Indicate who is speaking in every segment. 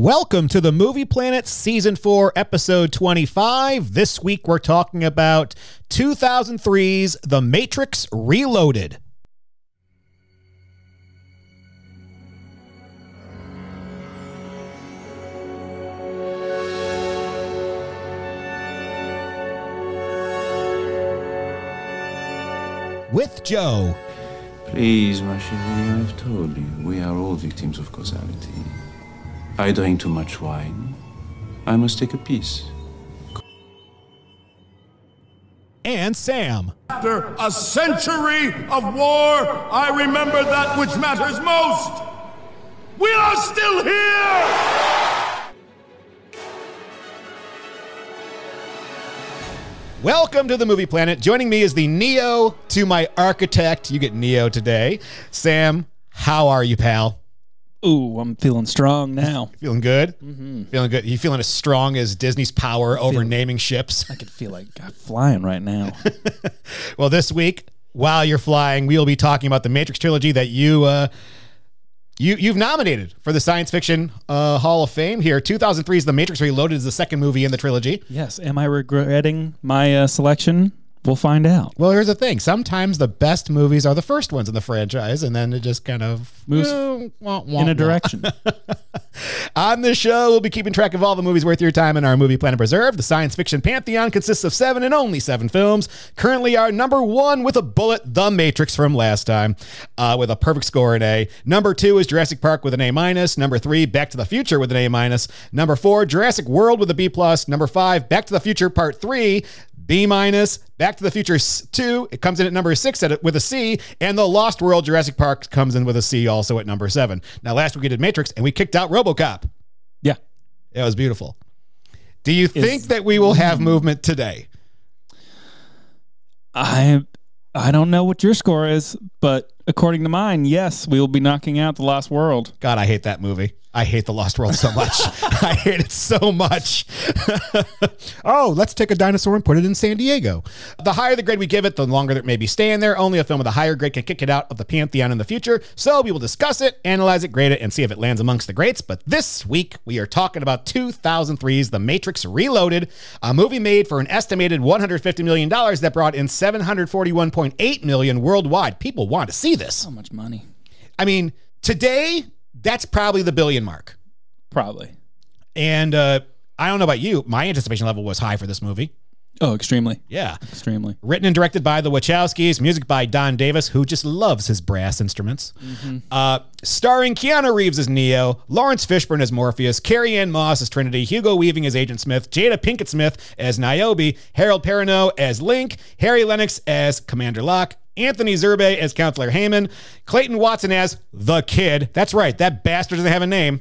Speaker 1: Welcome to the Movie Planet Season 4, Episode 25. This week we're talking about 2003's The Matrix Reloaded. With Joe,
Speaker 2: Please, my chivalry, I've told you, we are all victims of causality. I drink too much wine. I must take a piece.
Speaker 1: and Sam.
Speaker 3: After a century of war, I remember that which matters most. We are still here!
Speaker 1: Welcome to the Movie Planet. Joining me is the Neo to my architect. You get Neo today. Sam, how are you, pal?
Speaker 4: Ooh, I'm feeling strong now.
Speaker 1: Feeling good?
Speaker 4: Mm-hmm.
Speaker 1: Feeling good. You feeling as strong as Disney's power over naming ships?
Speaker 4: I could feel like I'm flying right now.
Speaker 1: Well, this week, while you're flying, we'll be talking about the Matrix trilogy that you uh, you you've nominated for the Science Fiction uh, Hall of Fame. Here, 2003's The Matrix Reloaded is the second movie in the trilogy.
Speaker 4: yes, am I regretting my uh, selection? We'll find out.
Speaker 1: Well, here's the thing: sometimes the best movies are the first ones in the franchise, and then it just kind of
Speaker 4: Moves
Speaker 1: eh, wah, wah,
Speaker 4: In
Speaker 1: wah.
Speaker 4: a direction.
Speaker 1: On this show, we'll be keeping track of all the movies worth your time in our Movie Planet Preserve. The science fiction pantheon consists of seven and only seven films. Currently, our number one with a bullet, The Matrix from last time, uh, with a perfect score in A. Number two is Jurassic Park with an A minus. Number three, Back to the Future with an A minus. Number four, Jurassic World with a B plus. Number five, Back to the Future Part Three. B minus, Back to the Future s- 2, it comes in at number 6 at, with a C, and The Lost World Jurassic Park comes in with a C also at number 7. Now, last week we did Matrix, and we kicked out Robocop.
Speaker 4: yeah.
Speaker 1: It was beautiful. Do you think that we will have movement today?
Speaker 4: I I don't know what your score is, but according to mine, yes, we will be knocking out The Lost World.
Speaker 1: God, I hate that movie. I hate The Lost World so much. I hate it so much. oh, let's take a dinosaur and put it in San Diego. The higher the grade we give it, the longer that it may be staying there. Only a film with a higher grade can kick it out of the pantheon in the future. So we will discuss it, analyze it, grade it, and see if it lands amongst the greats. But this week, we are talking about 2003's The Matrix Reloaded, a movie made for an estimated $150 million that brought in $741.8 million worldwide. People want to see this.
Speaker 4: How much money?
Speaker 1: I mean, today that's probably the billion mark.
Speaker 4: Probably.
Speaker 1: And uh, I don't know about you, my anticipation level was high for this movie.
Speaker 4: Oh, extremely.
Speaker 1: Yeah.
Speaker 4: Extremely.
Speaker 1: Written and directed by the Wachowskis, music by Don Davis, who just loves his brass instruments. Uh, starring Keanu Reeves as Neo, Lawrence Fishburne as Morpheus, Carrie Ann Moss as Trinity, Hugo Weaving as Agent Smith, Jada Pinkett Smith as Niobe, Harold Perrineau as Link, Harry Lennox as Commander Locke, Anthony Zerbe as Counselor Heyman, Clayton Watson as the Kid. That's right, that bastard doesn't have a name.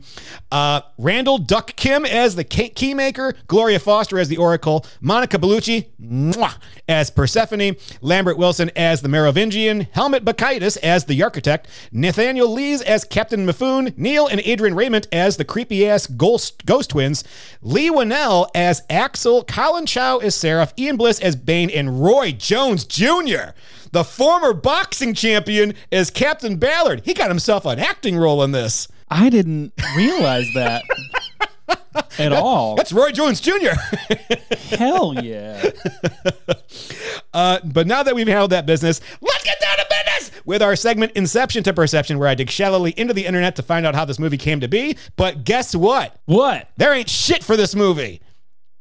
Speaker 1: Uh, Randall Duck Kim as the Key- Keymaker, Gloria Foster as the Oracle, Monica Bellucci mwah, as Persephone, Lambert Wilson as the Merovingian, Helmut Bakaitis as the Architect, Nathaniel Lees as Captain Mifune, Neil and Adrian Raymond as the creepy ass ghost, ghost twins, Lee Winnell as Axel, Colin Chow as Seraph, Ian Bliss as Bane, and Roy Jones Jr. The former boxing champion as Captain Ballard. He got himself an acting role in this.
Speaker 4: I didn't realize that at all.
Speaker 1: That's Roy Jones Jr.
Speaker 4: Hell yeah.
Speaker 1: Uh, but now that we've handled that business, let's get down to business with our segment Inception to Perception, where I dig shallowly into the internet to find out how this movie came to be. But guess what?
Speaker 4: What?
Speaker 1: There ain't shit for this movie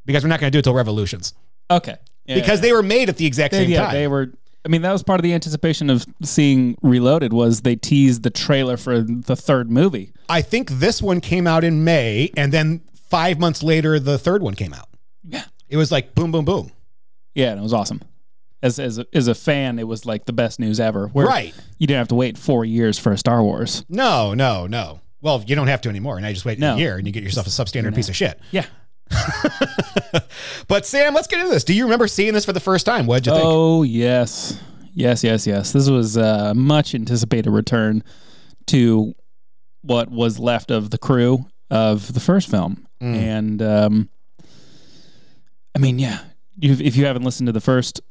Speaker 1: because we're not going to do it till Revolutions
Speaker 4: Okay. Yeah.
Speaker 1: because they were made at the exact
Speaker 4: They-
Speaker 1: same
Speaker 4: yeah,
Speaker 1: time.
Speaker 4: they were. I mean, that was part of the anticipation of seeing Reloaded was they teased the trailer for the third movie.
Speaker 1: I think this one came out in May, and then five months later, the third one came out.
Speaker 4: Yeah,
Speaker 1: It was like boom, boom, boom.
Speaker 4: yeah, and it was awesome. As as a, as a fan, it was like the best news ever. Where
Speaker 1: Right.
Speaker 4: You didn't have to wait four years for a Star Wars.
Speaker 1: No, no, no. Well, you don't have to anymore, and I just wait
Speaker 4: No.
Speaker 1: a year, and you get yourself a substandard piece of shit.
Speaker 4: Yeah.
Speaker 1: But Sam, let's get into this. Do you remember seeing this for the first time? What'd you think?
Speaker 4: Oh yes, yes, yes, yes. This was a much anticipated return to what was left of the crew of the first film, and um, I mean, yeah. You've, if you haven't listened to the first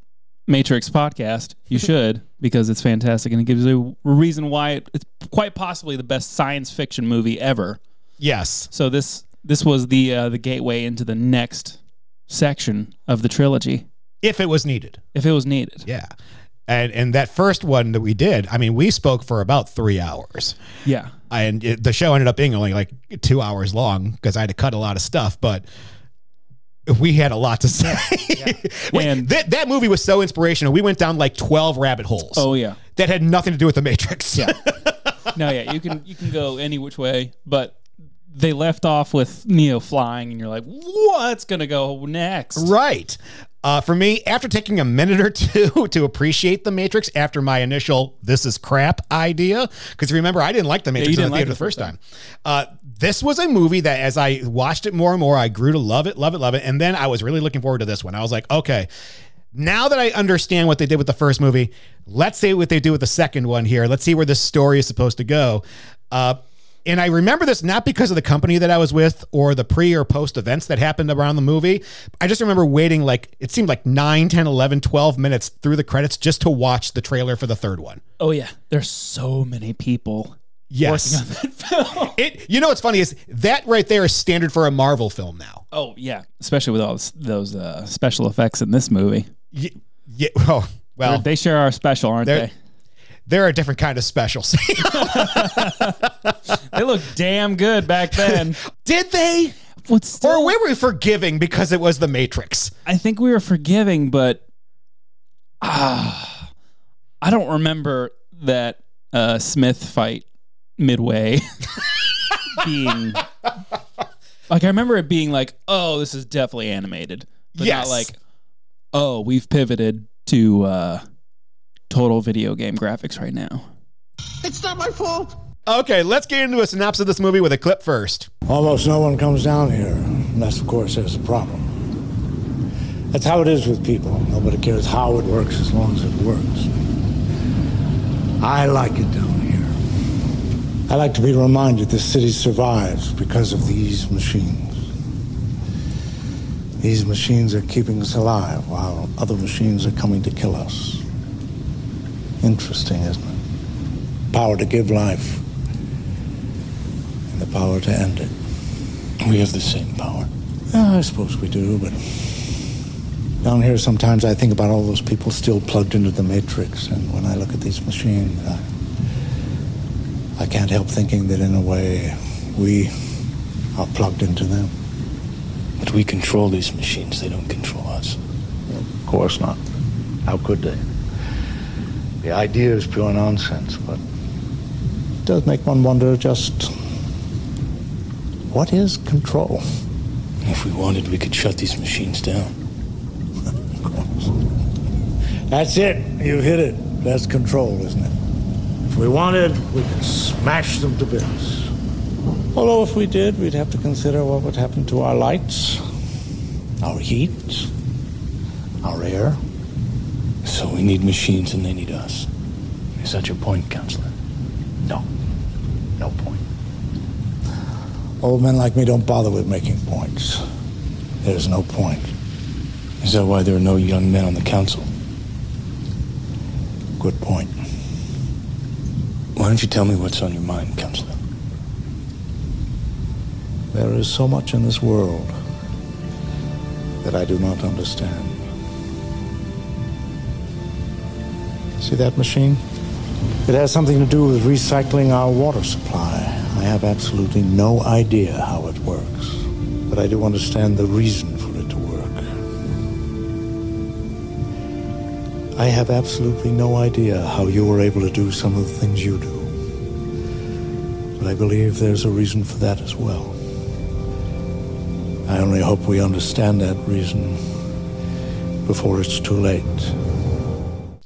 Speaker 4: Matrix podcast, you should because it's fantastic and it gives you a reason why it, it's quite possibly the best science fiction movie ever.
Speaker 1: Yes.
Speaker 4: So this this was the uh, the gateway into the next section of the trilogy,
Speaker 1: if it was needed.
Speaker 4: if it was needed.
Speaker 1: Yeah. And and that first one that we did, I mean, we spoke for about three hours,
Speaker 4: Yeah,
Speaker 1: and it, the show ended up being only like two hours long because I had to cut a lot of stuff, but. We had a lot to say. We-
Speaker 4: And-
Speaker 1: that, that movie was so inspirational. We went down like 12 rabbit holes.
Speaker 4: Oh yeah.
Speaker 1: That had nothing to do with The Matrix. Yeah.
Speaker 4: No, yeah. You can you can go any which way, but they left off with Neo flying, and you're like, what's gonna go next?
Speaker 1: Right. Uh, for me, after taking a minute or two to appreciate The Matrix after my initial "this is crap" idea, because remember I didn't like The Matrix
Speaker 4: you
Speaker 1: in the theater
Speaker 4: didn't like it
Speaker 1: the first time. Uh, this was a movie that, as I watched it more and more, I grew to love it, love it, love it, and then I was really looking forward to this one. I was like, okay, now that I understand what they did with the first movie, let's see what they do with the second one here. Let's see where this story is supposed to go. Uh, and I remember this not because of the company that I was with or the pre or post events that happened around the movie. I just remember waiting like, it seemed like 9, 10, 11, 12 minutes through the credits just to watch the trailer for the third one.
Speaker 4: Oh yeah. There's so many people.
Speaker 1: Yes. It, you know what's funny is that right there is standard for a Marvel film now.
Speaker 4: Oh yeah. Especially with all this, those uh, special effects in this movie.
Speaker 1: Yeah, yeah, well, oh, well
Speaker 4: They sure are special, aren't
Speaker 1: They're-
Speaker 4: they?
Speaker 1: there are different kind of specials.
Speaker 4: They look damn good back then.
Speaker 1: Did they?
Speaker 4: What's still,
Speaker 1: Or were we forgiving because it was The Matrix?
Speaker 4: I think we were forgiving, but ah, I don't remember that uh, Smith fight midway being like. I remember it being like, "Oh, this is definitely animated," but
Speaker 1: Yes.
Speaker 4: not like, "Oh, we've pivoted to uh, total video game graphics right now."
Speaker 5: It's not my fault.
Speaker 1: Okay, let's get into a synopsis of this movie with a clip first.
Speaker 6: Almost no one comes down here, unless, of course, there's a problem. That's how it is with people. Nobody cares how it works as long as it works. I like it down here. I like to be reminded the city survives because of these machines. These machines are keeping us alive while other machines are coming to kill us. Interesting, isn't it? Power to give life and the power to end it. We have the same power. I suppose we do, but down here sometimes I think about all those people still plugged into the matrix, and when I look at these machines, I, I can't help thinking that in a way we are plugged into them.
Speaker 7: But we control these machines, they don't control us.
Speaker 6: Of course not. How could they? The idea is pure nonsense, but it does make one wonder just what is control?
Speaker 7: If we wanted, we could shut these machines down.
Speaker 6: That's it. You hit it. That's control, isn't it? If we wanted, we could smash them to bits. Although, if we did, we'd have to consider what would happen to our lights, our heat, our air.
Speaker 7: So we need machines and they need us. Is that your point, Counselor?
Speaker 6: No. No point. Old men like me don't bother with making points. There's no point.
Speaker 7: Is that why there are no young men on the council?
Speaker 6: Good point.
Speaker 7: Why don't you tell me what's on your mind, Counselor?
Speaker 6: There is so much in this world that I do not understand. See that machine? It has something to do with recycling our water supply. I have absolutely no idea how it works, but I do understand the reason for it to work. I have absolutely no idea how you were able to do some of the things you do, but I believe there's a reason for that as well. I only hope we understand that reason before it's too late.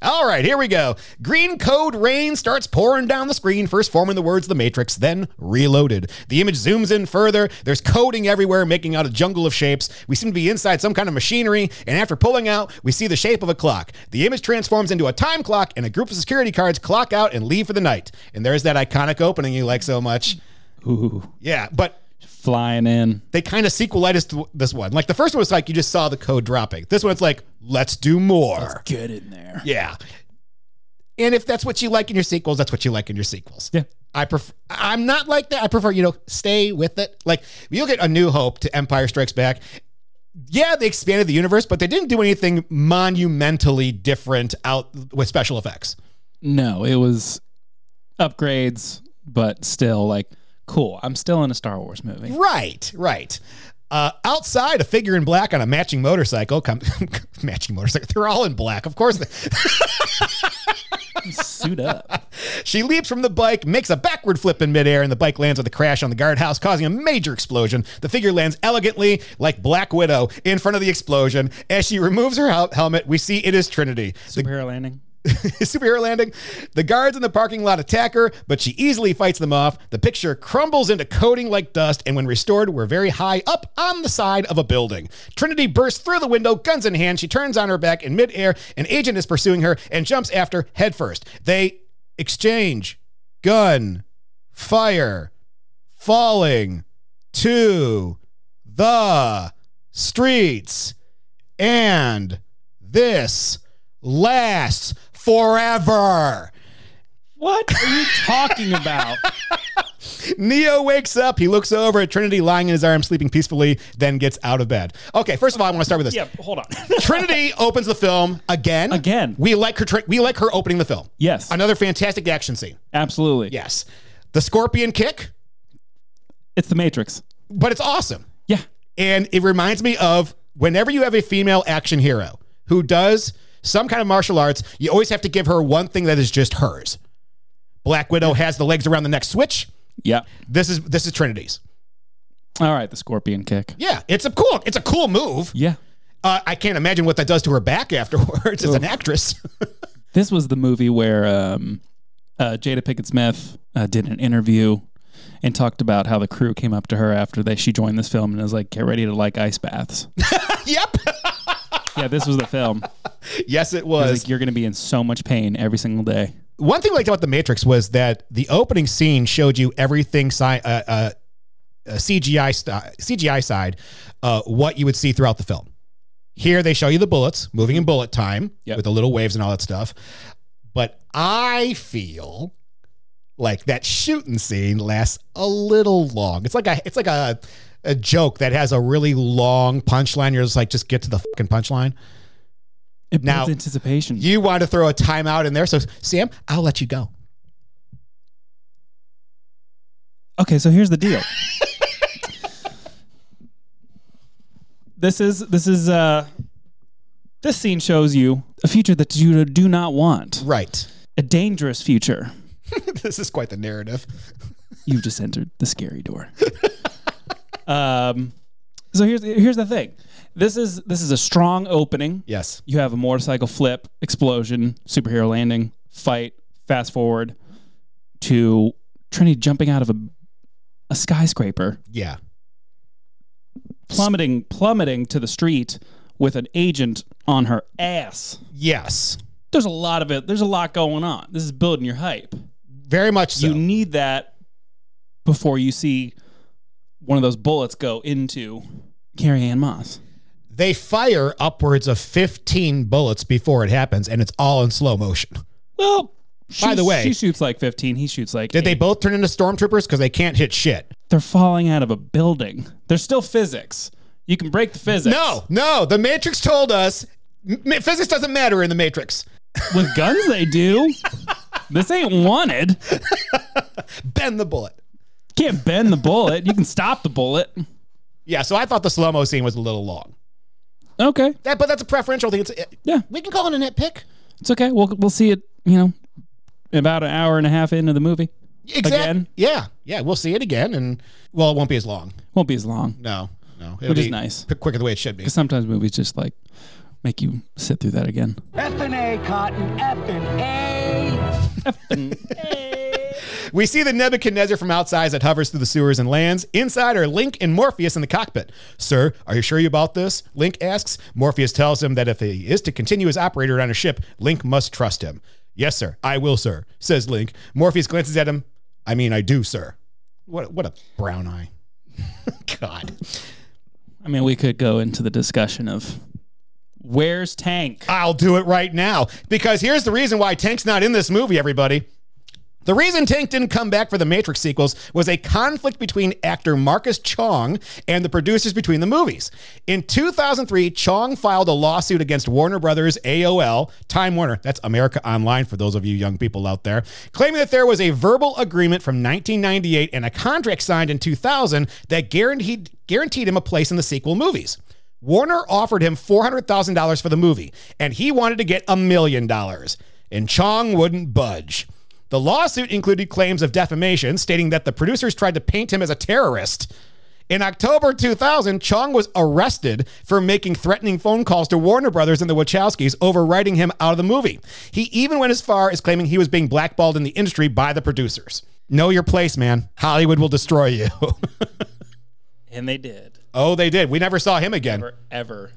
Speaker 1: All right, here we go. Green code rain starts pouring down the screen, first forming the words The Matrix, then reloaded. The image zooms in further. There's coding everywhere, making out a jungle of shapes. We seem to be inside some kind of machinery, and after pulling out, we see the shape of a clock. The image transforms into a time clock, and a group of security guards clock out and leave for the night. And there's that iconic opening you like so much.
Speaker 4: Ooh,
Speaker 1: Yeah, but
Speaker 4: flying in.
Speaker 1: they kind of sequelitis to this one. Like the first one was like you just saw the code dropping. This one it's like let's do more.
Speaker 4: Get in there.
Speaker 1: Yeah. And if that's what you like in your sequels, that's what you like in your sequels.
Speaker 4: Yeah.
Speaker 1: I prefer. I'm not like that. I prefer you know stay with it. Like you look at A New Hope to Empire Strikes Back. Yeah, they expanded the universe, but they didn't do anything monumentally different out with special effects.
Speaker 4: No, it was upgrades, but still like cool. I'm still in a Star Wars movie.
Speaker 1: Right, right. Uh, outside, a figure in black on a matching motorcycle. Com- matching motorcycle. They're all in black, of course. they-
Speaker 4: Suit up.
Speaker 1: she leaps from the bike, makes a backward flip in midair, and the bike lands with a crash on the guardhouse, causing a major explosion. The figure lands elegantly, like Black Widow, in front of the explosion. As she removes her hel- helmet, we see it is Trinity.
Speaker 4: Superhero landing.
Speaker 1: superhero landing. The guards in the parking lot attack her, but she easily fights them off. The picture crumbles into coating like dust, and when restored, we're very high up on the side of a building. Trinity bursts through the window, guns in hand. She turns on her back in midair. An agent is pursuing her and jumps after headfirst. They exchange gun, fire, falling to the streets. And this lasts forever.
Speaker 4: What are you talking about?
Speaker 1: Neo wakes up. He looks over at Trinity lying in his arms, sleeping peacefully, then gets out of bed. Okay, first of all, I want to start with this.
Speaker 4: yeah, hold on.
Speaker 1: Trinity opens the film again.
Speaker 4: Again.
Speaker 1: We like her tri- we like her opening the film.
Speaker 4: Yes.
Speaker 1: Another fantastic action scene.
Speaker 4: Absolutely.
Speaker 1: Yes. The scorpion kick,
Speaker 4: It's the Matrix.
Speaker 1: but it's awesome.
Speaker 4: Yeah.
Speaker 1: And it reminds me of whenever you have a female action hero who does some kind of martial arts, you always have to give her one thing that is just hers. Black Widow has the legs around the neck switch.
Speaker 4: Yeah.
Speaker 1: This is this is Trinity's.
Speaker 4: All right, the scorpion kick.
Speaker 1: Yeah, it's a cool it's a cool move.
Speaker 4: Yeah.
Speaker 1: Uh, I can't imagine what that does to her back afterwards as an actress.
Speaker 4: This was the movie where um, uh, Jada Pickett Smith uh, did an interview and talked about how the crew came up to her after they, she joined this film and was like, get ready to like ice baths.
Speaker 1: yep.
Speaker 4: yeah, this was the film.
Speaker 1: yes, it
Speaker 4: It
Speaker 1: was.
Speaker 4: was like, you're going to be in so much pain every single day.
Speaker 1: one thing I liked about the Matrix was that the opening scene showed you everything sci- uh, uh, uh, CGI st- CGI side, uh, what you would see throughout the film. Here they show you the bullets moving in bullet time
Speaker 4: Yep.
Speaker 1: with the little waves and all that stuff. But I feel like that shooting scene lasts a little long. It's like a it's like a a joke that has a really long punchline. You're just like, just get to the fucking punchline.
Speaker 4: It
Speaker 1: Now-
Speaker 4: builds anticipation.
Speaker 1: You want to throw a timeout in there. So Sam, I'll let you go.
Speaker 4: okay, so here's the deal. this is this is uh this scene shows you a future that you do not want.
Speaker 1: Right.
Speaker 4: A dangerous future.
Speaker 1: this is quite the narrative.
Speaker 4: You've just entered the scary door. um so here's here's the thing. This is this is a strong opening.
Speaker 1: Yes.
Speaker 4: you have a motorcycle flip, explosion, superhero landing, fight, fast forward to Trinity jumping out of a a skyscraper,
Speaker 1: Yeah.
Speaker 4: plummeting plummeting to the street with an agent on her ass.
Speaker 1: Yes.
Speaker 4: There's a lot of it. There's a lot going on. This is building your hype.
Speaker 1: Very much so.
Speaker 4: You need that before you see one of those bullets go into Carrie Ann Moss.
Speaker 1: they fire upwards of 15 bullets before it happens, and it's all in slow motion.
Speaker 4: Well,
Speaker 1: By
Speaker 4: she-
Speaker 1: the way-
Speaker 4: she shoots like 15. He shoots like
Speaker 1: Did they
Speaker 4: eight.
Speaker 1: both turn into stormtroopers? Because they can't hit shit.
Speaker 4: they're falling out of a building. There's still physics. You can break the physics.
Speaker 1: No, no. The Matrix told us m- m- physics doesn't matter in the Matrix.
Speaker 4: With guns, they do. this ain't wanted.
Speaker 1: Bend the bullet.
Speaker 4: Can't bend the bullet. You can stop the bullet.
Speaker 1: Yeah, so I thought the slow mo scene was a little long.
Speaker 4: Okay.
Speaker 1: That, but that's a preferential thing. It's,
Speaker 4: Yeah.
Speaker 1: We can call it a nitpick.
Speaker 4: It's okay. We'll, we'll see it, you know, about an hour and a half into the movie.
Speaker 1: Exact-
Speaker 4: Again?
Speaker 1: Yeah, yeah. We'll see it again, and well, it won't be as long.
Speaker 4: Won't be as long.
Speaker 1: No, no. It'll
Speaker 4: Which is
Speaker 1: be
Speaker 4: nice.
Speaker 1: p- Quicker the way it should be.
Speaker 4: Sometimes movies just like make you sit through that again.
Speaker 1: We see the Nebuchadnezzar from outside that hovers through the sewers and lands. Inside are Link and Morpheus in the cockpit. Sir, are you sure you about this? Link asks. Morpheus tells him that if he is to continue as operator on a ship, Link must trust him. Yes, sir. I will, sir, says Link. Morpheus glances at him. I mean, I do, sir. What, what a brown eye. God.
Speaker 4: I mean, we could go into the discussion of where's Tank?
Speaker 1: I'll do it right now because here's the reason why Tank's not in this movie, everybody. The reason Tank didn't come back for the Matrix sequels was a conflict between actor Marcus Chong and the producers between the movies. In 2003, Chong filed a lawsuit against Warner Brothers, AOL, Time Warner, that's America Online for those of you young people out there, claiming that there was a verbal agreement from 1998 and a contract signed in 2000 that guaranteed, guaranteed him a place in the sequel movies. Warner offered him $400,000 for the movie, and he wanted to get a million dollars. And Chong wouldn't budge. The lawsuit included claims of defamation, stating that the producers tried to paint him as a terrorist. In October 2000, Chong was arrested for making threatening phone calls to Warner Brothers and the Wachowskis over writing him out of the movie. He even went as far as claiming he was being blackballed in the industry by the producers. Know your place, man. Hollywood will destroy you.
Speaker 4: And they did.
Speaker 1: oh, they did. We never saw him again.
Speaker 4: Forever.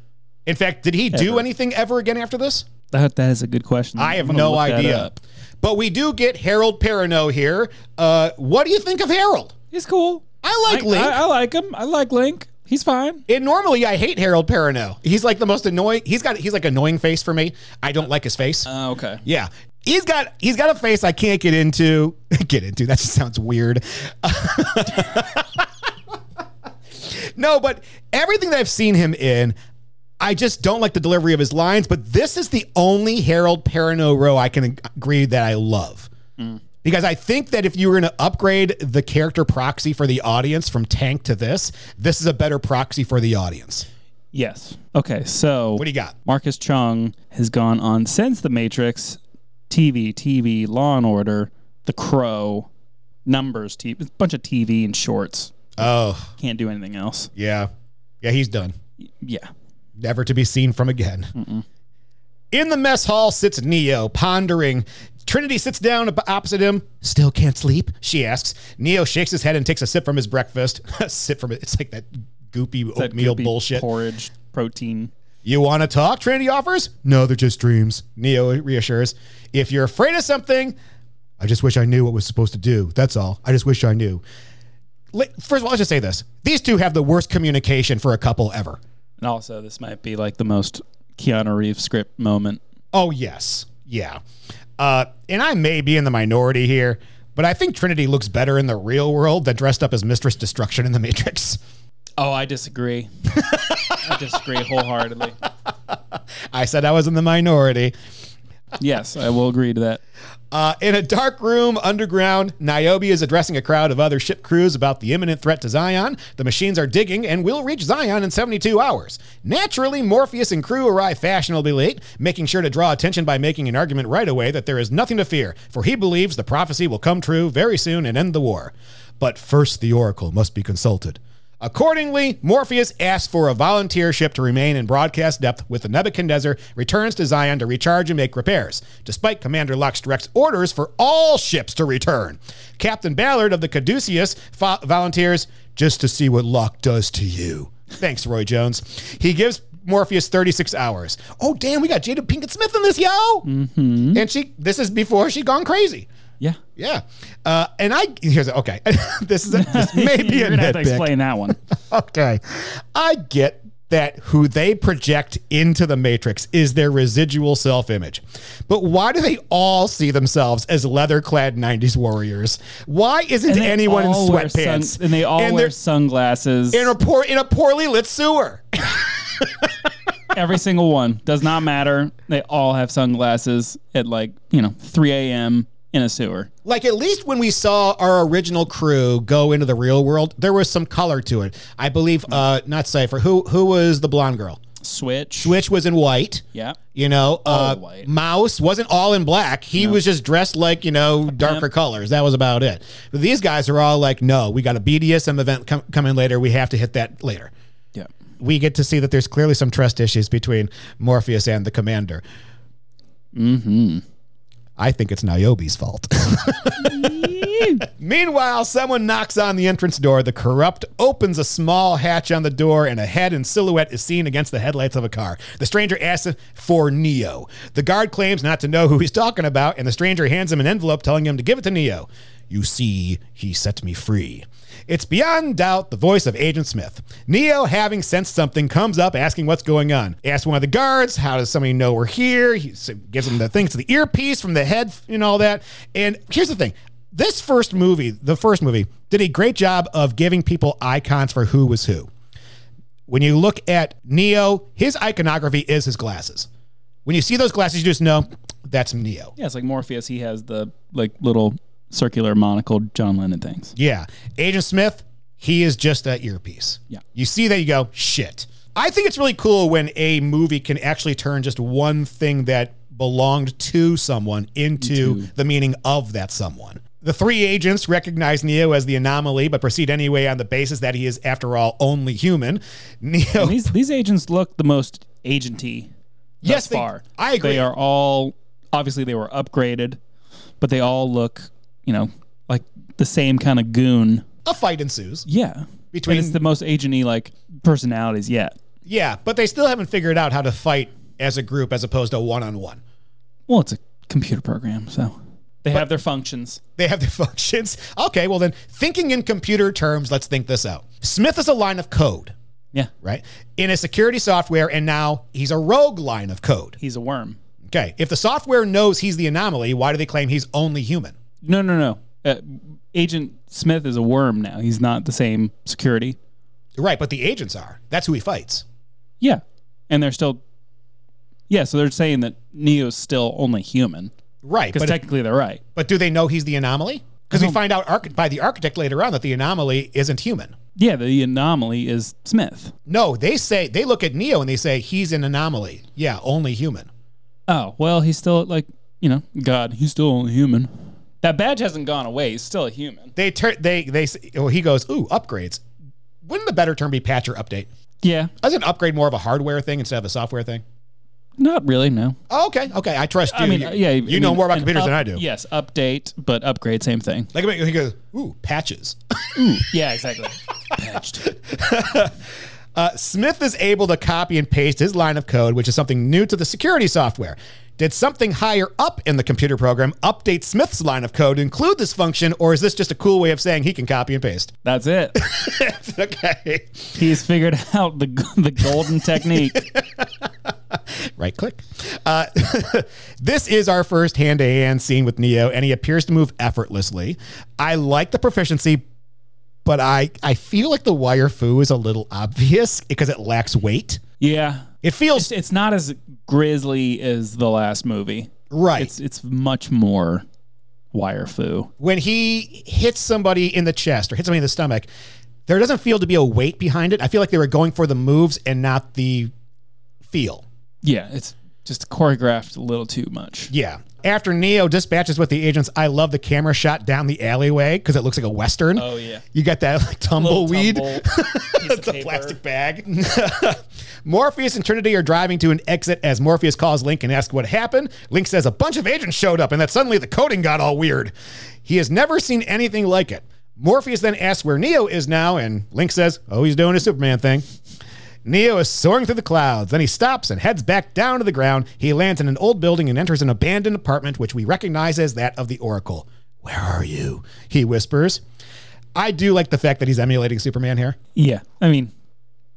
Speaker 1: In fact, did he do anything ever again after this?
Speaker 4: That, that is a good question.
Speaker 1: I
Speaker 4: I'm
Speaker 1: have
Speaker 4: gonna
Speaker 1: no
Speaker 4: look that
Speaker 1: idea.
Speaker 4: up.
Speaker 1: But we do get Harold Perrineau here. Uh, what do you think of Harold?
Speaker 4: He's cool.
Speaker 1: I like Link.
Speaker 4: I, I like him. I like Link. He's fine.
Speaker 1: And normally I hate Harold Perrineau. He's like the most annoying. He's got he's like annoying face for me. I don't like his face.
Speaker 4: Uh, okay.
Speaker 1: yeah. He's got he's got a face I can't get into. Get into. That just sounds weird. no, but everything that I've seen him in, I just don't like the delivery of his lines, but this is the only Harold Perrineau row I can agree that I love. Because I think that if you were going to upgrade the character proxy for the audience from tank to this, this is a better proxy for the audience.
Speaker 4: Yes. Okay. So
Speaker 1: What do you got?
Speaker 4: Marcus Chung has gone on since The Matrix, TV, TV, Law and Order, The Crow, Numbers, TV, a bunch of TV and shorts.
Speaker 1: Oh,
Speaker 4: Can't do anything else.
Speaker 1: yeah. Yeah, he's done.
Speaker 4: Yeah.
Speaker 1: never to be seen from again. In the mess hall sits Neo, pondering. Trinity sits down op- opposite him. Still can't sleep? She asks. Neo shakes his head and takes a sip from his breakfast. sip from it. It's like that goopy
Speaker 4: That
Speaker 1: oatmeal
Speaker 4: goopy
Speaker 1: bullshit.
Speaker 4: Porridge, protein.
Speaker 1: You want to talk? Trinity offers. No, they're just dreams. Neo reassures. If you're afraid of something, I just wish I knew what was supposed to do. That's all. I just wish I knew. Li- First of all, let's just say this: these two have the worst communication for a couple ever.
Speaker 4: And also, this might be like the most Keanu Reeves script moment.
Speaker 1: Oh yes, yeah. Uh, and I may be in the minority here, but I think Trinity looks better in the real world than dressed up as Mistress Destruction in the Matrix.
Speaker 4: Oh, I disagree. I disagree wholeheartedly.
Speaker 1: I said I was in the minority.
Speaker 4: Yes, I will agree to that.
Speaker 1: Uh, in a dark room underground, Niobe is addressing a crowd of other ship crews about the imminent threat to Zion. The machines are digging and will reach Zion in 72 hours. Naturally, Morpheus and crew arrive fashionably late, making sure to draw attention by making an argument right away that there is nothing to fear, for he believes the prophecy will come true very soon and end the war. But first, the Oracle must be consulted. Accordingly, Morpheus asks for a volunteer ship to remain in broadcast depth with the Nebuchadnezzar, returns to Zion to recharge and make repairs, despite Commander Lux Direct's orders for all ships to return. Captain Ballard of the Caduceus fo- volunteers just to see what Locke does to you. Thanks, Roy Jones. He gives Morpheus 36 hours. Oh, damn, we got Jada Pinkett Smith in this, yo! Mm-hmm. And she, this is before she gone crazy.
Speaker 4: Yeah.
Speaker 1: Yeah. Uh, and I, here's, okay, this is, a, this may be
Speaker 4: You're
Speaker 1: a
Speaker 4: going to have to
Speaker 1: nitpick
Speaker 4: explain that one.
Speaker 1: okay. I get that who they project into the matrix is their residual self image. But why do they all see themselves as leather clad 90s warriors? Why isn't
Speaker 4: And they
Speaker 1: anyone in
Speaker 4: all wear sun-
Speaker 1: sweatpants?
Speaker 4: and they all
Speaker 1: they're
Speaker 4: wear sunglasses.
Speaker 1: in a poor in a poorly lit sewer.
Speaker 4: Every single one. Does not matter. They all have sunglasses at like, you know, 3 a.m. in a sewer.
Speaker 1: like at least when we saw our original crew go into the real world, there was some color to it. I believe uh not Cypher. Who who was the blonde girl?
Speaker 4: Switch.
Speaker 1: Which was in white.
Speaker 4: Yeah.
Speaker 1: You know, uh,
Speaker 4: white.
Speaker 1: Mouse wasn't all in black. He was just dressed like, you know, darker colors. That was about it. But these guys are all like, no, we got a BDSM event com- coming later. We have to hit that later.
Speaker 4: Yeah.
Speaker 1: We get to see that there's clearly some trust issues between Morpheus and the commander. Mm-hmm. I think it's Niobe's fault. Meanwhile, someone knocks on the entrance door. The corrupt opens a small hatch on the door, and a head in silhouette is seen against the headlights of a car. The stranger asks for Neo. The guard claims not to know who he's talking about, and the stranger hands him an envelope telling him to give it to Neo. You see, he set me free. It's beyond doubt the voice of Agent Smith. Neo, having sensed something, comes up asking what's going on. Asks one of the guards, How does somebody know we're here? He s- gives him the things to the earpiece from the head and all that. And here's the thing this first movie, the first movie, did a great job of giving people icons for who was who. When you look at Neo, his iconography is his glasses. When you see those glasses, you just know that's Neo.
Speaker 4: Yeah, it's like Morpheus. He has the like little circular monocle John Lennon things.
Speaker 1: Yeah. Agent Smith, he is just that earpiece.
Speaker 4: Yeah.
Speaker 1: You see that, you go, shit. I think it's really cool when a movie can actually turn just one thing that belonged to someone into the meaning of that someone. The three agents recognize Neo as the anomaly, but proceed anyway on the basis that he is, after all, only human. Neo,
Speaker 4: These these agents look the most agenty.
Speaker 1: Yes,
Speaker 4: thus
Speaker 1: they-
Speaker 4: far.
Speaker 1: I agree.
Speaker 4: They are all obviously they were upgraded, but they all look you know like the same kind of goon.
Speaker 1: a fight ensues.
Speaker 4: Yeah,
Speaker 1: Between-
Speaker 4: and it's the most agenty like personalities yet.
Speaker 1: Yeah, but they still haven't figured out how to fight as a group as opposed to one on one.
Speaker 4: Well, it's a computer program, so they have their functions.
Speaker 1: They have their functions. Okay, well then, thinking in computer terms, let's think this out. Smith is a line of code,
Speaker 4: Yeah,
Speaker 1: right? In a security software, and now he's a rogue line of code.
Speaker 4: he's a worm.
Speaker 1: Okay, if the software knows he's the anomaly, why do they claim he's only human?
Speaker 4: No, no, no. Uh, Agent Smith is a worm now. He's not the same security.
Speaker 1: Right, but the agents are. That's who he fights.
Speaker 4: Yeah, and they're still. Yeah, so they're saying that Neo's still only human
Speaker 1: Right,
Speaker 4: because
Speaker 1: but,
Speaker 4: technically they're right.
Speaker 1: but do they know he's the anomaly? Because we
Speaker 4: I don't-
Speaker 1: find out arch- by the architect later on that the anomaly isn't human.
Speaker 4: Yeah, the anomaly is Smith.
Speaker 1: No, they say they look at Neo and they say he's an anomaly. Yeah, only human.
Speaker 4: Oh well, he's still like you know God. He's still only human. That badge hasn't gone away. He's still a human.
Speaker 1: They turn they they s- well, he goes ooh upgrades. Wouldn't the better term be patch or update?
Speaker 4: Yeah,
Speaker 1: Isn't upgrade more of a hardware thing instead of a software thing?
Speaker 4: not really. No.
Speaker 1: Oh, okay, okay, I trust you.
Speaker 4: I mean,
Speaker 1: you,
Speaker 4: yeah.
Speaker 1: you
Speaker 4: I
Speaker 1: know
Speaker 4: mean,
Speaker 1: more about
Speaker 4: an
Speaker 1: computers than
Speaker 4: up-
Speaker 1: I do.
Speaker 4: Yes, update, but upgrade, same thing.
Speaker 1: Like he goes ooh patches.
Speaker 4: Yeah, exactly. Patched.
Speaker 1: Smith is able to copy and paste his line of code, which is something new to the security software. Did something higher up in the computer program update Smith's line of code to include this function, or is this just a cool way of saying he can copy and paste?
Speaker 4: That's it.
Speaker 1: okay.
Speaker 4: He's figured out the the golden technique.
Speaker 1: Right click. Uh, this is our first hand to hand scene with Neo, and he appears to move effortlessly. I like the proficiency, but I, I feel like the wire foo is a little obvious because it lacks weight.
Speaker 4: Yeah,
Speaker 1: It feels
Speaker 4: it's not as grisly as the last movie.
Speaker 1: right.
Speaker 4: It's it's much more wire foo.
Speaker 1: when he hits somebody in the chest or hits somebody in the stomach, there doesn't feel to be a weight behind it. I feel like they were going for the moves and not the feel.
Speaker 4: Yeah, it's just choreographed a little too much.
Speaker 1: Yeah. After Neo dispatches with the agents, I love the camera shot down the alleyway because it looks like a western.
Speaker 4: Oh, yeah.
Speaker 1: you got that like tumbleweed.
Speaker 4: it's
Speaker 1: It's a plastic bag. Morpheus and Trinity are driving to an exit as Morpheus calls Link and asks what happened. Link says a bunch of agents showed up and that suddenly the coding got all weird. He has never seen anything like it. Morpheus then asks where Neo is now, and Link says, Oh, he's doing his Superman thing. Neo is soaring through the clouds. Then he stops and heads back down to the ground. He lands in an old building and enters an abandoned apartment, which we recognize as that of the Oracle. Where are you? He whispers. I do like the fact that he's emulating Superman here.
Speaker 4: Yeah, I mean,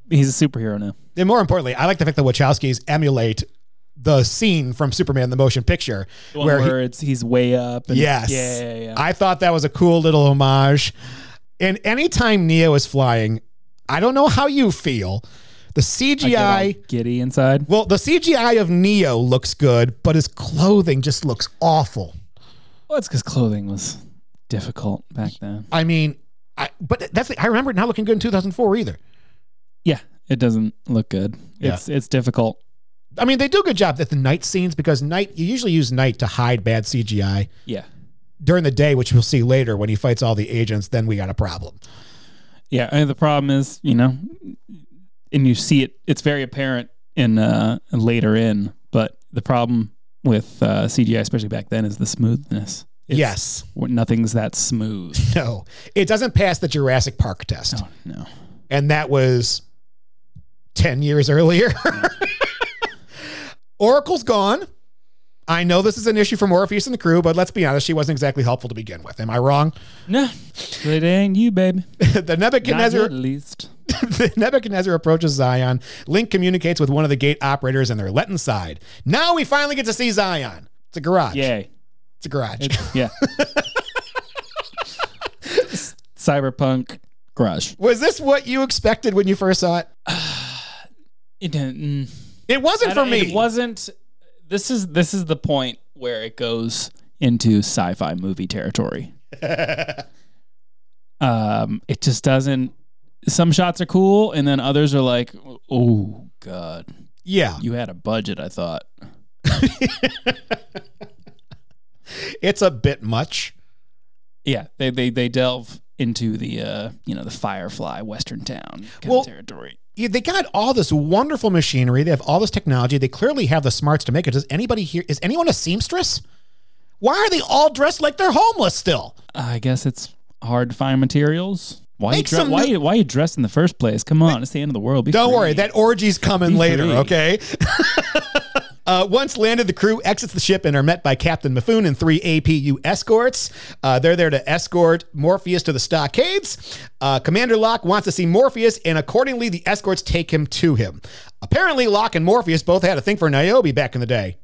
Speaker 4: he's a superhero now.
Speaker 1: And more importantly, I like the fact that Wachowskis emulate the scene from Superman the motion picture
Speaker 4: One
Speaker 1: where
Speaker 4: where,
Speaker 1: he,
Speaker 4: it's he's way up. And,
Speaker 1: yes,
Speaker 4: yeah, yeah, yeah.
Speaker 1: I thought that was a cool little homage. And anytime Neo is flying, I don't know how you feel. The
Speaker 4: Get all
Speaker 1: CGI,
Speaker 4: giddy inside.
Speaker 1: well, the CGI of Neo looks good, but his clothing just looks awful.
Speaker 4: Well, it's because clothing was difficult back then.
Speaker 1: I mean, I, but that's the, I remember it not looking good in 2004 either.
Speaker 4: Yeah, it doesn't look good. It's it's difficult.
Speaker 1: I mean, they do a good job at the night scenes because night you usually use night to hide bad CGI.
Speaker 4: Yeah.
Speaker 1: during the day, which we'll see later when he fights all the agents, then we got a problem.
Speaker 4: Yeah, and the problem is, you know, and you see it. It's very apparent in uh, later in, but the problem with uh, CGI, especially back then, is the smoothness. It's,
Speaker 1: yes.
Speaker 4: w- nothing's that smooth.
Speaker 1: No. It doesn't pass the Jurassic Park test.
Speaker 4: Oh no,
Speaker 1: And that was 10 years earlier. Oracle's gone. I know this is an issue for Morpheus and the crew, but let's be honest, she wasn't exactly helpful to begin with. Am I wrong?
Speaker 4: no, it ain't you, baby.
Speaker 1: the
Speaker 4: Not you,
Speaker 1: Nebuchadnezzar
Speaker 4: at least.
Speaker 1: the Nebuchadnezzar approaches Zion. Link communicates with one of the gate operators and they're let inside. Now we finally get to see Zion. It's a garage.
Speaker 4: Yay.
Speaker 1: It's a garage.
Speaker 4: Yeah. cyberpunk crush.
Speaker 1: Was this what you expected when you first saw it?
Speaker 4: It didn't.
Speaker 1: It wasn't for me.
Speaker 4: It wasn't. This is this is the point where it goes into sci-fi movie territory. um, it just doesn't. Some shots are cool, and then others are like, "Oh God,
Speaker 1: yeah.
Speaker 4: you had a budget." I thought.
Speaker 1: It's a bit much.
Speaker 4: Yeah, they they they delve into the uh, you know the Firefly Western town kind
Speaker 1: Well-
Speaker 4: of territory.
Speaker 1: Yeah, they got all this wonderful machinery. They have all this technology. They clearly have the smarts to make it. Does anybody here? Is anyone a seamstress? Why are they all dressed like they're homeless still?
Speaker 4: I guess it's hard to find materials. Why you
Speaker 1: Make
Speaker 4: dre-
Speaker 1: some
Speaker 4: why
Speaker 1: new-
Speaker 4: you, why you dressed in the first place? Come on, it's the end of the world. Be
Speaker 1: Don't
Speaker 4: free.
Speaker 1: worry, that orgy's coming later,
Speaker 4: free.
Speaker 1: okay? Uh, once landed, the crew exits the ship and are met by Captain Mifune and three APU escorts. Uh, they're there to escort Morpheus to the stockades. Uh, Commander Locke wants to see Morpheus, and accordingly, the escorts take him to him. Apparently, Locke and Morpheus both had a thing for Niobe back in the day.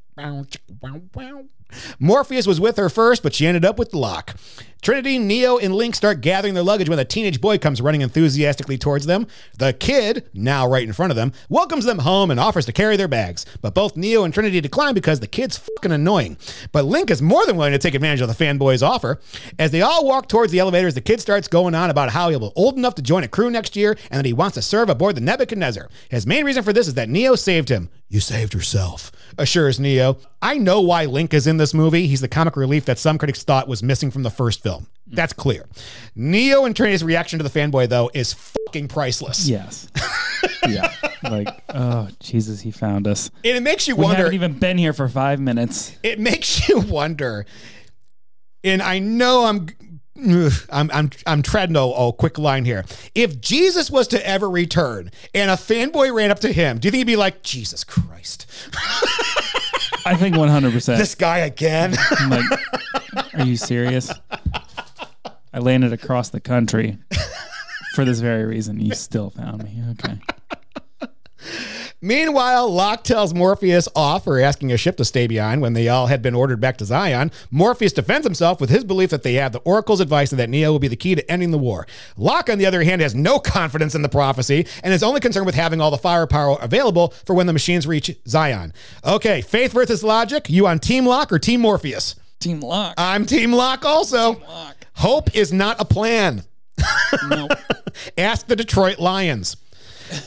Speaker 1: Morpheus was with her first, but she ended up with Locke. Trinity, Neo, and Link start gathering their luggage when a teenage boy comes running enthusiastically towards them. The kid, now right in front of them, welcomes them home and offers to carry their bags. But both Neo and Trinity decline because the kid's fucking annoying. But Link is more than willing to take advantage of the fanboy's offer. As they all walk towards the elevators, the kid starts going on about how he'll be old enough to join a crew next year and that he wants to serve aboard the Nebuchadnezzar. His main reason for this is that Neo saved him. You saved yourself, assures Neo. I know why Link is in this movie. He's the comic relief that some critics thought was missing from the first film. That's clear. Neo and Trinity's reaction to the fanboy, though, is fucking priceless.
Speaker 4: Yes. yeah. Like, oh Jesus, he found us.
Speaker 1: And it makes you
Speaker 4: We
Speaker 1: wonder.
Speaker 4: haven't even been here for five minutes.
Speaker 1: it makes you wonder. And I know I'm ugh, I'm I'm I'm treading a, a quick line here. If Jesus was to ever return and a fanboy ran up to him, do you think he'd be like, Jesus Christ,
Speaker 4: I think one hundred percent.
Speaker 1: this guy again?
Speaker 4: I'm like, are you serious? I landed across the country for this very reason. You still found me. Okay.
Speaker 1: Meanwhile, Locke tells Morpheus off for asking a ship to stay behind when they all had been ordered back to Zion. Morpheus defends himself with his belief that they have the Oracle's advice and that Neo will be the key to ending the war. Locke, on the other hand, has no confidence in the prophecy and is only concerned with having all the firepower available for when the machines reach Zion. Okay, faith versus logic. You on Team Locke or Team Morpheus?
Speaker 4: Team Lock.
Speaker 1: I'm Team Locke also. Hope is not a plan.
Speaker 4: no,
Speaker 1: Ask the Detroit Lions.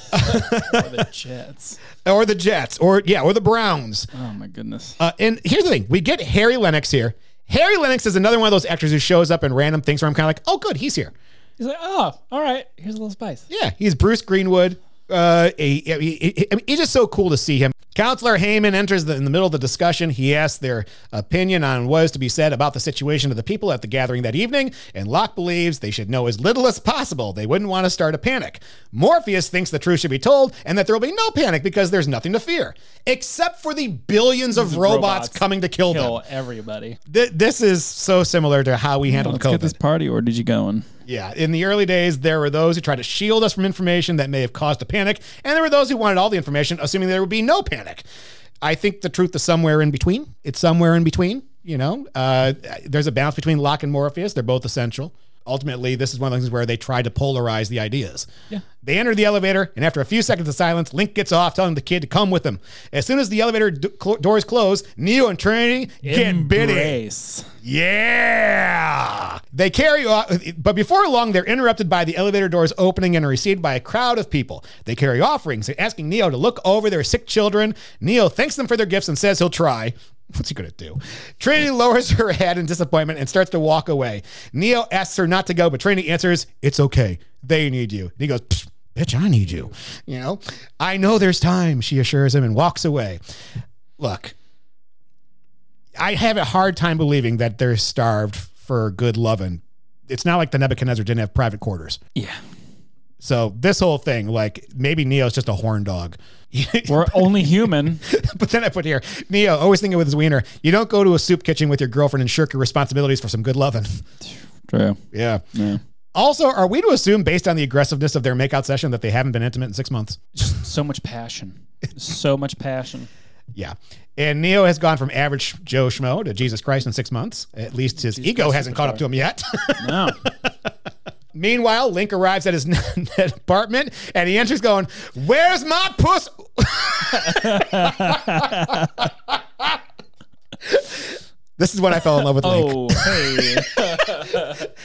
Speaker 4: the Jets.
Speaker 1: Or the Jets, or yeah, or the Browns.
Speaker 4: Oh my goodness.
Speaker 1: Uh, and here's the thing: we get Harry Lennox here. Harry Lennox is another one of those actors who shows up in random things where I'm kind of like, oh, good, he's here.
Speaker 4: He's like, oh, all right. Here's a little spice.
Speaker 1: Yeah, he's Bruce Greenwood. Uh, he, he- he- I mean, it's just so cool to see him. Counselor Heyman enters the, in the middle of the discussion. He asks their opinion on what is to be said about the situation of the people at the gathering that evening, and Locke believes they should know as little as possible. They wouldn't want to start a panic. Morpheus thinks the truth should be told and that there will be no panic because there's nothing to fear, except for the billions of robots,
Speaker 4: robots
Speaker 1: coming to kill, them.
Speaker 4: Kill everybody.
Speaker 1: Th- this is so similar to how we handled
Speaker 4: Let's
Speaker 1: COVID.
Speaker 4: get this party ordered you going.
Speaker 1: Yeah, in the early days, there were those who tried to shield us from information that may have caused a panic, and there were those who wanted all the information, assuming there would be no panic. I think the truth is somewhere in between. It's somewhere in between. You know, uh, there's a balance between Locke and Morpheus. They're both essential. Ultimately, this is one of the things where they tried to polarize the ideas. Yeah. They enter the elevator, and after a few seconds of silence, Link gets off, telling the kid to come with him. As soon as the elevator do- clo- doors close, Neo and Trinity get bitty.
Speaker 4: Embrace.
Speaker 1: Yeah. They carry off, but before long, they're interrupted by the elevator doors opening and are received by a crowd of people. They carry offerings, asking Neo to look over their sick children. Neo thanks them for their gifts and says he'll try. What's he going to do? Trinity lowers her head in disappointment and starts to walk away. Neo asks her not to go, but Trinity answers, It's okay. They need you. And he goes, "Psh, Bitch, I need you. You know, I know there's time, she assures him and walks away. Look, I have a hard time believing that they're starved for good loving. It's not like the Nebuchadnezzar didn't have private quarters.
Speaker 4: Yeah.
Speaker 1: So this whole thing, like maybe Neo's just a horn dog.
Speaker 4: We're only human.
Speaker 1: but then I put here, Neo, always thinking with his wiener, you don't go to a soup kitchen with your girlfriend and shirk your responsibilities for some good loving.
Speaker 4: True.
Speaker 1: yeah. Also, are we to assume based on the aggressiveness of their makeout session that they haven't been intimate in six months?
Speaker 4: So much passion. So much passion.
Speaker 1: Yeah. And Neo has gone from average Joe Schmo to Jesus Christ in six months. At least his ego hasn't caught up to him yet.
Speaker 4: No.
Speaker 1: meanwhile, Link arrives at his apartment and he enters going, Where's my puss? this is when I fell in love with Link.
Speaker 4: Oh, hey.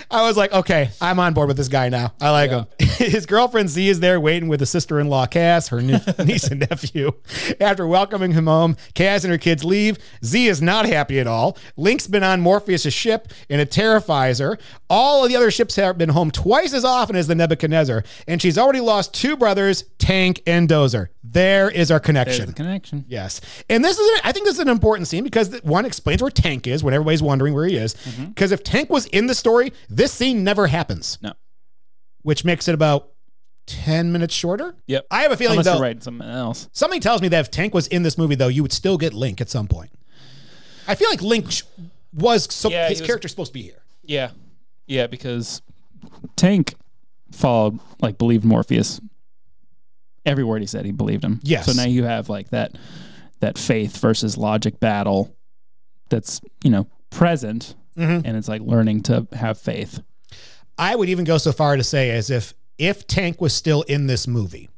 Speaker 1: I was like, okay, I'm on board with this guy now. I like him. His girlfriend Z is there waiting with his sister in law, Cass, her nie- niece and nephew. After welcoming him home, Cass and her kids leave. Z is not happy at all. Link's been on Morpheus' ship, and it terrifies her. All of the other ships have been home twice as often as the Nebuchadnezzar, and she's already lost two brothers, Tank and Dozer. There is our connection.
Speaker 4: the connection.
Speaker 1: Yes. And this is, I think this is an important scene because th- one explains where Tank is when everybody's wondering where he is.
Speaker 4: Mm-hmm.
Speaker 1: Because if Tank was in the story, this scene never happens.
Speaker 4: No.
Speaker 1: Which makes it about 10 minutes shorter.
Speaker 4: Yep.
Speaker 1: I have a feeling
Speaker 4: Unless
Speaker 1: though,
Speaker 4: you're writing something else.
Speaker 1: something tells me that if Tank was in this movie, though, you would still get Link at some point. I feel like Link sh- was, so,
Speaker 4: Yeah,
Speaker 1: his
Speaker 4: he was-
Speaker 1: character's supposed to be here.
Speaker 4: Yeah. Yeah, because Tank followed, like, believed Morpheus. Every word he said, he believed him.
Speaker 1: Yes.
Speaker 4: So now you have, like, that that faith versus logic battle that's, you know, present.
Speaker 1: Mm-hmm.
Speaker 4: And it's like learning to have faith.
Speaker 1: I would even go so far to say as if if Tank was still in this movie,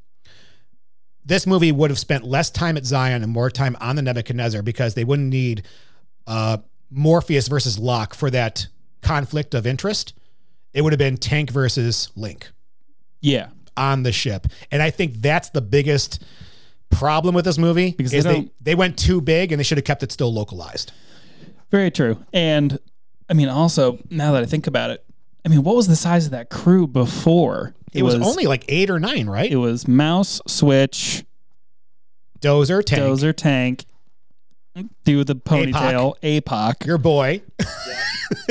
Speaker 1: this movie would have spent less time at Zion and more time on the Nebuchadnezzar because they wouldn't need uh, Morpheus versus Locke for that conflict of interest. It would have been Tank versus Link
Speaker 4: Yeah.
Speaker 1: on the ship, and I think that's the biggest problem with this movie
Speaker 4: Because
Speaker 1: is
Speaker 4: they
Speaker 1: they, they,
Speaker 4: don't-
Speaker 1: went too big and they should have kept it still localized.
Speaker 4: Very true. And I mean, also, now that I think about it, I mean, what was the size of that crew before?
Speaker 1: It, was, only like eight or nine, right?
Speaker 4: It was Mouse, Switch,
Speaker 1: Dozer, Tank,
Speaker 4: Dozer, Tank, dude with the ponytail, Apoc,
Speaker 1: your boy,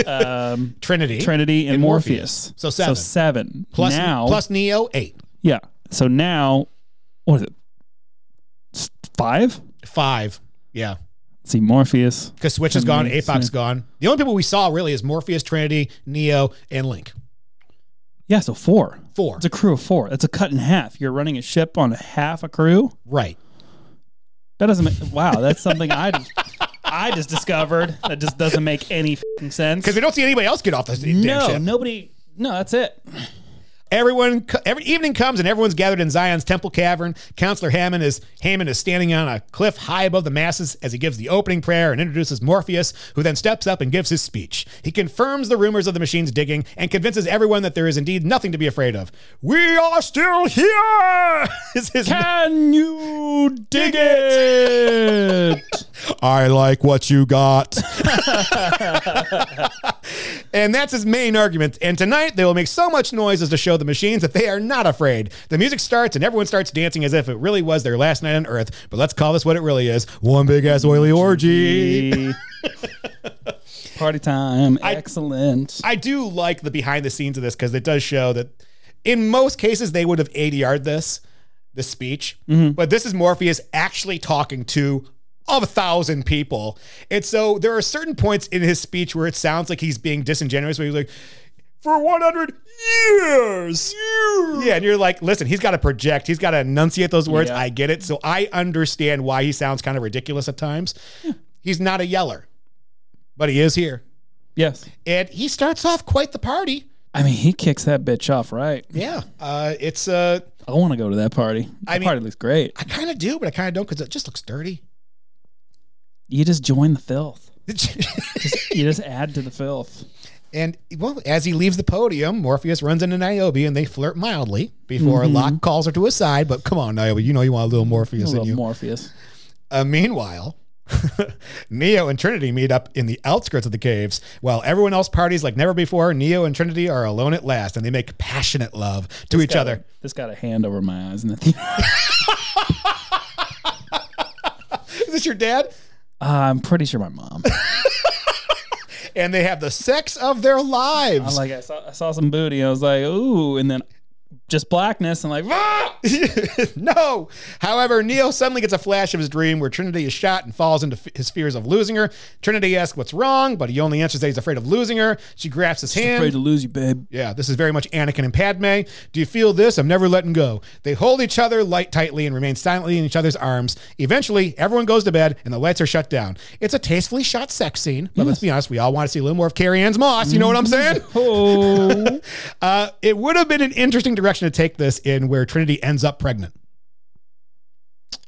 Speaker 4: um,
Speaker 1: Trinity,
Speaker 4: Trinity, and,
Speaker 1: And
Speaker 4: Morpheus.
Speaker 1: Morpheus. So seven.
Speaker 4: So seven.
Speaker 1: plus
Speaker 4: now,
Speaker 1: plus Neo, eight.
Speaker 4: yeah. So now, what is it? S- Five.
Speaker 1: Five. Yeah.
Speaker 4: Let's see, Morpheus.
Speaker 1: Because Switch is gone, Apoc's gone. The only people we saw really is Morpheus, Trinity, Neo, and Link.
Speaker 4: Yeah, so four.
Speaker 1: Four.
Speaker 4: It's a crew of four. That's a cut in half. You're running a ship on half a crew.
Speaker 1: Right.
Speaker 4: That doesn't. Make, wow, that's something I just I just discovered. That just doesn't make any fing sense.
Speaker 1: Because we don't see anybody else get off this damn
Speaker 4: no,
Speaker 1: ship.
Speaker 4: nobody. No, that's it.
Speaker 1: Everyone, co- every evening comes and everyone's gathered in Zion's temple cavern. Counselor Hammond is Hammond is standing on a cliff high above the masses as he gives the opening prayer and introduces Morpheus, who then steps up and gives his speech. He confirms the rumors of the machines digging and convinces everyone that there is indeed nothing to be afraid of. We are still here. Is his
Speaker 4: Can you dig it?
Speaker 1: I like what you got. and that's his main argument. And tonight they will make so much noise as to show the machines that they are not afraid. The music starts and everyone starts dancing as if it really was their last night on Earth. But let's call this what it really is one big ass oily orgy.
Speaker 4: Party time. Excellent.
Speaker 1: I do like the behind the scenes of this because it does show that in most cases they would have ADR'd this, the speech, but this is Morpheus actually talking to of a thousand people. And so there are certain points in his speech where it sounds like he's being disingenuous, where he's like, for 100 years. Yeah, and you're like, listen, he's got to project. He's got to enunciate those words.
Speaker 4: Yeah.
Speaker 1: I get it. So I understand why he sounds kind of ridiculous at times. He's not a yeller, but he is here
Speaker 4: yes.
Speaker 1: and he starts off quite the party.
Speaker 4: I mean, he kicks that bitch off, right?
Speaker 1: Yeah, uh, it's uh,
Speaker 4: I want to go to that party. That
Speaker 1: I mean-
Speaker 4: party looks great.
Speaker 1: I kind of do, but I kind of don't because it just looks dirty.
Speaker 4: You just join the filth. You just add to the filth.
Speaker 1: and well, as he leaves the podium, Morpheus runs into Niobe and they flirt mildly before
Speaker 4: Mm-hmm.
Speaker 1: Locke calls her to his side. But come on, Niobe, you know you want a little Morpheus
Speaker 4: Little
Speaker 1: in you.
Speaker 4: Morpheus.
Speaker 1: Uh, meanwhile, Neo and Trinity meet up in the outskirts of the caves. While everyone else parties like never before, Neo and Trinity are alone at last and they make passionate love to each other.
Speaker 4: This got a hand over my eyes. And uh,
Speaker 1: Is this your dad?
Speaker 4: I'm pretty sure my mom.
Speaker 1: And they have the sex of their lives.
Speaker 4: I'm like, I saw, I saw some booty. I was like, ooh. And then just blackness and like "Ah!"
Speaker 1: no. However, Neo suddenly gets a flash of his dream where Trinity is shot and falls into f- his fears of losing her. Trinity asks what's wrong, but he only answers that he's afraid of losing her. She grabs his hand.
Speaker 4: afraid to lose you, babe.
Speaker 1: Yeah, this is very much Anakin and Padme. Do you feel this? I'm never letting go. They hold each other light tightly and remain silently in each other's arms. Eventually, everyone goes to bed and the lights are shut down. It's a tastefully shot sex scene, but let's be honest, we all want to see a little more of Carrie Ann's Moss. You know what I'm
Speaker 4: Mm-hmm.
Speaker 1: saying?
Speaker 4: Oh,
Speaker 1: Uh, it would have been an interesting direction to take this in where Trinity ends up pregnant.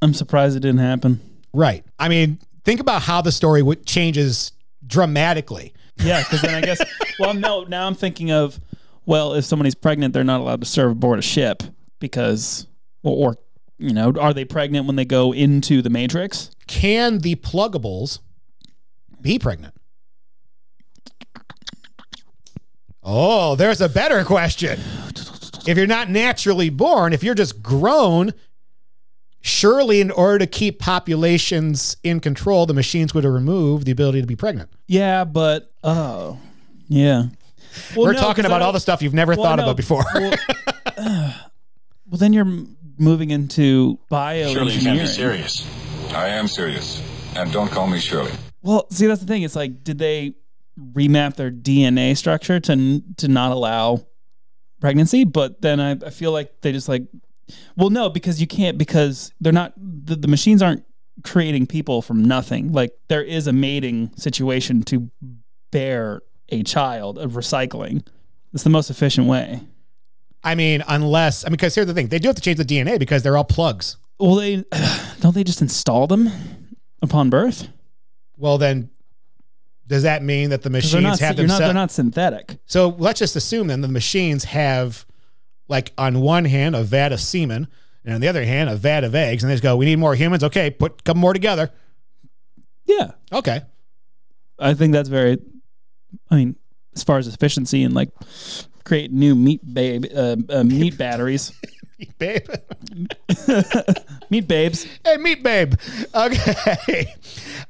Speaker 4: I'm surprised it didn't happen.
Speaker 1: Right. I mean, think about how the story would changes dramatically.
Speaker 4: Yeah, because then I guess. Well, no. Now I'm thinking of, well, if somebody's pregnant, they're not allowed to serve aboard a ship because, or, or you know, are they pregnant when they go into the Matrix?
Speaker 1: Can the pluggables be pregnant? Oh, there's a better question. If you're not naturally born, if you're just grown, surely in order to keep populations in control, the machines would have removed the ability to be pregnant.
Speaker 4: Yeah, but oh, yeah. Well,
Speaker 1: We're
Speaker 4: no,
Speaker 1: talking
Speaker 4: 'cause
Speaker 1: about
Speaker 4: I
Speaker 1: all the
Speaker 4: don't-
Speaker 1: stuff you've never
Speaker 4: well,
Speaker 1: thought
Speaker 4: no,
Speaker 1: about before.
Speaker 4: Well, well, then you're m- moving into bioengineering.
Speaker 8: serious. I am serious. And don't call me Shirley.
Speaker 4: Well, see, that's the thing. It's like, did they remap their DNA structure to n- to not allow pregnancy? But then I, I feel like they just like, well, no, because you can't because they're not the, the machines aren't creating people from nothing. Like there is a mating situation to bear a child of recycling. It's the most efficient way.
Speaker 1: I mean, unless, I mean, because here's the thing they do have to change the DNA because they're all plugs.
Speaker 4: Well, they don't they just install them upon birth?
Speaker 1: Well, then, does that mean that the
Speaker 4: 'Cause
Speaker 1: machines
Speaker 4: They're not,
Speaker 1: have
Speaker 4: you're not,
Speaker 1: themselves?
Speaker 4: they're not synthetic.
Speaker 1: So let's just assume then the machines have, like, on one hand, a vat of semen, and on the other hand, a vat of eggs, and they just go, we need more humans. Okay, put a couple more together.
Speaker 4: Yeah,
Speaker 1: Okay.
Speaker 4: I think that's very. I mean, as far as efficiency and like create new meat babe uh, uh, meat batteries,
Speaker 1: Babe.
Speaker 4: meat babes.
Speaker 1: Hey, meat babe. Okay.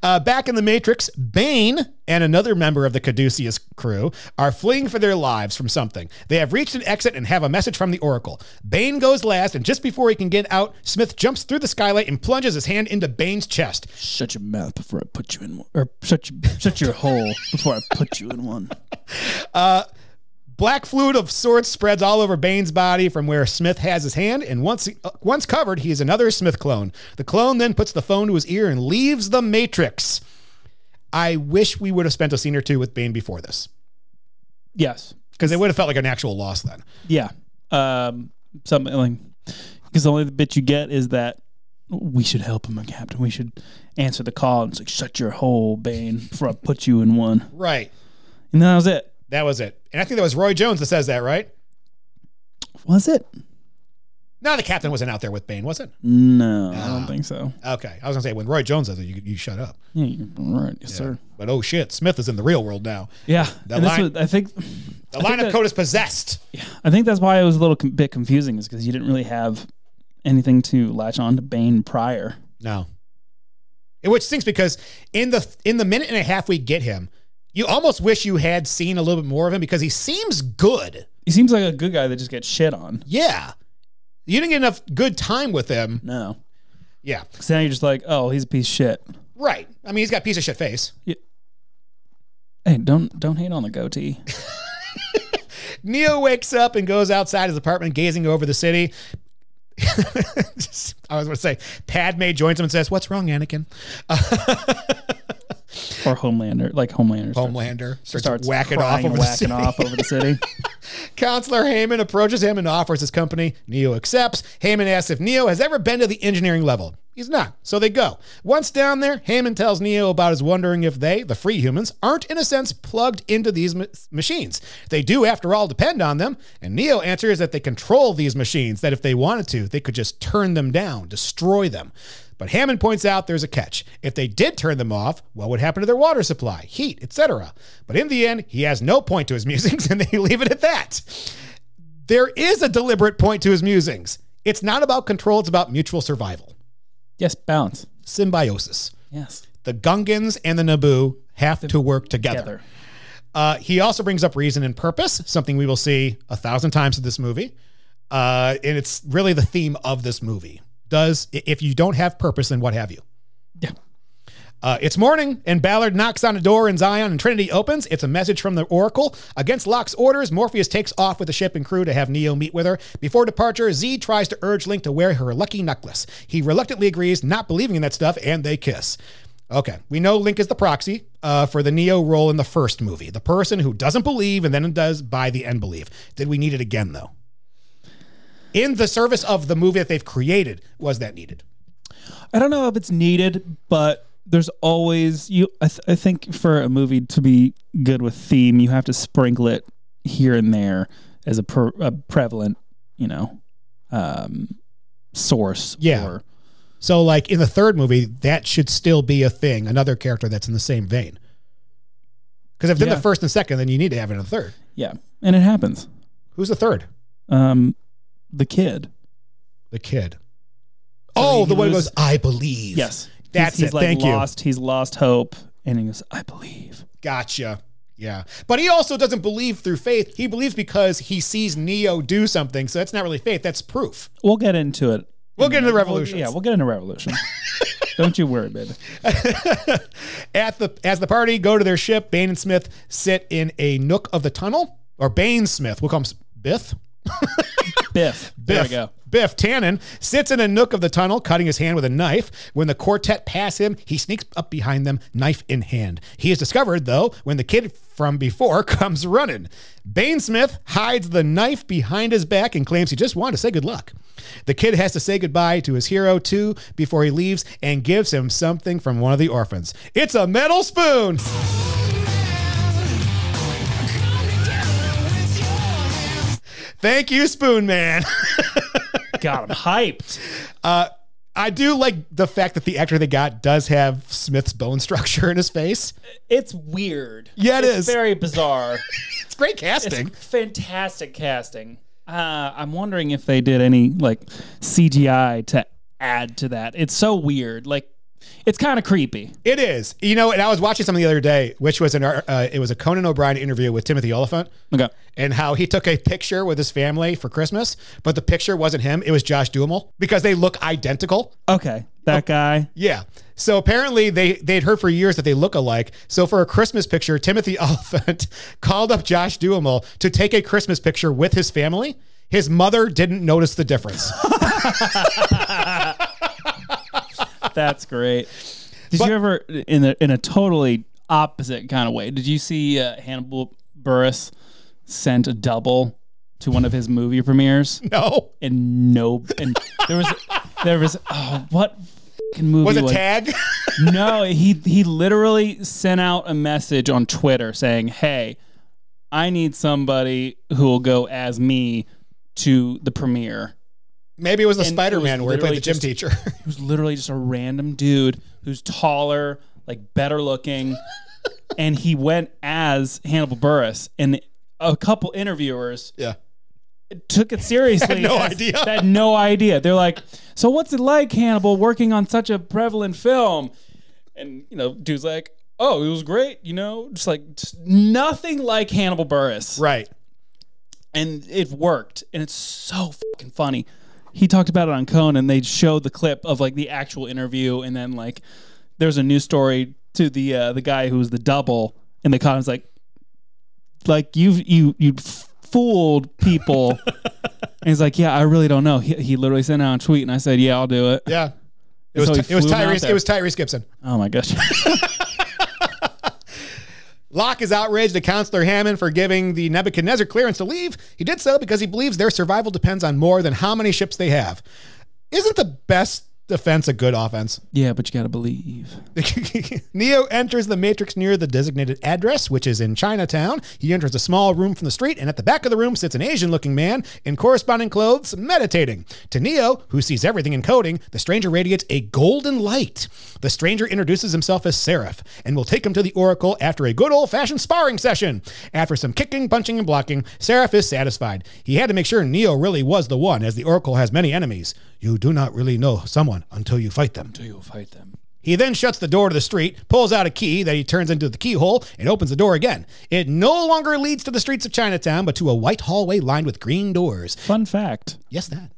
Speaker 1: Uh, back in the Matrix, Bane and another member of the Caduceus crew are fleeing for their lives from something. They have reached an exit and have a message from the Oracle. Bane goes last, and just before he can get out, Smith jumps through the skylight and plunges his hand into Bane's chest.
Speaker 4: Shut your mouth before I put you in one, or shut your, shut your hole before I put you in one.
Speaker 1: Black fluid of sorts spreads all over Bane's body from where Smith has his hand, and once uh, once covered, he is another Smith clone. The clone then puts the phone to his ear and leaves the Matrix. I wish we would have spent a scene or two with Bane before this,
Speaker 4: Yes.
Speaker 1: because it would have felt like an actual loss then.
Speaker 4: Yeah. Um. Something like because the only bit you get is that we should help him, Captain. We should answer the call. And it's like shut your hole, Bane, before I put you in one.
Speaker 1: Right.
Speaker 4: And that was it.
Speaker 1: That was it. And I think that was Roy Jones that says that, right?
Speaker 4: Was it?
Speaker 1: No, the captain wasn't out there with Bane, was it?
Speaker 4: No, I don't think so.
Speaker 1: Okay. I was gonna say when Roy Jones says it, you, you shut up.
Speaker 4: Yeah, you're right, yes, sir.
Speaker 1: But oh shit, Smith is in the real world now.
Speaker 4: Yeah,
Speaker 1: The
Speaker 4: and this
Speaker 1: line-
Speaker 4: was- I think
Speaker 1: The line of
Speaker 4: that-
Speaker 1: code is possessed.
Speaker 4: I think that's why it was a little com- bit confusing, is because you didn't really have anything to latch on to Bane prior.
Speaker 1: No. And Which stinks because in the in the minute and a half we get him, you almost wish you had seen a little bit more of him because he seems good.
Speaker 4: He seems like a good guy that just gets shit on.
Speaker 1: Yeah. You didn't get enough good time with him.
Speaker 4: No,
Speaker 1: Yeah.
Speaker 4: because now you're just like, oh, he's a piece of shit.
Speaker 1: Right. I mean, he's got a piece of shit face.
Speaker 4: Hey, don't don't hate on the goatee.
Speaker 1: Neo wakes up and goes outside his apartment, gazing over the city. I was going to say, Padme joins him and says, What's wrong, Anakin?
Speaker 4: or Homelander, like Homelander.
Speaker 1: Homelander starts,
Speaker 4: starts
Speaker 1: whacking
Speaker 4: crying
Speaker 1: off
Speaker 4: and
Speaker 1: over the
Speaker 4: whacking
Speaker 1: city.
Speaker 4: off over the city.
Speaker 1: Counselor Heyman approaches him and offers his company. Neo accepts. Heyman asks if Neo has ever been to the engineering level. He's not, so they go. Once down there, Heyman tells Neo about his wondering if they, the free humans, aren't in a sense plugged into these ma- machines. They do, after all, depend on them. And Neo answers that they control these machines, that if they wanted to, they could just turn them down, destroy them. But Hammond points out there's a catch. If they did turn them off, what would happen to their water supply, heat, etc.? But in the end, he has no point to his musings and they leave it at that. There is a deliberate point to his musings. It's not about control, it's about mutual survival,
Speaker 4: yes, balance.
Speaker 1: symbiosis.
Speaker 4: Yes,
Speaker 1: The Gungans and the Naboo have to work together.
Speaker 4: together.
Speaker 1: Uh, he also brings up reason and purpose, something we will see a thousand times in this movie. Uh, and it's really the theme of this movie. Does i- if you don't have purpose, then what have you?
Speaker 4: Yeah.
Speaker 1: Uh, it's morning, and Ballard knocks on a door, and Zion and Trinity opens. It's a message from the Oracle. Against Locke's orders, Morpheus takes off with the ship and crew to have Neo meet with her. Before departure, Z tries to urge Link to wear her lucky necklace. He reluctantly agrees, not believing in that stuff, and they kiss. Okay, we know Link is the proxy uh, for the Neo role in the first movie, the person who doesn't believe and then does by the end belief. Did we need it again, though? In the service of the movie that they've created, was that needed?
Speaker 4: I don't know if it's needed, but there's always you. I, th- I think for a movie to be good with theme, you have to sprinkle it here and there as a, per, a prevalent, you know, um, source.
Speaker 1: Yeah.
Speaker 4: Or,
Speaker 1: So, like in the third movie, that should still be a thing. Another character that's in the same vein. Because if it's in
Speaker 4: Yeah.
Speaker 1: the first and second, then you need to have it in the third.
Speaker 4: yeah, and it happens.
Speaker 1: Who's the third?
Speaker 4: Um, the kid.
Speaker 1: The kid. oh,
Speaker 4: he
Speaker 1: the one who goes,
Speaker 4: loses-
Speaker 1: "I believe."
Speaker 4: Yes,
Speaker 1: That's
Speaker 4: he's,
Speaker 1: it.
Speaker 4: He's like
Speaker 1: Thank you.
Speaker 4: lost. He's lost hope, and he goes, "I believe."
Speaker 1: Gotcha. Yeah, but he also doesn't believe through faith. He believes because he sees Neo do something. So that's not really faith. That's proof.
Speaker 4: We'll get into it.
Speaker 1: We'll get into the
Speaker 4: We'll-
Speaker 1: revolution.
Speaker 4: yeah, we'll get into revolution. don't you worry, baby.
Speaker 1: At the as the party go to their ship, Bane and Smith sit in a nook of the tunnel, or Bane Smith. We'll call him S- Biff.
Speaker 4: Biff. There we
Speaker 1: Biff,
Speaker 4: go.
Speaker 1: Biff Tannen sits in a nook of the tunnel, cutting his hand with a knife. When the quartet pass him, he sneaks up behind them, knife in hand. He is discovered, though, when the kid from before comes running. Bane Smith hides the knife behind his back and claims he just wanted to say good luck. The kid has to say goodbye to his hero, too, before he leaves and gives him something from one of the orphans. It's a metal spoon! Thank you, Spoon Man.
Speaker 4: Got him hyped.
Speaker 1: I do like the fact that the actor they got does have Smith's bone structure in his face.
Speaker 4: It's weird.
Speaker 1: Yeah, it
Speaker 4: it's
Speaker 1: is.
Speaker 4: very bizarre.
Speaker 1: It's great
Speaker 4: it's
Speaker 1: casting.
Speaker 4: fantastic casting. Uh, I'm wondering if they did any like CGI to add to that. It's so weird. Like, it's kind of creepy.
Speaker 1: It is. You know, and I was watching something the other day, which was an uh, it was a Conan O'Brien interview with Timothy Oliphant,
Speaker 4: Okay.
Speaker 1: and how he took a picture with his family for Christmas, but the picture wasn't him; it was Josh Duhamel because they look identical.
Speaker 4: uh, Okay.
Speaker 1: Oh.
Speaker 4: That guy.
Speaker 1: Yeah. So apparently they they'd heard for years that they look alike. So for a Christmas picture, Timothy Oliphant called up Josh Duhamel to take a Christmas picture with his family. His mother didn't notice the difference.
Speaker 4: That's great. Did you ever in a, in a totally opposite kind of way? Did you see uh, Hannibal Burris sent a double to one of his movie premieres?
Speaker 1: no.
Speaker 4: And no, and there was there was oh what f***ing movie
Speaker 1: Was it tag?
Speaker 4: no, he he literally sent out a message on Twitter saying, "Hey, I need somebody who will go as me to the premiere."
Speaker 1: Maybe it was the
Speaker 4: And it
Speaker 1: Spider Man
Speaker 4: was
Speaker 1: where he played
Speaker 4: literally
Speaker 1: the gym
Speaker 4: just-
Speaker 1: teacher.
Speaker 4: It was literally just a random dude who's taller, like better looking, and he went as Hannibal Burris and a couple interviewers
Speaker 1: yeah.
Speaker 4: took it seriously.
Speaker 1: Had no
Speaker 4: as-
Speaker 1: idea.
Speaker 4: They had no idea. They're like, so what's it like, Hannibal, working on such a prevalent film? And you know, dude's like, oh, it was great. You know, just like just nothing like Hannibal Burris,
Speaker 1: Right.
Speaker 4: and it worked. And it's so fucking funny. He talked about it on Conan. They showed the clip of like the actual interview, and then like there's a news story to the uh, the guy who was the double, and they caught him. It's like, like you've you you fooled people. and he's like, yeah, I really don't know. He, he literally sent out a tweet, and I said, yeah, I'll do it.
Speaker 1: Yeah. It was,
Speaker 4: so he
Speaker 1: Ty- it was
Speaker 4: flew him out
Speaker 1: Tyrese.
Speaker 4: there.
Speaker 1: It was Tyrese Gibson.
Speaker 4: Oh my gosh.
Speaker 1: Locke is outraged at Counselor Hammond for giving the Nebuchadnezzar clearance to leave. He did so because he believes their survival depends on more than how many ships they have. Isn't the best defense a good offense?
Speaker 4: yeah, but you gotta believe.
Speaker 1: Neo enters the Matrix near the designated address, which is in Chinatown. He enters a small room from the street, and at the back of the room sits an Asian looking man in corresponding clothes meditating. To Neo, who sees everything in coding, the stranger radiates a golden light. The stranger introduces himself as Seraph and will take him to the Oracle after a good old fashioned sparring session. After some kicking, punching, and blocking, Seraph is satisfied. He had to make sure Neo really was the one, as the Oracle has many enemies. You do not really know someone until you fight them.
Speaker 4: You'll fight them.
Speaker 1: He then shuts the door to the street, pulls out a key that he turns into the keyhole, and opens the door again. It no longer leads to the streets of Chinatown, but to a white hallway lined with green doors.
Speaker 4: Fun fact.
Speaker 1: Yes, that.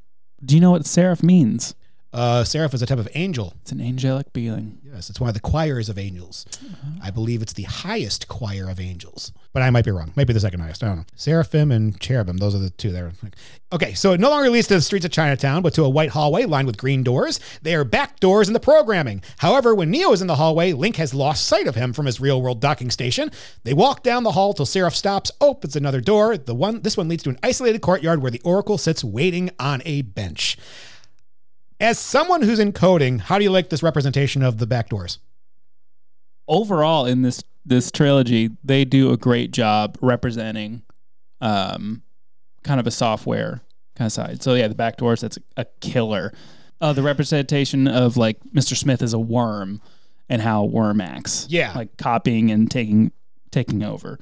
Speaker 4: Do you know what seraph means?
Speaker 1: Uh, Seraph is a type of angel.
Speaker 4: It's an angelic being.
Speaker 1: Yes, it's one of the choirs of angels. I believe it's the highest choir of angels, but I might be wrong. Might be the second highest. I don't know. Seraphim and cherubim, those are the two that are. Okay, so it no longer leads to the streets of Chinatown, but to a white hallway lined with green doors. They are back doors in the programming. However, when Neo is in the hallway, Link has lost sight of him from his real world docking station. They walk down the hall till Seraph stops, opens another door. The one this one leads to an isolated courtyard where the Oracle sits waiting on a bench. As someone who's in coding, how do you like this representation of the back doors?
Speaker 4: Overall, in this this trilogy, they do a great job representing, um, kind of a software kind of side. So yeah, the back doors that's a killer. Uh, the representation of like Mr. Smith is a worm, and how a worm acts.
Speaker 1: Yeah.
Speaker 4: like copying and taking taking over.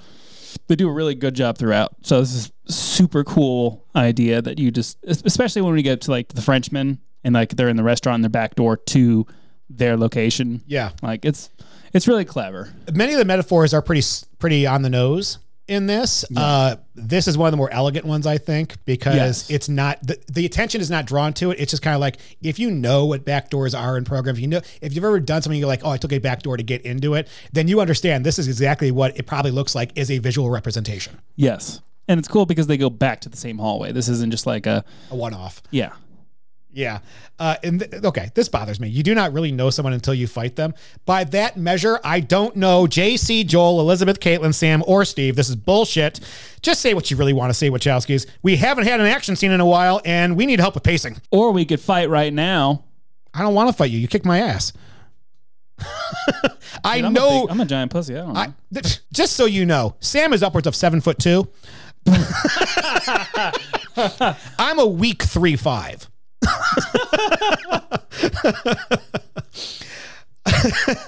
Speaker 4: They do a really good job throughout. So this is super cool idea that you just, es- especially when we get to like the Frenchmen and like they're in the restaurant and their back door to their location.
Speaker 1: Yeah.
Speaker 4: Like it's it's really clever.
Speaker 1: Many of the metaphors are pretty pretty on the nose in this. Uh, this is one of the more elegant ones, I think, because
Speaker 4: Yes.
Speaker 1: it's not the, the attention is not drawn to it. It's just kind of like if you know what back doors are in programs, you know if you've ever done something, you're like, oh, I took a back door to get into it, then you understand this is exactly what it probably looks like is a visual representation,
Speaker 4: Yes. And it's cool because they go back to the same hallway. This isn't just like a
Speaker 1: a one off.
Speaker 4: yeah.
Speaker 1: Yeah. Uh, and th- okay, this bothers me. You do not really know someone until you fight them. By that measure, I don't know JC, Joel, Elizabeth, Caitlin, Sam, or Steve. This is bullshit. Just say what you really want to say, Wachowskis. We haven't had an action scene in a while, and we need help with pacing.
Speaker 4: Or we could fight right now.
Speaker 1: I don't want to fight you. You kicked my ass. I
Speaker 4: I'm
Speaker 1: know.
Speaker 4: a big- I'm a giant pussy. I don't know.
Speaker 1: I, th- just so you know, Sam is upwards of seven foot two. I'm a weak three five.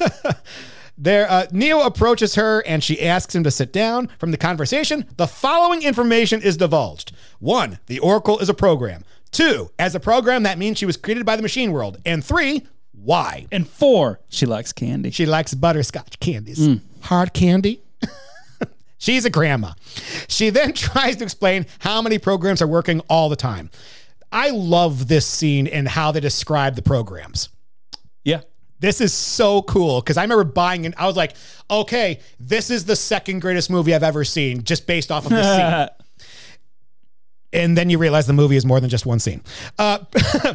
Speaker 1: There, uh, Neo approaches her and she asks him to sit down. From the conversation, the following information is divulged: one, the Oracle is a program; two, as a program, that means she was created by the machine world; and three, why?
Speaker 4: and four, she likes candy.
Speaker 1: She likes butterscotch candies. Hard candy. She's a grandma. She then tries to explain how many programs are working all the time. I love this scene and how they describe the programs.
Speaker 4: yeah.
Speaker 1: This is so cool because I remember buying it. I was like, okay, this is the second greatest movie I've ever seen just based off of this scene and then you realize the movie is more than just one scene. Uh,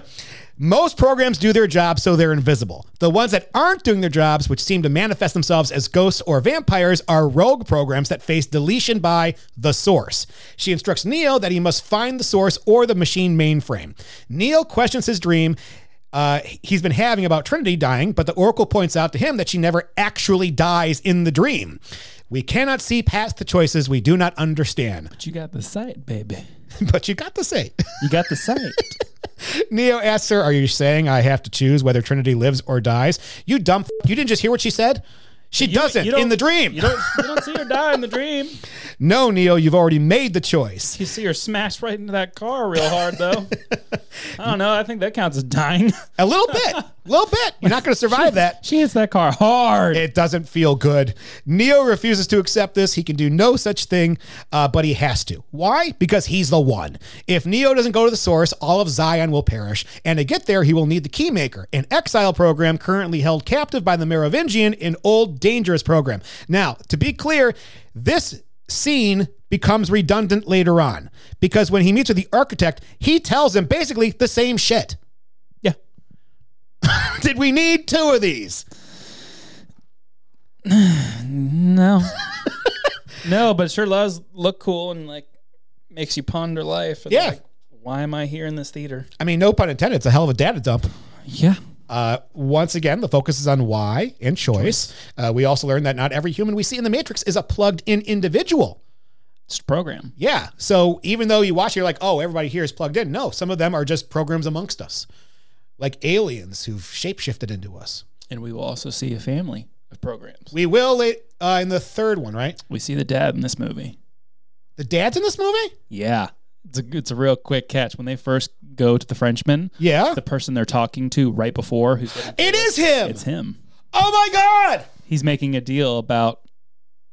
Speaker 1: most programs do their job so they're invisible. The ones that aren't doing their jobs, which seem to manifest themselves as ghosts or vampires, are rogue programs that face deletion by the source. She instructs Neo that he must find the source or the machine mainframe. Neo questions his dream. Uh, he's been having about Trinity dying, but the Oracle points out to him that she never actually dies in the dream. We cannot see past the choices we do not understand.
Speaker 4: But you got the sight, baby.
Speaker 1: But you got the say.
Speaker 4: You got the sight.
Speaker 1: Neo asks her, Are you saying I have to choose whether Trinity lives or dies? You dumb f- you didn't just hear what she said? She doesn't in the dream.
Speaker 4: You don't, you don't see her die in the dream.
Speaker 1: no, Neo, you've already made the choice.
Speaker 4: You see her smash right into that car real hard, though. I don't know. I think that counts as dying.
Speaker 1: A little bit. A little bit. You're not going to survive that.
Speaker 4: She hits that car hard.
Speaker 1: It doesn't feel good. Neo refuses to accept this. He can do no such thing, uh, but he has to. Why? Because he's the one. If Neo doesn't go to the source, all of Zion will perish. And to get there, he will need the Keymaker, an exile program currently held captive by the Merovingian, an old dangerous program. Now, to be clear, this scene becomes redundant later on because when he meets with the architect, he tells him basically the same shit.
Speaker 4: yeah.
Speaker 1: Did we need two of these?
Speaker 4: No. no, but it sure does look cool and like makes you ponder life. and,
Speaker 1: Yeah.
Speaker 4: like, why am I here in this theater?
Speaker 1: I mean, no pun intended. It's a hell of a data dump.
Speaker 4: Yeah.
Speaker 1: Uh, once again, the focus is on why and choice. Uh, we also learned that not every human we see in the Matrix is a plugged in individual.
Speaker 4: It's a program.
Speaker 1: Yeah. So even though you watch it, you're like, oh, everybody here is plugged in. No, some of them are just programs amongst us, like aliens who've shapeshifted into us.
Speaker 4: And we will also see a family of programs.
Speaker 1: We will late, uh, in the third one, right?
Speaker 4: We see the dad in this movie.
Speaker 1: The dad's in this movie?
Speaker 4: Yeah. It's a, it's a real quick catch. When they first go to the Frenchman,
Speaker 1: Yeah.
Speaker 4: the person they're talking to right before who's getting
Speaker 1: It is him.
Speaker 4: It's him.
Speaker 1: Oh my god!
Speaker 4: He's making a deal about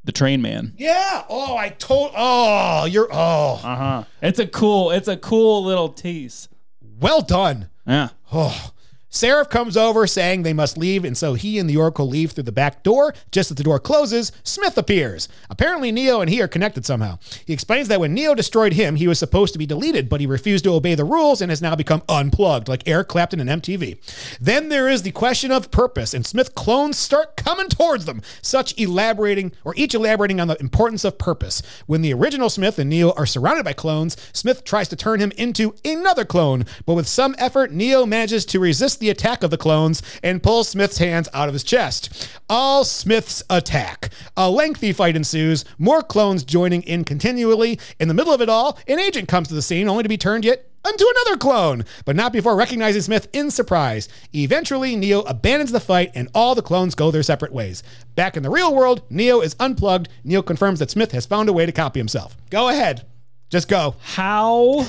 Speaker 4: the train man.
Speaker 1: Yeah. Oh, I told. Oh, you're. Oh,
Speaker 4: Uh huh. It's a cool. It's a cool little tease.
Speaker 1: well done.
Speaker 4: Yeah.
Speaker 1: Oh. Seraph comes over saying they must leave, and so he and the Oracle leave through the back door. Just as the door closes, Smith appears. Apparently, Neo and he are connected somehow. He explains that when Neo destroyed him, he was supposed to be deleted, but he refused to obey the rules and has now become unplugged, like Eric Clapton and MTV. Then there is the question of purpose, and Smith clones start coming towards them, such elaborating or each elaborating on the importance of purpose. When the original Smith and Neo are surrounded by clones, Smith tries to turn him into another clone, but with some effort, Neo manages to resist the attack of the clones and pulls Smith's hands out of his chest. All Smith's attack. A lengthy fight ensues, more clones joining in continually. In the middle of it all, an agent comes to the scene only to be turned yet unto another clone, but not before recognizing Smith in surprise. Eventually, Neo abandons the fight and all the clones go their separate ways. Back in the real world, Neo is unplugged. Neo confirms that Smith has found a way to copy himself. Go ahead. Just go.
Speaker 4: How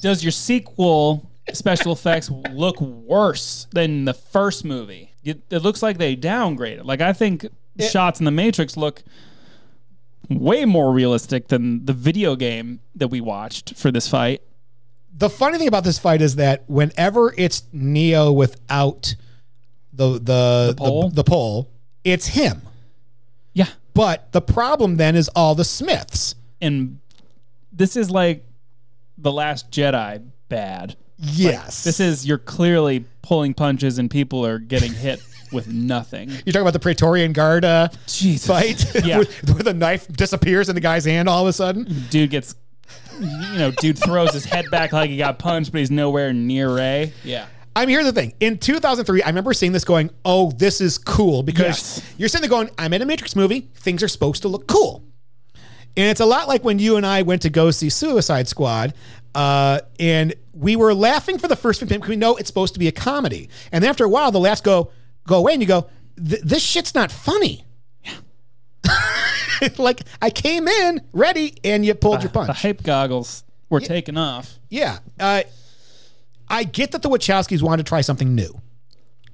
Speaker 4: does your sequel special effects look worse than the first movie? It, it looks like they downgraded. Like I think shots in the Matrix look way more realistic than the video game that we watched for this fight.
Speaker 1: The funny thing about this fight is that whenever it's Neo without the the the
Speaker 4: pole?
Speaker 1: the pole it's him.
Speaker 4: Yeah.
Speaker 1: But the problem then is all the Smiths.
Speaker 4: And this is like the last Jedi bad.
Speaker 1: Yes.
Speaker 4: This is you're clearly pulling punches and people are getting hit with nothing.
Speaker 1: You're talking about the Praetorian Guard uh,
Speaker 4: Jesus.
Speaker 1: fight
Speaker 4: Yeah.
Speaker 1: where, where the knife disappears in the guy's hand all of a sudden.
Speaker 4: Dude gets you know, dude throws his head back like he got punched, but he's nowhere near Ray. Yeah.
Speaker 1: I mean, here's the thing. In 2003, I remember seeing this going, oh, this is cool because
Speaker 4: Yes.
Speaker 1: you're sitting there going, I'm in a Matrix movie. Things are supposed to look cool. And it's a lot like when you and I went to go see Suicide Squad, uh, and we were laughing for the first 15 minutes because we know it's supposed to be a comedy. And then after a while, the laughs go go away, and you go, "Th- "This shit's not funny." like I came in ready, and you pulled your punch.
Speaker 4: The hype goggles were taken off.
Speaker 1: Yeah. Uh, I get that the Wachowskis wanted to try something new.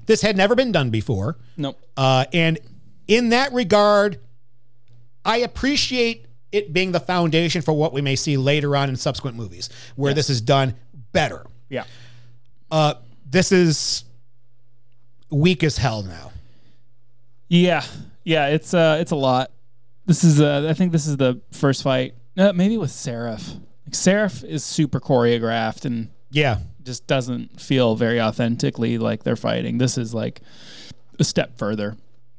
Speaker 1: This had never been done before.
Speaker 4: Nope.
Speaker 1: Uh, and in that regard, I appreciate it being the foundation for what we may see later on in subsequent movies where this is done better.
Speaker 4: Yeah.
Speaker 1: Uh, this is weak as hell now.
Speaker 4: Yeah, yeah, it's uh, it's a lot. This is uh, I think this is the first fight. Uh, maybe with Seraph. Like Seraph is super choreographed and
Speaker 1: Yeah.
Speaker 4: just doesn't feel very authentically like they're fighting. This is like a step further.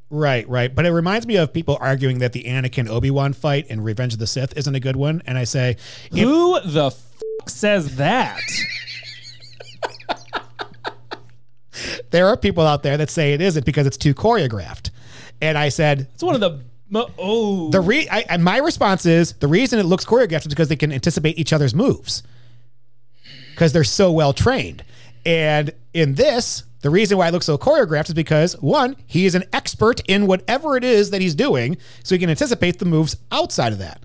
Speaker 1: Right, right. But it reminds me of people arguing that the Anakin Obi Wan fight in Revenge of the Sith isn't a good one. And I say, if
Speaker 4: Who the fuck says that?
Speaker 1: there are people out there that say it isn't because it's too choreographed. And I said,
Speaker 4: It's one of the mo- oh
Speaker 1: the re- I, and my response is the reason it looks choreographed is because they can anticipate each other's moves because they're so well trained. And in this, the reason why it looks so choreographed is because one, he is an expert in whatever it is that he's doing, so he can anticipate the moves outside of that.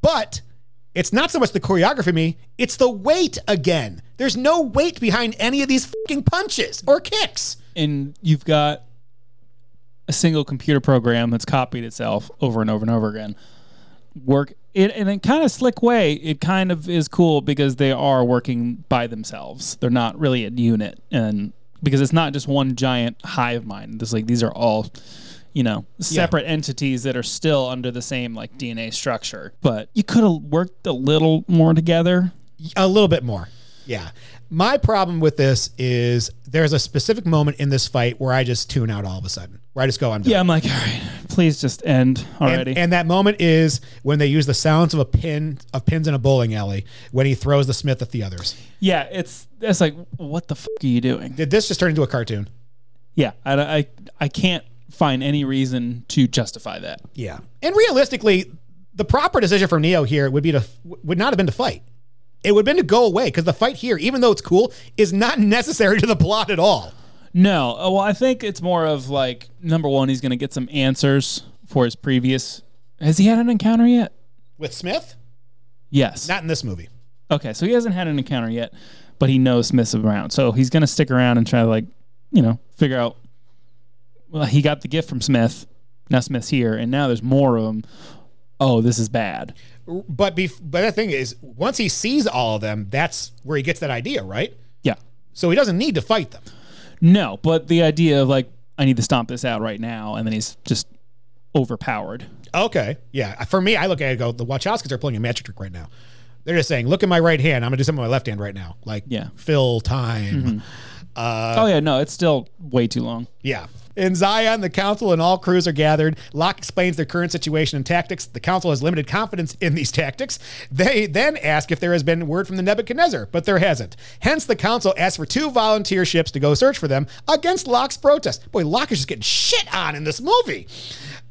Speaker 1: But it's not so much the choreography, to me it's the weight again. There's no weight behind any of these fucking punches or kicks.
Speaker 4: and you've got a single computer program that's copied itself over and over and over again. Work it in a kind of slick way. It kind of is cool because they are working by themselves. They're not really a unit, and because it's not just one giant hive mind. It's like these are all, you know, separate entities that are still under the same like DNA structure. But you could have worked a little more together.
Speaker 1: a little bit more. Yeah. My problem with this is there's a specific moment in this fight where I just tune out all of a sudden, where I just go, I'm done.
Speaker 4: Yeah, I'm like, all right, please just end already.
Speaker 1: And, and that moment is when they use the sounds of a pin of pins in a bowling alley when he throws the Smith at the others.
Speaker 4: yeah, it's it's like, what the fuck are you doing?
Speaker 1: Did this just turn into a cartoon?
Speaker 4: Yeah, I, I, I can't find any reason to justify that.
Speaker 1: Yeah. And realistically, the proper decision for Neo here would be to would not have been to fight. It would have been to go away because the fight here, even though it's cool, is not necessary to the plot at all.
Speaker 4: No, uh, well, I think it's more of like number one, he's going to get some answers for his previous. Has he had an encounter yet?
Speaker 1: With Smith,
Speaker 4: Yes.
Speaker 1: not in this movie.
Speaker 4: okay, so he hasn't had an encounter yet, but he knows Smith's around, so he's going to stick around and try to like, you know, figure out well, he got the gift from Smith. Now Smith's here, and now there's more of them. Oh, this is bad.
Speaker 1: But bef- but the thing is, once he sees all of them, that's where he gets that idea, right?
Speaker 4: Yeah.
Speaker 1: So he doesn't need to fight them.
Speaker 4: No, but the idea of like, I need to stomp this out right now, and then he's just overpowered.
Speaker 1: Okay. Yeah. For me, I look at it and go, the Wachowskis are pulling a magic trick right now. They're just saying, look at my right hand. I'm going to do something with my left hand right now. Like,
Speaker 4: Yeah.
Speaker 1: fill time.
Speaker 4: oh, yeah, no, it's still way too long.
Speaker 1: Yeah. In Zion, the council and all crews are gathered. Locke explains their current situation and tactics. The council has limited confidence in these tactics. They then ask if there has been word from the Nebuchadnezzar, but there hasn't. Hence, the council asks for two volunteer ships to go search for them against Locke's protest. Boy, Locke is just getting shit on in this movie.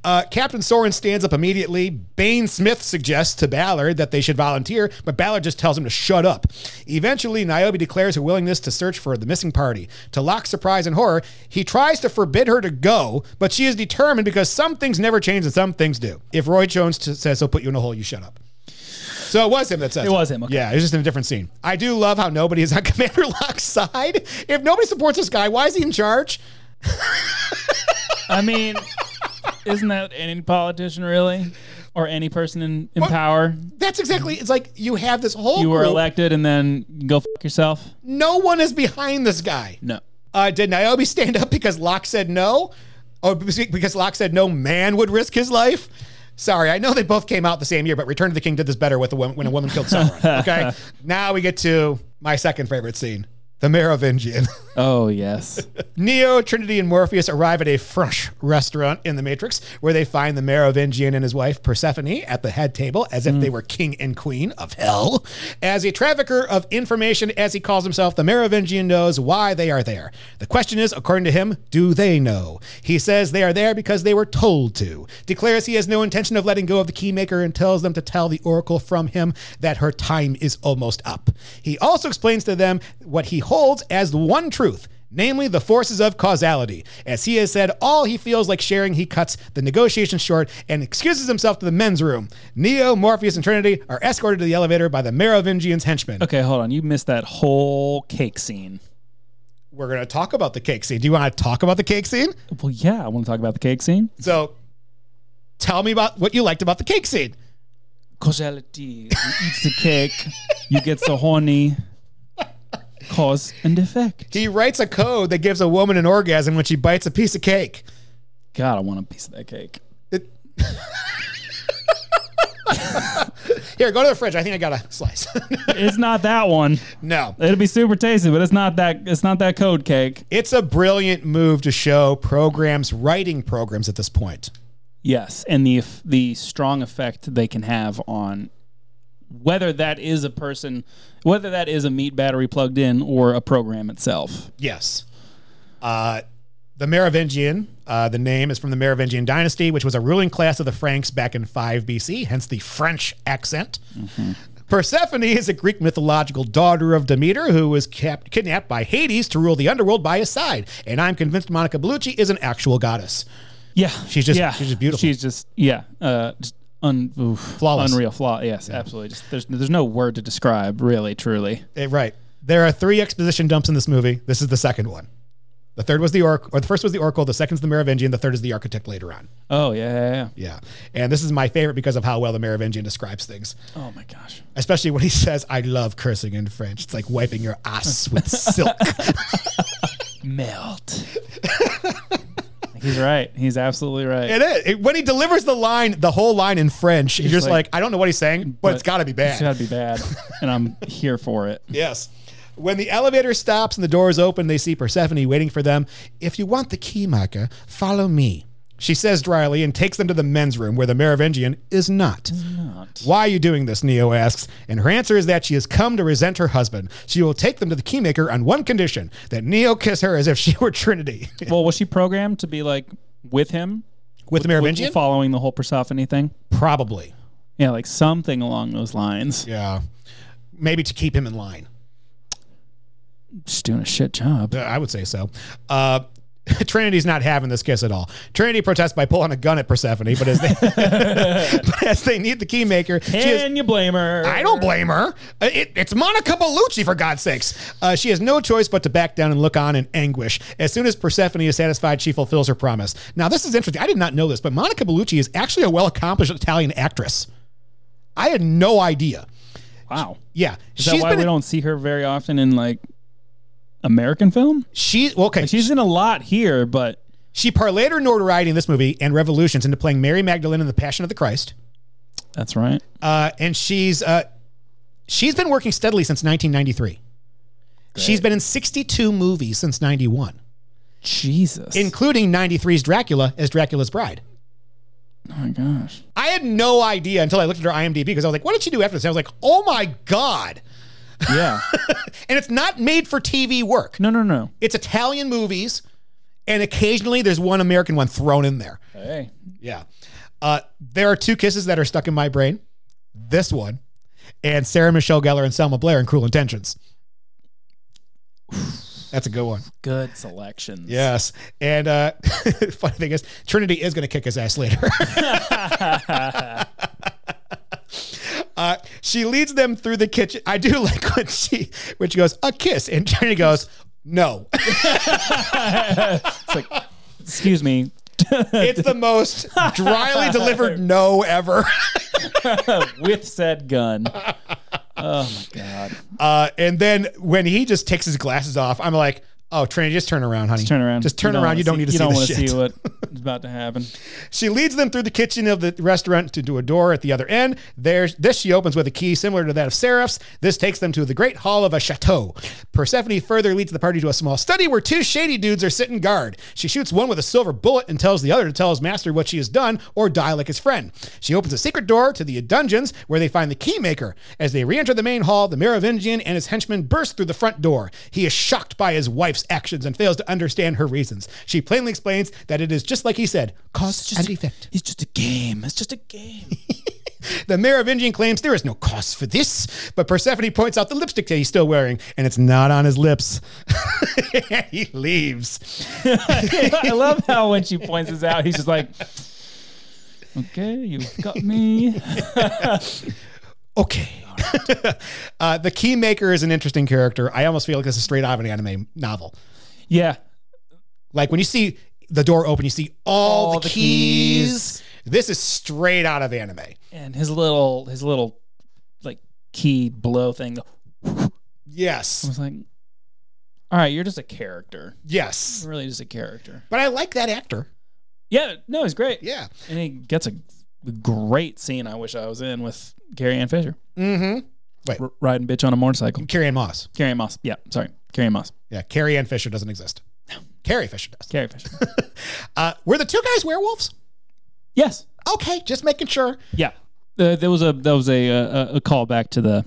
Speaker 1: Uh, Captain Soren stands up immediately. Bane Smith suggests to Ballard that they should volunteer, but Ballard just tells him to shut up. Eventually, Niobe declares her willingness to search for the missing party. To Locke's surprise and horror, he tries to forbid her to go, but she is determined because some things never change and some things do. If Roy Jones t- says he'll put you in a hole, you shut up. So it was him that says
Speaker 4: It was him, okay.
Speaker 1: Yeah, it was just in a different scene. I do love how nobody is on Commander Locke's side. If nobody supports this guy, why is he in charge?
Speaker 4: I mean, isn't that any politician really? Or any person in, in power?
Speaker 1: That's exactly. It's like you have this whole
Speaker 4: You were
Speaker 1: group-
Speaker 4: elected and then go fuck yourself?
Speaker 1: No one is behind this guy.
Speaker 4: No.
Speaker 1: Uh, did Niobe stand up because Locke said no? Or because Locke said no man would risk his life? Sorry, I know they both came out the same year, but Return of the King did this better with the woman, when a woman killed Sauron. Okay, now we get to my second favorite scene, the Merovingian.
Speaker 4: Oh, yes.
Speaker 1: Neo, Trinity, and Morpheus arrive at a French restaurant in the Matrix, where they find the Merovingian and his wife Persephone at the head table, as if they were king and queen of hell. As a trafficker of information, as he calls himself, the Merovingian knows why they are there. The question is, according to him, do they know? He says they are there because they were told to. Declares he has no intention of letting go of the keymaker and tells them to tell the oracle from him that her time is almost up. He also explains to them what he holds as the one truth namely the forces of causality. As he has said, all he feels like sharing, he cuts the negotiation short and excuses himself to the men's room. Neo, Morpheus, and Trinity are escorted to the elevator by the Merovingian's henchmen.
Speaker 4: Okay, hold on. You missed that whole cake scene.
Speaker 1: We're going to talk about the cake scene. Do you want to talk about the cake scene?
Speaker 4: Well, yeah, I want to talk about the cake scene.
Speaker 1: So tell me about what you liked about the cake scene.
Speaker 4: Causality. You eat the cake, you get so horny. Cause and effect.
Speaker 1: He writes a code that gives a woman an orgasm when she bites a piece of cake.
Speaker 4: God, I want a piece of that cake.
Speaker 1: It- Here, go to the fridge. I think I got a slice.
Speaker 4: It's not that one.
Speaker 1: no.
Speaker 4: It'll be super tasty, but it's not that. It's not that code cake.
Speaker 1: It's a brilliant move to show programs, writing programs at this point.
Speaker 4: Yes, and the eff- the strong effect they can have on whether that is a person, whether that is a meat battery plugged in or a program itself.
Speaker 1: Yes. Uh, the Merovingian, uh, the name is from the Merovingian dynasty, which was a ruling class of the Franks back in 5 BC, hence the French accent. Mm-hmm. Persephone is a Greek mythological daughter of Demeter who was kept, kidnapped by Hades to rule the underworld by his side. And I'm convinced Monica Bellucci is an actual goddess.
Speaker 4: Yeah,
Speaker 1: She's just-
Speaker 4: yeah.
Speaker 1: she's just beautiful.
Speaker 4: She's just yeah, uh, just un, oof,
Speaker 1: Flawless.
Speaker 4: unreal, flaw. Yes, absolutely. Just, there's there's no word to describe really, truly.
Speaker 1: Eh, right. There are three exposition dumps in this movie. This is the second one. The third was the oracle, or the first was the oracle, the second's the Merovingian, the third is the architect later on.
Speaker 4: Oh yeah, yeah, yeah.
Speaker 1: Yeah. And this is my favorite because of how well the Merovingian describes things.
Speaker 4: Oh my gosh.
Speaker 1: Especially when he says, I love cursing in French. It's like wiping your ass with silk.
Speaker 4: Melt. He's right. He's absolutely right.
Speaker 1: it is. It- when he delivers the line, the whole line in French, you're just like,
Speaker 4: like-
Speaker 1: I don't know what he's saying, but, it's got to be bad.
Speaker 4: It's got to be bad, and I'm here for it.
Speaker 1: Yes. When the elevator stops and the doors open, they see Persephone waiting for them. If you want the key, Micah, follow me. She says dryly and takes them to the men's room where the Merovingian is not. Why are you doing this? Neo asks. And her answer is that she has come to resent her husband. She will take them to the keymaker on one condition that Neo kiss her as if she were Trinity.
Speaker 4: Well, was she programmed to be like with him,
Speaker 1: With the Merovingian?
Speaker 4: following the whole Persephone thing?
Speaker 1: Probably.
Speaker 4: Yeah, like something along those lines.
Speaker 1: Yeah. Maybe to keep him in line.
Speaker 4: Just doing a shit job.
Speaker 1: Uh, I would say so. Uh, Trinity's not having this kiss at all. Trinity protests by pulling a gun at Persephone, but as they, but as they need the keymaker, she is-
Speaker 4: Can you blame her?
Speaker 1: I don't blame her. Uh, It, it's Monica Bellucci, for God's sakes. Uh, she has no choice but to back down and look on in anguish. As soon as Persephone is satisfied, she fulfills her promise. Now, this is interesting. I did not know this, but Monica Bellucci is actually a well accomplished Italian actress. I had no idea.
Speaker 4: Wow.
Speaker 1: Yeah.
Speaker 4: Is that why we don't see her very often in like American film?
Speaker 1: She, okay.
Speaker 4: She's in a lot here, but
Speaker 1: she parlayed her notoriety in this movie and Revolutions into playing Mary Magdalene in The Passion of the Christ.
Speaker 4: that's right.
Speaker 1: uh, and she's uh, she's been working steadily since 1993. She's been in 62 movies since 91,
Speaker 4: Jesus.
Speaker 1: including 93's Dracula as Dracula's bride.
Speaker 4: oh my gosh.
Speaker 1: I had no idea until I looked at her IMDb because I was like, "What did she do after this?" I was like, "Oh my god!"
Speaker 4: Yeah.
Speaker 1: And it's not made for TV work.
Speaker 4: no, no, no.
Speaker 1: It's Italian movies, and occasionally there's one American one thrown in there.
Speaker 4: Hey.
Speaker 1: Yeah. Uh, there are two kisses that are stuck in my brain. This one, and Sarah Michelle Gellar and Selma Blair in Cruel Intentions. That's a good one.
Speaker 4: Good selections.
Speaker 1: Yes. And uh, funny thing is, Trinity is going to kick his ass later. Uh, she leads them through the kitchen. I do like when she when she goes a kiss, and Trinity goes no.
Speaker 4: Excuse me.
Speaker 1: it's the most dryly delivered no ever.
Speaker 4: With said gun. Oh my god.
Speaker 1: Uh, and then when he just takes his glasses off, I'm like, oh, Trinity, just turn around, honey.
Speaker 4: Just turn around.
Speaker 1: Just turn around. You don't need
Speaker 4: wanna
Speaker 1: to
Speaker 4: you
Speaker 1: see
Speaker 4: don't
Speaker 1: this
Speaker 4: wanna
Speaker 1: shit.
Speaker 4: see what is about to happen.
Speaker 1: She leads them through the kitchen of the restaurant to do a door at the other end. There's this she opens with a key similar to that of Seraph's. This takes them to the great hall of a chateau. Persephone further leads the party to a small study where two shady dudes are sitting guard. She shoots one with a silver bullet and tells the other to tell his master what she has done or die like his friend. She opens a secret door to the dungeons where they find the keymaker. As they re-enter the main hall, the Merovingian and his henchmen burst through the front door. He is shocked by his wife's actions and fails to understand her reasons. She plainly explains that it is just like he said, cause and effect.
Speaker 4: It's just a game. It's just a game.
Speaker 1: The Merovingian claims there is no cause for this, but Persephone points out the lipstick that he's still wearing, and it's not on his lips. he leaves.
Speaker 4: I love how when she points this out, he's just like, "Okay, you've got me."
Speaker 1: Okay. uh, the Keymaker is an interesting character. I almost feel like this is straight out of an anime novel.
Speaker 4: Yeah,
Speaker 1: Like when you see the door open, you see all,
Speaker 4: All
Speaker 1: the,
Speaker 4: the
Speaker 1: keys.
Speaker 4: keys.
Speaker 1: This is straight out of anime.
Speaker 4: and his little his little like key blow thing. I
Speaker 1: Yes.
Speaker 4: was like, "All right, you're just a character.
Speaker 1: Yes.
Speaker 4: You're really just a character."
Speaker 1: But I like that actor.
Speaker 4: Yeah, no, he's great.
Speaker 1: Yeah.
Speaker 4: and he gets a great scene. I wish I was in with Carrie Ann Fisher
Speaker 1: Mm-hmm.
Speaker 4: R- riding bitch on a motorcycle.
Speaker 1: Carrie Ann Moss.
Speaker 4: Carrie Ann Moss. Yeah, sorry, Carrie Ann Moss.
Speaker 1: Yeah. Carrie Ann Fisher doesn't exist. Carrie Fisher does.
Speaker 4: Carrie Fisher.
Speaker 1: Uh, were the two guys werewolves?
Speaker 4: yes.
Speaker 1: Okay, just making sure.
Speaker 4: Yeah, uh, there was a there was a uh, a, a callback to the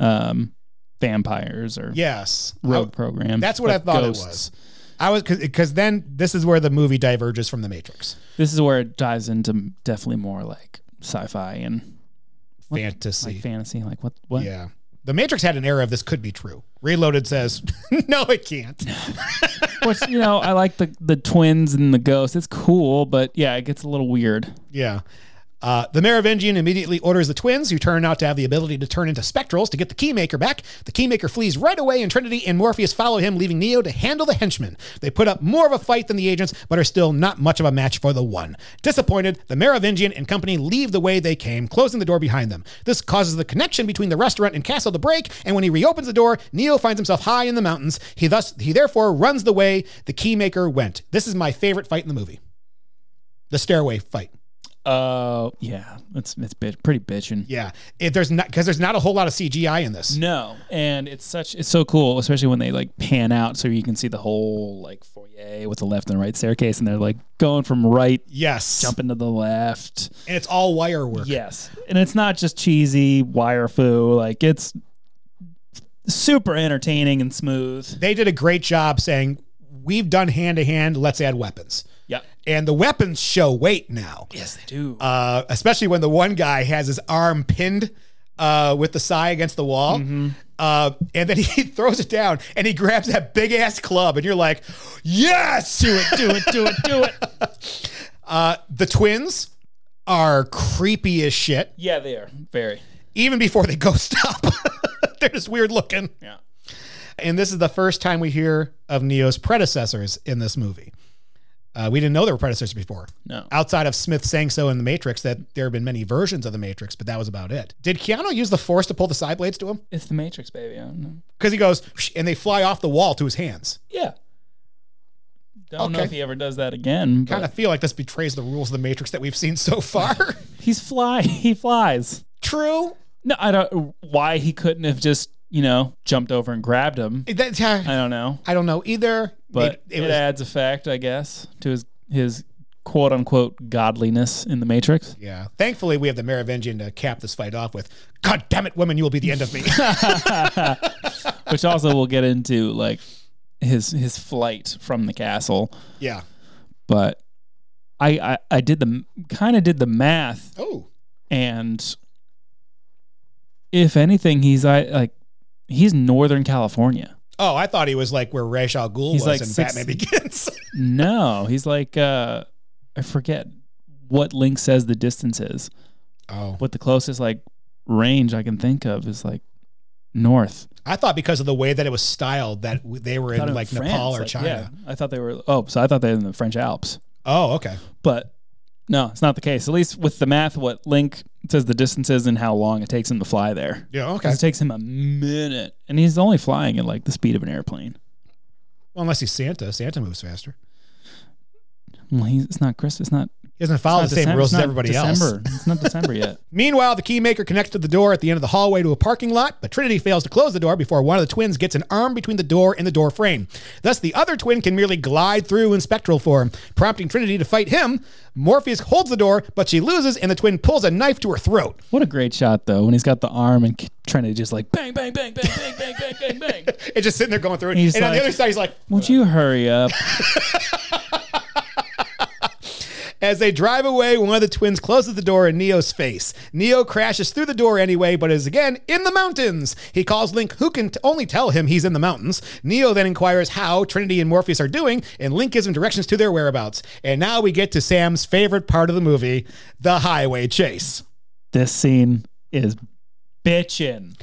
Speaker 4: um, vampires or
Speaker 1: Yes.
Speaker 4: road
Speaker 1: I-
Speaker 4: program.
Speaker 1: Oh, that's what I
Speaker 4: but
Speaker 1: thought it
Speaker 4: ghosts.
Speaker 1: was. I was because then this is where the movie diverges from the Matrix
Speaker 4: This is where it dives into definitely more like sci-fi and
Speaker 1: fantasy.
Speaker 4: like fantasy. Like what? What?
Speaker 1: yeah, the Matrix had an era of this could be true. Reloaded says no, it can't.
Speaker 4: Which you know, I like the the twins and the ghosts. It's cool, but yeah, it gets a little weird.
Speaker 1: Yeah. Uh, the Merovingian immediately orders the twins, who turn out to have the ability to turn into spectrals, to get the Keymaker back. The Keymaker flees right away, and Trinity and Morpheus follow him, leaving Neo to handle the henchmen. They put up more of a fight than the agents, but are still not much of a match for the one. Disappointed, the Merovingian and company leave the way they came, closing the door behind them. This causes the connection between the restaurant and castle to break, and when he reopens the door, Neo finds himself high in the mountains. He thus he therefore runs the way the Keymaker went. This is my favorite fight in the movie. The stairway fight.
Speaker 4: Oh yeah, it's it's bit, pretty bitching.
Speaker 1: Yeah, if there's not because there's not a whole lot of CGI in this.
Speaker 4: No, and it's such it's so cool, especially when they like pan out so you can see the whole like foyer with the left and right staircase, and they're like going from right
Speaker 1: Yes,
Speaker 4: jumping to the left.
Speaker 1: and it's all wire work.
Speaker 4: Yes. And it's not just cheesy wire foo. Like it's super entertaining and smooth.
Speaker 1: they did a great job saying we've done hand to hand. Let's add weapons,
Speaker 4: Yep.
Speaker 1: and the weapons show weight now.
Speaker 4: Yes, they do.
Speaker 1: Uh, especially when the one guy has his arm pinned uh, with the sigh against the wall, Uh, and then he throws it down and he grabs that big ass club, and you're like, yes, do it, do it, do it, do it. Uh, the twins are creepy as shit,
Speaker 4: Yeah, they are. Very.
Speaker 1: even before they ghost up. They're just weird looking.
Speaker 4: Yeah.
Speaker 1: And this is the first time we hear of Neo's predecessors in this movie. Uh, we didn't know there were predecessors before.
Speaker 4: No.
Speaker 1: Outside of Smith saying so in The Matrix, that there have been many versions of The Matrix, but that was about it. Did Keanu use the force to pull the side blades to him?
Speaker 4: It's the Matrix, baby. I don't know.
Speaker 1: Because he goes, "Whoosh," and they fly off the wall to his hands.
Speaker 4: Yeah. Don't know
Speaker 1: Okay.
Speaker 4: if he ever does that again. But
Speaker 1: Kind of feel like this betrays the rules of The Matrix that we've seen so far.
Speaker 4: He's fly. He flies.
Speaker 1: True.
Speaker 4: No, I don't. Why he couldn't have just you know jumped over and grabbed him?
Speaker 1: That's
Speaker 4: I don't know.
Speaker 1: I don't know either.
Speaker 4: But
Speaker 1: Maybe
Speaker 4: it,
Speaker 1: was-
Speaker 4: adds effect, I guess, to his his quote unquote godliness in the Matrix.
Speaker 1: yeah. Thankfully, we have the Merovingian to cap this fight off with, God damn it, women, you will be the end of me.
Speaker 4: which also we'll get into like his his flight from the castle
Speaker 1: yeah.
Speaker 4: but i i, I did the kind of did the math
Speaker 1: Oh.
Speaker 4: and if anything he's I, like he's northern california
Speaker 1: Oh, I thought he was like where Ra's al Ghul
Speaker 4: He's
Speaker 1: was
Speaker 4: like
Speaker 1: in
Speaker 4: six-
Speaker 1: Batman Begins.
Speaker 4: no he's like uh i forget what link says the distance is
Speaker 1: oh.
Speaker 4: what the closest like range i can think of is like north
Speaker 1: I thought because of the way that it was styled that w- they were
Speaker 4: Thought
Speaker 1: in
Speaker 4: it was
Speaker 1: like
Speaker 4: France,
Speaker 1: Nepal or
Speaker 4: like,
Speaker 1: China.
Speaker 4: yeah, i thought they were oh so i thought they were in the french alps
Speaker 1: Oh, okay.
Speaker 4: but no, it's not the case. At least with the math, what Link says the distance is and how long it takes him to fly there.
Speaker 1: Yeah,
Speaker 4: 'Cause
Speaker 1: okay.
Speaker 4: It takes him a minute, and he's only flying at like the speed of an airplane.
Speaker 1: Well, unless he's Santa. Santa moves faster.
Speaker 4: Well, he's, it's not Chris. It's not.
Speaker 1: He doesn't follow the
Speaker 4: it's not
Speaker 1: same
Speaker 4: Decem-
Speaker 1: rules
Speaker 4: it's
Speaker 1: as
Speaker 4: not
Speaker 1: everybody else.
Speaker 4: December. It's not December yet.
Speaker 1: Meanwhile, the keymaker connects to the door at the end of the hallway to a parking lot, but Trinity fails to close the door before one of the twins gets an arm between the door and the door frame. Thus, the other twin can merely glide through in spectral form, prompting Trinity to fight him. Morpheus holds the door, but she loses, and the twin pulls a knife to her throat.
Speaker 4: What a great shot though, when he's got the arm and k- trying to just like bang, bang, bang, bang, bang, bang, bang, bang, bang.
Speaker 1: It's just sitting there going through it.
Speaker 4: He's
Speaker 1: and on the
Speaker 4: like-
Speaker 1: other side, he's like,
Speaker 4: Would you hurry up?
Speaker 1: As they drive away, one of the twins closes the door in Neo's face. Neo crashes through the door anyway, but is again in the mountains. He calls Link, who can t- only tell him he's in the mountains. Neo then inquires how Trinity and Morpheus are doing, and Link gives him directions to their whereabouts. And now we get to Sam's favorite part of the movie the highway chase.
Speaker 4: This scene is bitchin'.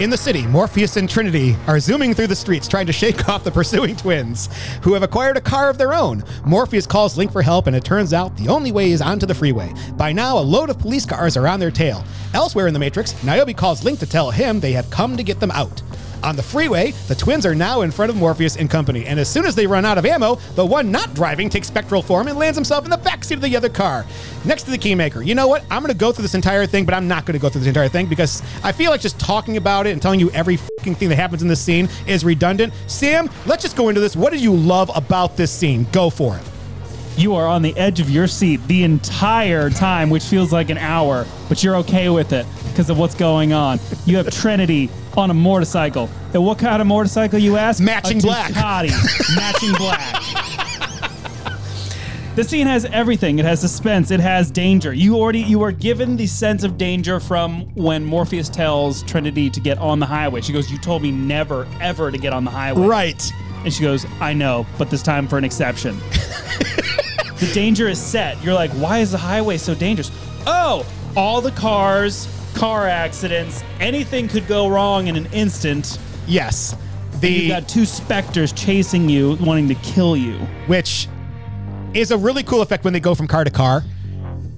Speaker 1: In the city, Morpheus and Trinity are zooming through the streets trying to shake off the pursuing twins, who have acquired a car of their own. Morpheus calls Link for help, and it turns out the only way is onto the freeway. By now, a load of police cars are on their tail. Elsewhere in the Matrix, Niobe calls Link to tell him they have come to get them out. On the freeway, the twins are now in front of Morpheus and company, and as soon as they run out of ammo, the one not driving takes spectral form and lands himself in the backseat of the other car, next to the Keymaker. You know what? I'm going to go through this entire thing, but I'm not going to go through this entire thing because I feel like just talking about it and telling you every fucking thing that happens in this scene is redundant. Sam, let's just go into this. What did you love about this scene? Go for it.
Speaker 4: You are on the edge of your seat the entire time, which feels like an hour, but you're okay with it because of what's going on. You have Trinity on a motorcycle. And what kind of motorcycle, you ask?
Speaker 1: Matching
Speaker 4: a
Speaker 1: black.
Speaker 4: Ducati, matching black. The scene has everything. It has suspense. It has danger. You already you are given the sense of danger from when Morpheus tells Trinity to get on the highway. She goes, "You told me never ever to get on the highway."
Speaker 1: Right.
Speaker 4: And she goes, I know, but this time for an exception. the danger is set. You're like, why is the highway so dangerous? Oh, all the cars, car accidents, anything could go wrong in an instant.
Speaker 1: Yes.
Speaker 4: You've
Speaker 1: The
Speaker 4: got two specters chasing you, wanting to kill you.
Speaker 1: which is a really cool effect when they go from car to car.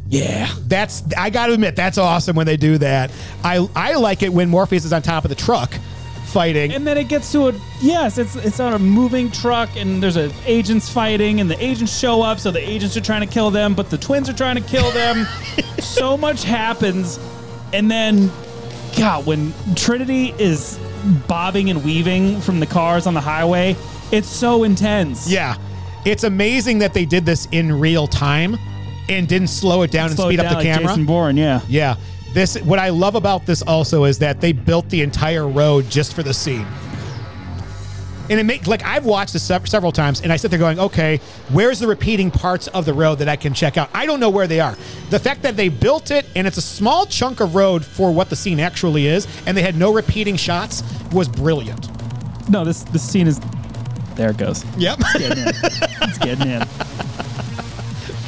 Speaker 4: Yeah.
Speaker 1: That's I gotta admit, that's awesome when they do that. I I like it when Morpheus is on top of the truck fighting.
Speaker 4: And then it gets to a yes, it's it's on a moving truck, and there's a agents fighting, and the agents show up, so the agents are trying to kill them, but the twins are trying to kill them. so much happens, and then God, when Trinity is bobbing and weaving from the cars on the highway, it's so intense.
Speaker 1: yeah. It's amazing that they did this in real time and didn't slow it down and
Speaker 4: Slow
Speaker 1: speed
Speaker 4: it
Speaker 1: up
Speaker 4: down
Speaker 1: the
Speaker 4: like
Speaker 1: camera.
Speaker 4: Jason Bourne, yeah.
Speaker 1: yeah. This what I love about this also is that they built the entire road just for the scene. And it makes like I've watched this sev- several times, and I sit there going, "Okay, where's the repeating parts of the road that I can check out? I don't know where they are. The fact that they built it and it's a small chunk of road for what the scene actually is, and they had no repeating shots, was brilliant.
Speaker 4: No, this this scene is. There it goes.
Speaker 1: Yep.
Speaker 4: Getting in. it's getting in.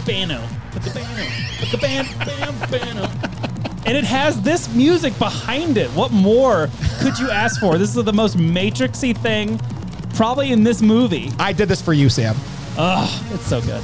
Speaker 4: Bano. Put the bano. Put the ban, bam, bano. And it has this music behind it. What more could you ask for? This is the most matrixy thing probably in this movie.
Speaker 1: I did this for you, Sam.
Speaker 4: It's so good.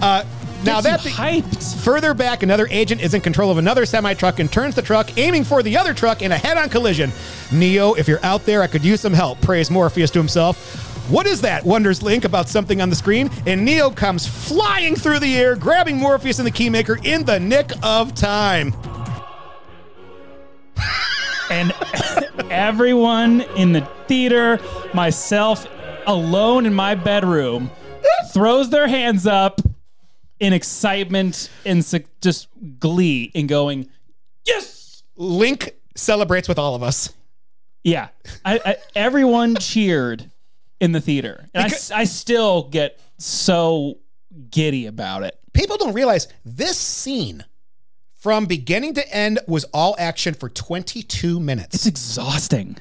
Speaker 1: Now
Speaker 4: Gets
Speaker 1: that
Speaker 4: you
Speaker 1: be-
Speaker 4: hyped.
Speaker 1: Further back, another agent is in control of another semi truck and turns the truck, aiming for the other truck in a head on collision. Neo, if you're out there, I could use some help, prays Morpheus to himself. What is that? wonders Link about something on the screen, and Neo comes flying through the air, grabbing Morpheus and the Keymaker in the nick of time.
Speaker 4: and everyone in the theater, myself alone in my bedroom, throws their hands up in excitement and su- just glee and going, Yes!
Speaker 1: Link celebrates with all of us.
Speaker 4: Yeah. I, I, everyone cheered in the theater. And I s I I still get so giddy about it.
Speaker 1: People don't realize this scene from beginning to end was all action for 22 minutes.
Speaker 4: It's exhausting.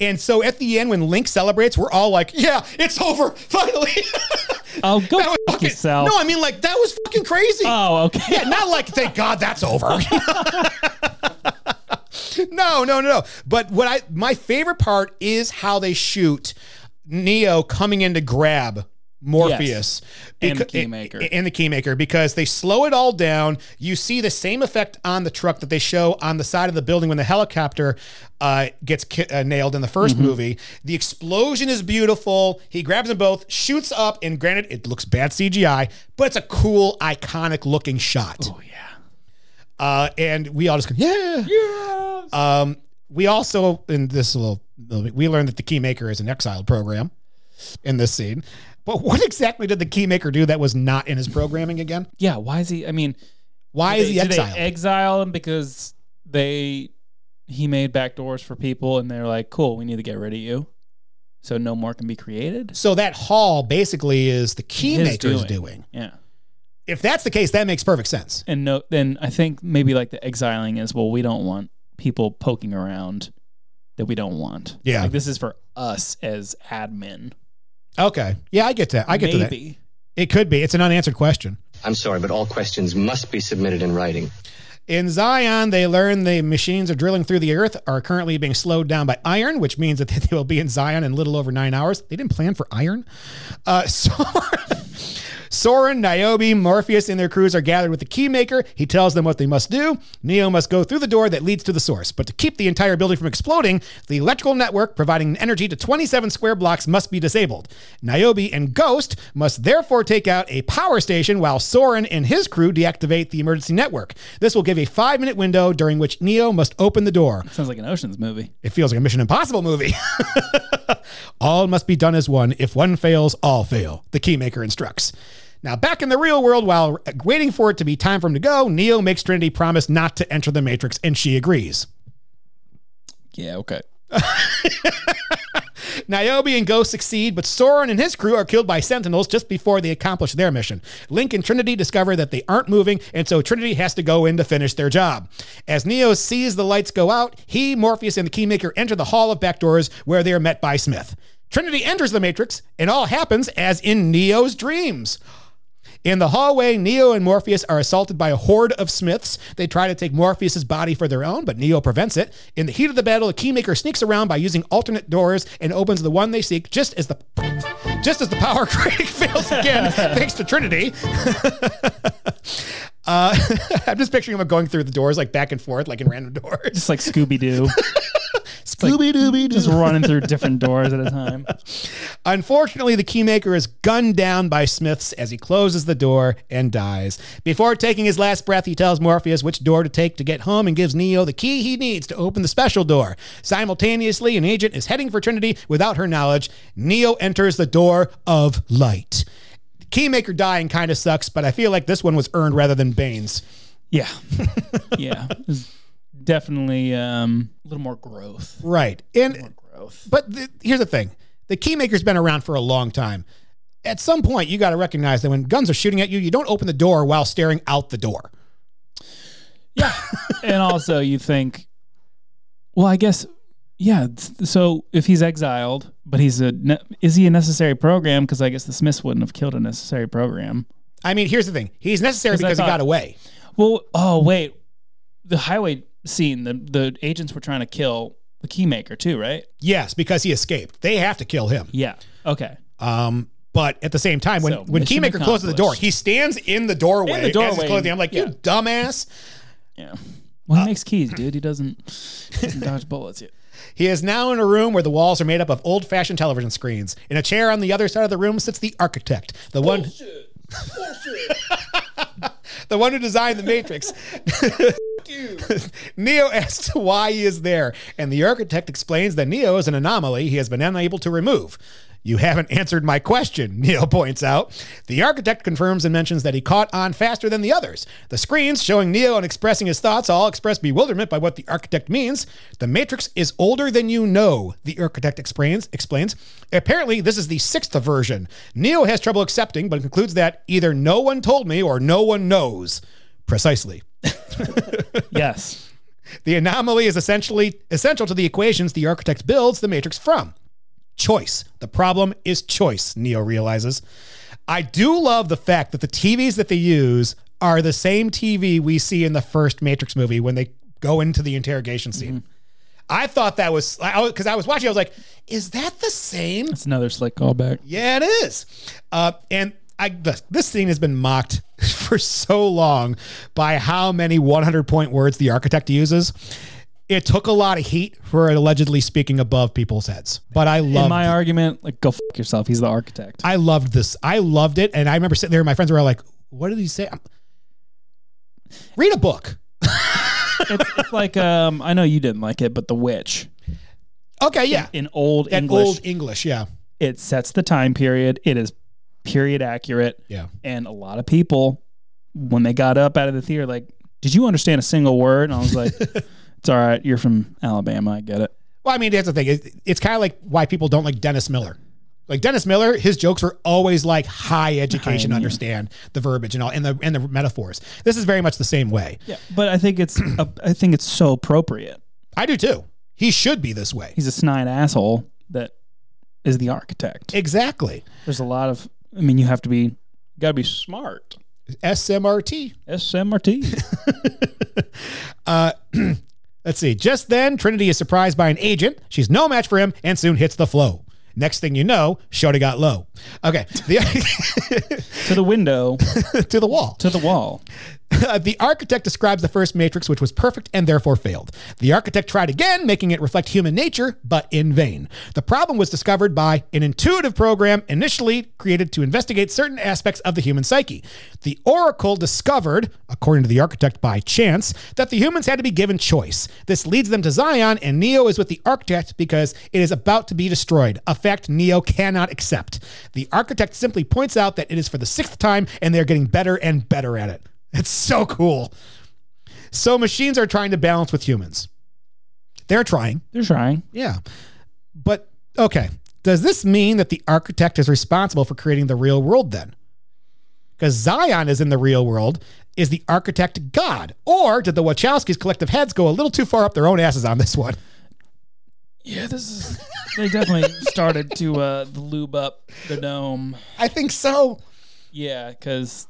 Speaker 1: And so at the end, when Link celebrates, we're all like, "Yeah, it's over, finally."
Speaker 4: Oh, go
Speaker 1: That was
Speaker 4: fuck
Speaker 1: fucking-
Speaker 4: yourself.
Speaker 1: No, I mean like that was fucking crazy.
Speaker 4: Oh, okay.
Speaker 1: yeah, not like thank God that's over. no, no, no. But what I my favorite part is how they shoot Neo coming in to grab Morpheus
Speaker 4: And the
Speaker 1: Becau-
Speaker 4: Keymaker.
Speaker 1: and the Keymaker because they slow it all down. You see the same effect on the truck that they show on the side of the building when the helicopter uh, gets ki- uh, nailed in the 1st
Speaker 4: Mm-hmm.
Speaker 1: movie. The explosion is beautiful. He grabs them both, shoots up, and granted, it looks bad CGI, but it's a cool, iconic looking shot. Oh yeah. Uh, and we all just go, yeah. Um, we also in this little little bit, we learned that the Keymaker is an exiled program in this scene. But what exactly did the Keymaker do that was not in his programming again?
Speaker 4: Yeah, why is he? I mean,
Speaker 1: Why is he
Speaker 4: do
Speaker 1: exiled?
Speaker 4: They exile him because they he made back doors for people, and they're like, "Cool, we need to get rid of you, so no more can be created."
Speaker 1: so that hall basically is the Keymaker's doing.
Speaker 4: doing. Yeah,
Speaker 1: If that's the case, that makes perfect sense.
Speaker 4: and no, then I think maybe like the exiling is well, we don't want people poking around that we don't want.
Speaker 1: Yeah.
Speaker 4: like this is for us as admin.
Speaker 1: Okay. Yeah, I get that. I get to that.
Speaker 4: maybe.
Speaker 1: It could be. It's an unanswered question.
Speaker 9: I'm sorry, but all questions must be submitted in writing.
Speaker 1: In Zion, they learn the machines are drilling through the earth are currently being slowed down by iron, which means that they will be in Zion in little over nine hours. They didn't plan for iron. Uh, Soren, Soren, Niobe, Morpheus, and their crews are gathered with the Keymaker. He tells them what they must do. Neo must go through the door that leads to the source, but to keep the entire building from exploding, the electrical network providing energy to 27 square blocks must be disabled. Niobe and Ghost must therefore take out a power station while Soren and his crew deactivate the emergency network. This will give a five minute window during which Neo must open the door.
Speaker 4: Sounds like an Ocean's movie.
Speaker 1: It feels like a Mission Impossible movie. all must be done as one. If one fails, all fail, the Keymaker instructs. Now, back in the real world, while waiting for it to be time for him to go, Neo makes Trinity promise not to enter the Matrix, and she agrees.
Speaker 4: Yeah, okay.
Speaker 1: Niobe and Ghost succeed, but Soren and his crew are killed by Sentinels just before they accomplish their mission. Link and Trinity discover that they aren't moving, and so Trinity has to go in to finish their job. As Neo sees the lights go out, he, Morpheus, and the Keymaker enter the Hall of Backdoors, where they are met by Smith. Trinity enters the Matrix, and all happens as in Neo's dreams. In the hallway, Neo and Morpheus are assaulted by a horde of Smiths. They try to take Morpheus' body for their own, but Neo prevents it. In the heat of the battle, a Keymaker sneaks around by using alternate doors and opens the one they seek just as the just as the power crank fails again, thanks to Trinity. uh, I'm just picturing him going through the doors like back and forth, like in random doors.
Speaker 4: Just like Scooby Doo,
Speaker 1: Scooby Dooby
Speaker 4: just running through different doors at a time.
Speaker 1: Unfortunately, the Keymaker is gunned down by Smiths as he closes the door and dies. Before taking his last breath, he tells Morpheus which door to take to get home and gives Neo the key he needs to open the special door. Simultaneously, an agent is heading for Trinity without her knowledge. Neo enters the door of light. Keymaker dying kind of sucks, but I feel like this one was earned rather than Bane's.
Speaker 4: Yeah. yeah. It was definitely um, a little more growth.
Speaker 1: Right. And
Speaker 10: growth.
Speaker 1: But the, here's the thing: the keymaker's been around for a long time. At some point, you got to recognize that when guns are shooting at you, you don't open the door while staring out the door.
Speaker 4: Yeah. and also, you think, well, I guess, yeah. s- So if he's exiled, but he's a, ne- is he a necessary program? Because I guess the Smiths wouldn't have killed a necessary program.
Speaker 1: I mean, here's the thing: he's necessary
Speaker 4: 'Cause I
Speaker 1: because he
Speaker 4: thought-
Speaker 1: got away.
Speaker 4: Well, oh wait, the highway scene. The the agents were trying to kill the keymaker too, right?
Speaker 1: Yes, because he escaped. They have to kill him.
Speaker 4: Yeah. Okay.
Speaker 1: Um, but at the same time, when
Speaker 4: So,
Speaker 1: when
Speaker 4: mission
Speaker 1: Keymaker closes the door,
Speaker 4: accomplished.
Speaker 1: he stands in the doorway.
Speaker 4: In the
Speaker 1: As
Speaker 4: doorway.
Speaker 1: he's closing, I'm like, you
Speaker 4: Yeah.
Speaker 1: dumbass.
Speaker 4: Yeah. Uh, Well, he makes keys, dude. He doesn't, he doesn't dodge bullets yet.
Speaker 1: He is now in a room where the walls are made up of old fashioned television screens. In a chair on the other side of the room sits the architect, the one. the one who designed the Matrix. Neo asks why he is there, and the architect explains that Neo is an anomaly he has been unable to remove. You haven't answered my question, Neo points out. The architect confirms and mentions that he caught on faster than the others. The screens showing Neo and expressing his thoughts all express bewilderment by what the architect means. The Matrix is older than you know, the architect explains. explains. Apparently, this is the sixth version. Neo has trouble accepting, but concludes that either no one told me or no one knows. Precisely.
Speaker 4: Yes.
Speaker 1: The anomaly is essentially essential to the equations the architect builds the matrix from. Choice. The problem is choice, Neo realizes. I do love the fact that the TVs that they use are the same TV we see in the first Matrix movie when they go into the interrogation scene. I thought that was because I was watching, I was like, is that the same?
Speaker 4: It's another slick callback.
Speaker 1: Yeah, it is. Uh, and I, this, this scene has been mocked for so long by how many 100 point words the architect uses. It took a lot of heat for allegedly speaking above people's heads, but I
Speaker 4: In
Speaker 1: love
Speaker 4: my argument, like, go f yourself. He's the architect.
Speaker 1: I loved this. I loved it, and I remember sitting there. and My friends were all like, "What did he say?" I'm- Read a book.
Speaker 4: it's, it's like, um, I know you didn't like it, but The Witch
Speaker 1: Okay, yeah,
Speaker 4: in old
Speaker 1: that
Speaker 4: English,
Speaker 1: old English, yeah,
Speaker 4: it sets the time period. It is period accurate.
Speaker 1: yeah.
Speaker 4: And a lot of people, when they got up out of the theater, like, did you understand a single word? And I was like, it's all right. You're from Alabama. I get it.
Speaker 1: Well, I mean, that's the thing. It, it's kind of like why people don't like Dennis Miller. Like Dennis Miller, his jokes were always like high education, understand the verbiage and all, and the and the metaphors. This is very much the same way.
Speaker 4: Yeah. But I think it's, a, I think it's so appropriate.
Speaker 1: I do too. He should be this way.
Speaker 4: He's a snide asshole that is the architect.
Speaker 1: Exactly.
Speaker 4: There's a lot of, I mean, you have to be, got to be smart.
Speaker 1: SMRT.
Speaker 4: SMRT.
Speaker 1: Let's see. Just then, Trinity is surprised by an agent. She's no match for him and soon hits the flow. Next thing you know, Shota got low. Okay. The,
Speaker 4: to the window,
Speaker 1: to the wall.
Speaker 4: to the wall.
Speaker 1: Uh, the architect describes the first matrix, which was perfect and therefore failed. The architect tried again, making it reflect human nature, but in vain. The problem was discovered by an intuitive program initially created to investigate certain aspects of the human psyche. The oracle discovered, according to the architect by chance, that the humans had to be given choice. This leads them to Zion, and Neo is with the architect because it is about to be destroyed, a fact Neo cannot accept. The architect simply points out that it is for the sixth time, and they're getting better and better at it. It's so cool. So machines are trying to balance with humans. They're trying.
Speaker 4: They're trying.
Speaker 1: Yeah. But okay. Does this mean that the architect is responsible for creating the real world then? Because Zion is in the real world. Is the architect God? Or did the Wachowskis' collective heads go a little too far up their own asses on this one?
Speaker 4: Yeah, this is. They definitely started to uh, lube up the dome.
Speaker 1: I think so.
Speaker 4: Yeah, because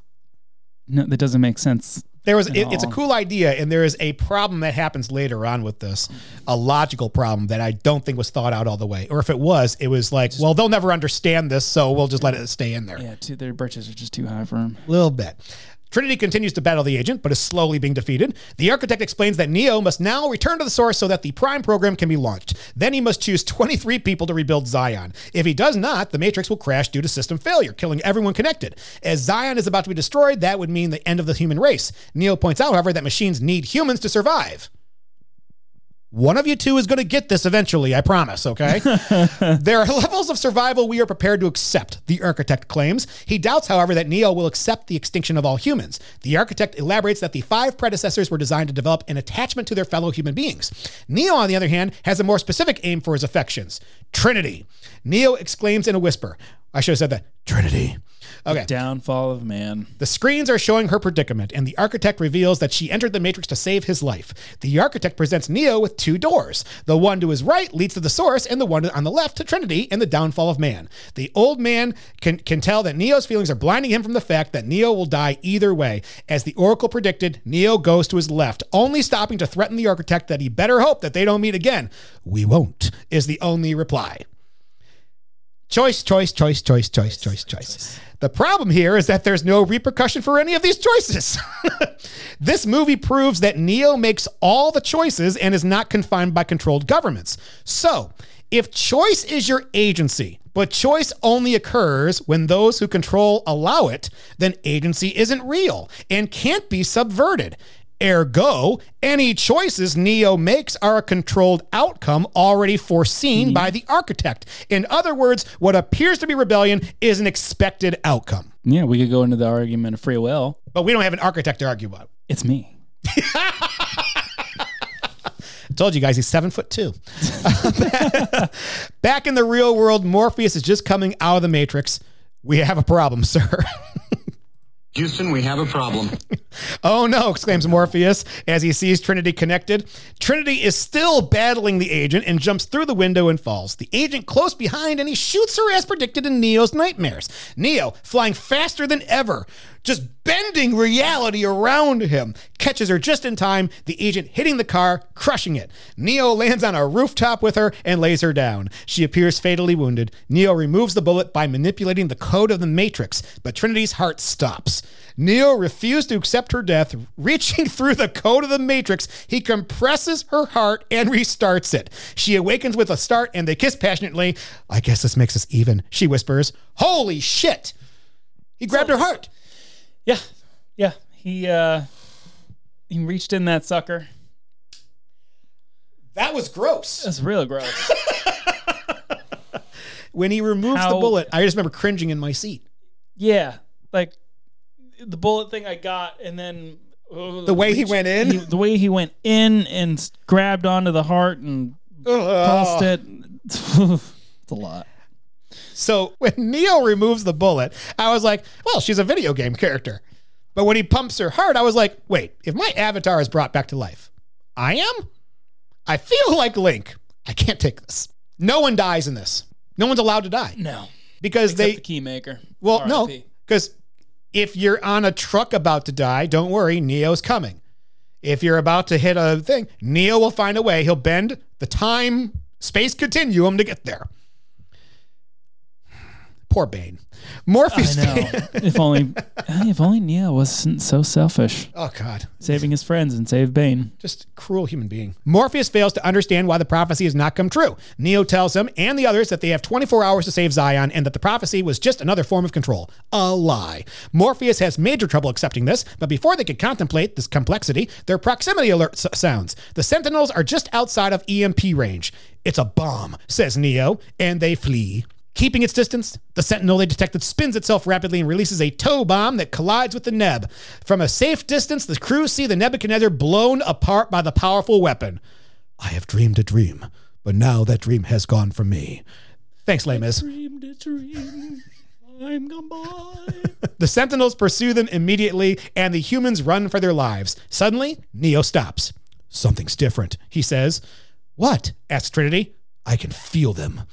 Speaker 4: no, that doesn't make sense.
Speaker 1: There was it,
Speaker 4: No.
Speaker 1: it's a cool idea, and there is a problem that happens later on with this, a logical problem that I don't think was thought out all the way, or if it was, it was like, well, they'll never understand this, so we'll just let it stay in there
Speaker 4: Yeah, too, their britches are just too high for him.
Speaker 1: little bit. Trinity continues to battle the agent, but is slowly being defeated. The architect explains that Neo must now return to the source so that the Prime program can be launched. Then he must choose 23 people to rebuild Zion. If he does not, the Matrix will crash due to system failure, killing everyone connected. As Zion is about to be destroyed, that would mean the end of the human race. Neo points out, however, that machines need humans to survive. One of you two is going to get this eventually, I promise, okay? there are levels of survival we are prepared to accept, the architect claims. He doubts, however, that Neo will accept the extinction of all humans. The architect elaborates that the five predecessors were designed to develop an attachment to their fellow human beings. Neo, on the other hand, has a more specific aim for his affections Trinity. Neo exclaims in a whisper, I should have said that, Trinity. Okay.
Speaker 4: Downfall of man.
Speaker 1: The screens are showing her predicament, and the architect reveals that she entered the Matrix to save his life. The architect presents Neo with two doors. The one to his right leads to the source, and the one on the left to Trinity and the downfall of man. The old man can, can tell that Neo's feelings are blinding him from the fact that Neo will die either way. As the Oracle predicted, Neo goes to his left, only stopping to threaten the architect that he better hope that they don't meet again. We won't, is the only reply. Choice, choice, choice, choice, choice, choice, choice. The problem here is that there's no repercussion for any of these choices. this movie proves that Neo makes all the choices and is not confined by controlled governments. So, if choice is your agency, but choice only occurs when those who control allow it, then agency isn't real and can't be subverted. Ergo, any choices Neo makes are a controlled outcome already foreseen by the architect. In other words, what appears to be rebellion is an expected outcome.
Speaker 4: Yeah, we could go into the argument of free will.
Speaker 1: But we don't have an architect to argue about.
Speaker 4: It's me.
Speaker 1: I told you guys he's seven foot two. Back in the real world, Morpheus is just coming out of the Matrix. We have a problem, sir.
Speaker 9: Houston, we have a problem.
Speaker 1: Oh no, exclaims Morpheus as he sees Trinity connected. Trinity is still battling the agent and jumps through the window and falls. The agent close behind and he shoots her as predicted in Neo's nightmares. Neo, flying faster than ever, just bending reality around him, catches her just in time, the agent hitting the car, crushing it. Neo lands on a rooftop with her and lays her down. She appears fatally wounded. Neo removes the bullet by manipulating the code of the Matrix, but Trinity's heart stops. Neo refused to accept her death, reaching through the code of the Matrix. He compresses her heart and restarts it. She awakens with a start and they kiss passionately. I guess this makes us even, she whispers. Holy shit! He grabbed her heart.
Speaker 4: Yeah. Yeah. He uh he reached in that sucker.
Speaker 1: That was gross.
Speaker 4: That's real gross.
Speaker 1: When he removes the
Speaker 4: How-
Speaker 1: bullet, I just remember cringing in my seat.
Speaker 4: yeah. Like the bullet thing I got and then uh,
Speaker 1: The way he went in.
Speaker 4: he- the way he went in and s- grabbed onto the heart and pulsed it. it's a lot.
Speaker 1: So when Neo removes the bullet, I was like, well, she's a video game character. But when he pumps her heart, I was like, wait, if my avatar is brought back to life, I am? I feel like Link. I can't take this. No one dies in this. No one's allowed to die
Speaker 4: No.
Speaker 1: because
Speaker 4: Except
Speaker 1: they
Speaker 4: the key maker.
Speaker 1: Well, no,
Speaker 4: RIP.
Speaker 1: because if you're on a truck about to die, don't worry, Neo's coming. If you're about to hit a thing, Neo will find a way. He'll bend the time space continuum to get there. Poor Bane. Morpheus.
Speaker 4: I know. if only if only Neo wasn't so selfish.
Speaker 1: oh, God.
Speaker 4: Saving his friends and save Bane.
Speaker 1: Just cruel human being. Morpheus fails to understand why the prophecy has not come true. Neo tells him and the others that they have 24 hours to save Zion and that the prophecy was just another form of control. A lie. Morpheus has major trouble accepting this, but before they could contemplate this complexity, their proximity alert s- sounds. The Sentinels are just outside of EMP range. It's a bomb, says Neo, and they flee. Keeping its distance, the sentinel they detected spins itself rapidly and releases a tow bomb that collides with the Neb. From a safe distance, the crew see the Nebuchadnezzar blown apart by the powerful weapon. I have dreamed a dream, but now that dream has gone from me. Thanks, Lamus.
Speaker 4: Dreamed a dream. I'm gone
Speaker 1: The sentinels pursue them immediately, and the humans run for their lives. Suddenly, Neo stops. Something's different, he says. What? asks Trinity. I can feel them.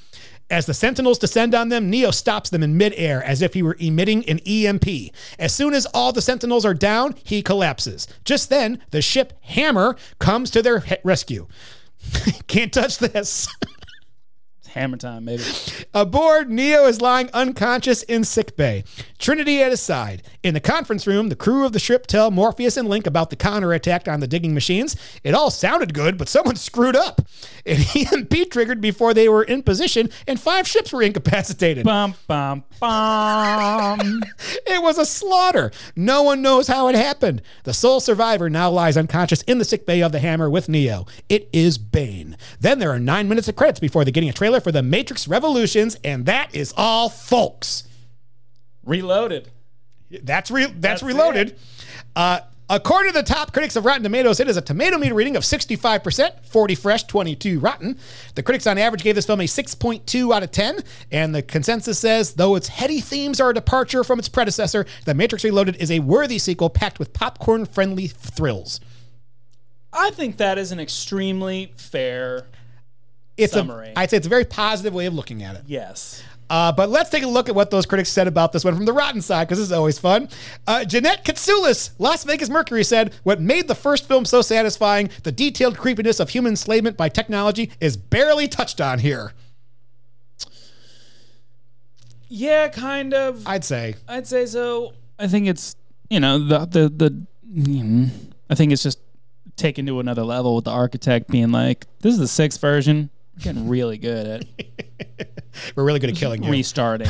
Speaker 1: As the sentinels descend on them, Neo stops them in midair as if he were emitting an EMP. As soon as all the sentinels are down, he collapses. Just then, the ship Hammer comes to their he- rescue. Can't touch this.
Speaker 4: It's hammer time, baby.
Speaker 1: Aboard, Neo is lying unconscious in sickbay. Trinity at his side. In the conference room, the crew of the ship tell Morpheus and Link about the Connor attack on the digging machines. It all sounded good, but someone screwed up. An EMP triggered before they were in position, and five ships were incapacitated.
Speaker 4: Bum, bum, bum.
Speaker 1: It was a slaughter. No one knows how it happened. The sole survivor now lies unconscious in the sickbay of the hammer with Neo. It is Bane. Then there are nine minutes of credits before they're getting a trailer for The Matrix Revolutions, and that is all, folks.
Speaker 4: Reloaded.
Speaker 1: That's re- that's, reloaded. Uh, according to the top critics of Rotten Tomatoes, it is a tomato meter reading of 65%, 40 fresh, 22 rotten. The critics on average gave this film a 6.2 out of 10, and the consensus says though its heady themes are a departure from its predecessor, The Matrix Reloaded is a worthy sequel packed with popcorn-friendly thrills.
Speaker 4: I think that is an extremely fair.
Speaker 1: It's
Speaker 4: Summary.
Speaker 1: a I'd say it's a very positive way of looking at it.
Speaker 4: Yes.
Speaker 1: Uh, but let's take a look at what those critics said about this one from the rotten side, because this is always fun. Uh, Jeanette Katsoulis, Las Vegas Mercury, said, What made the first film so satisfying, the detailed creepiness of human enslavement by technology, is barely touched on here.
Speaker 4: Yeah, kind of.
Speaker 1: I'd say.
Speaker 4: I'd say so. I think it's you know the the the. mm, I think it's just taken to another level with the architect being like, "This is the sixth version. We're getting really good at
Speaker 1: We're really good at killing you.
Speaker 4: restarting."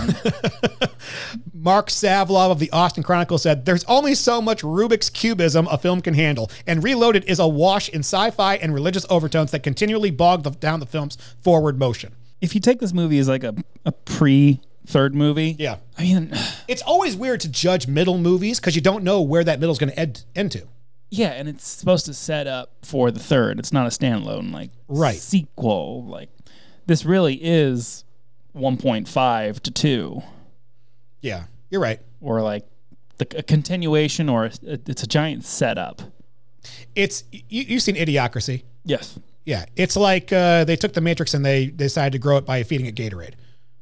Speaker 1: Mark Savlov of the Austin Chronicle said, There's only so much Rubik's Cubism a film can handle, and Reloaded is a wash in sci fi and religious overtones that continually bog the, down the film's forward motion.
Speaker 4: if you take this movie as like a a pre third movie,
Speaker 1: Yeah.
Speaker 4: I mean,
Speaker 1: It's always weird to judge middle movies because you don't know where that middle's going to end, end to.
Speaker 4: yeah, and it's supposed to set up for the third. It's not a standalone like
Speaker 1: Right.
Speaker 4: sequel. Like this really is 1.5 to two.
Speaker 1: Yeah, you're right.
Speaker 4: or like the, a continuation or a, it's a giant setup.
Speaker 1: It's you, you've seen Idiocracy.
Speaker 4: Yes.
Speaker 1: Yeah, it's like uh, they took the Matrix and they decided to grow it by feeding it Gatorade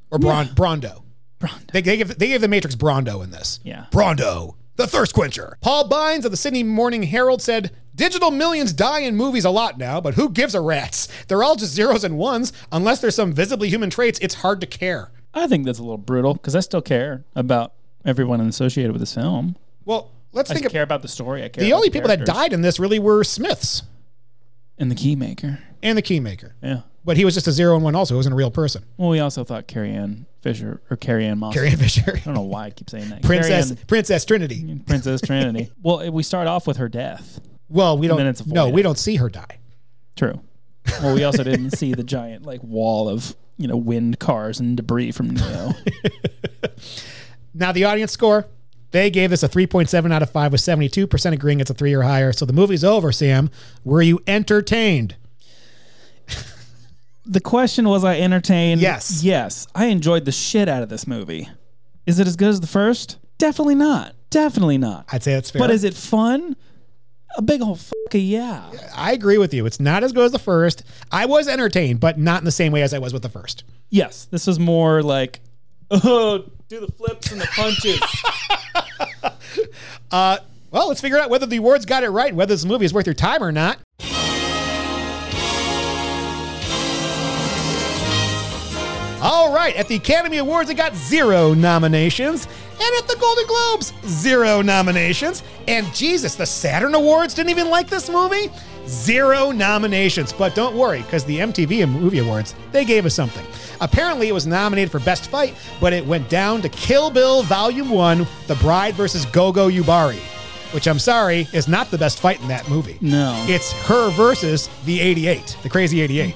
Speaker 1: or Bron- Brondo.
Speaker 4: Brondo.
Speaker 1: They, they give they gave the Matrix Brondo in this.
Speaker 4: Yeah.
Speaker 1: Brondo, the thirst quencher. Paul Bynes of the Sydney Morning Herald said, "Digital millions die in movies a lot now, but who gives a rat's? They're all just zeros and ones. Unless there's some visibly human traits, it's hard to care."
Speaker 4: I think that's a little brutal because I still care about everyone associated with this film.
Speaker 1: Well, let's
Speaker 4: I
Speaker 1: think.
Speaker 4: still
Speaker 1: Of,
Speaker 4: care about the story. I care.
Speaker 1: the
Speaker 4: about
Speaker 1: only people that
Speaker 4: characters.
Speaker 1: died in this really were Smiths
Speaker 4: and the keymaker.
Speaker 1: and the Keymaker,
Speaker 4: Yeah.
Speaker 1: but he was just a zero and one. Also, he wasn't a real person.
Speaker 4: Well, we also thought Carrie Ann Fisher or Carrie Ann Moss.
Speaker 1: Carrie Ann Fisher.
Speaker 4: I don't know why I keep saying that.
Speaker 1: Princess
Speaker 4: Carrie
Speaker 1: Princess Trinity.
Speaker 4: Ann- Princess Trinity. well, it- we start off with her death.
Speaker 1: Well, we don't.
Speaker 4: then it's
Speaker 1: no,
Speaker 4: avoided.
Speaker 1: we don't see her die.
Speaker 4: True. Well, we also didn't see the giant like wall of you know wind cars and debris from Neo.
Speaker 1: Now the audience score. They gave this a 3.7 out of 5 with 72% agreeing it's a 3 or higher. So the movie's over, Sam. Were you entertained?
Speaker 4: The question was I entertained?
Speaker 1: Yes.
Speaker 4: Yes. I enjoyed the shit out of this movie. Is it as good as the first? Definitely not. Definitely not.
Speaker 1: I'd say that's fair.
Speaker 4: But is it fun? A big old fucking yeah.
Speaker 1: I agree with you. It's not as good as the first. I was entertained, but not in the same way as I was with the first.
Speaker 4: Yes. This was more like, oh, do the flips and the punches.
Speaker 1: Well, let's figure out whether the awards got it right, whether this movie is worth your time or not. All right, at the Academy Awards, it got zero nominations. And at the Golden Globes, zero nominations. And Jesus, the Saturn Awards didn't even like this movie? Zero nominations. But don't worry, because the MTV and Movie Awards, they gave us something. Apparently, it was nominated for Best Fight, but it went down to Kill Bill Volume 1 The Bride versus Gogo Yubari, which I'm sorry is not the best fight in that movie.
Speaker 4: No.
Speaker 1: It's her versus the 88, the crazy 88.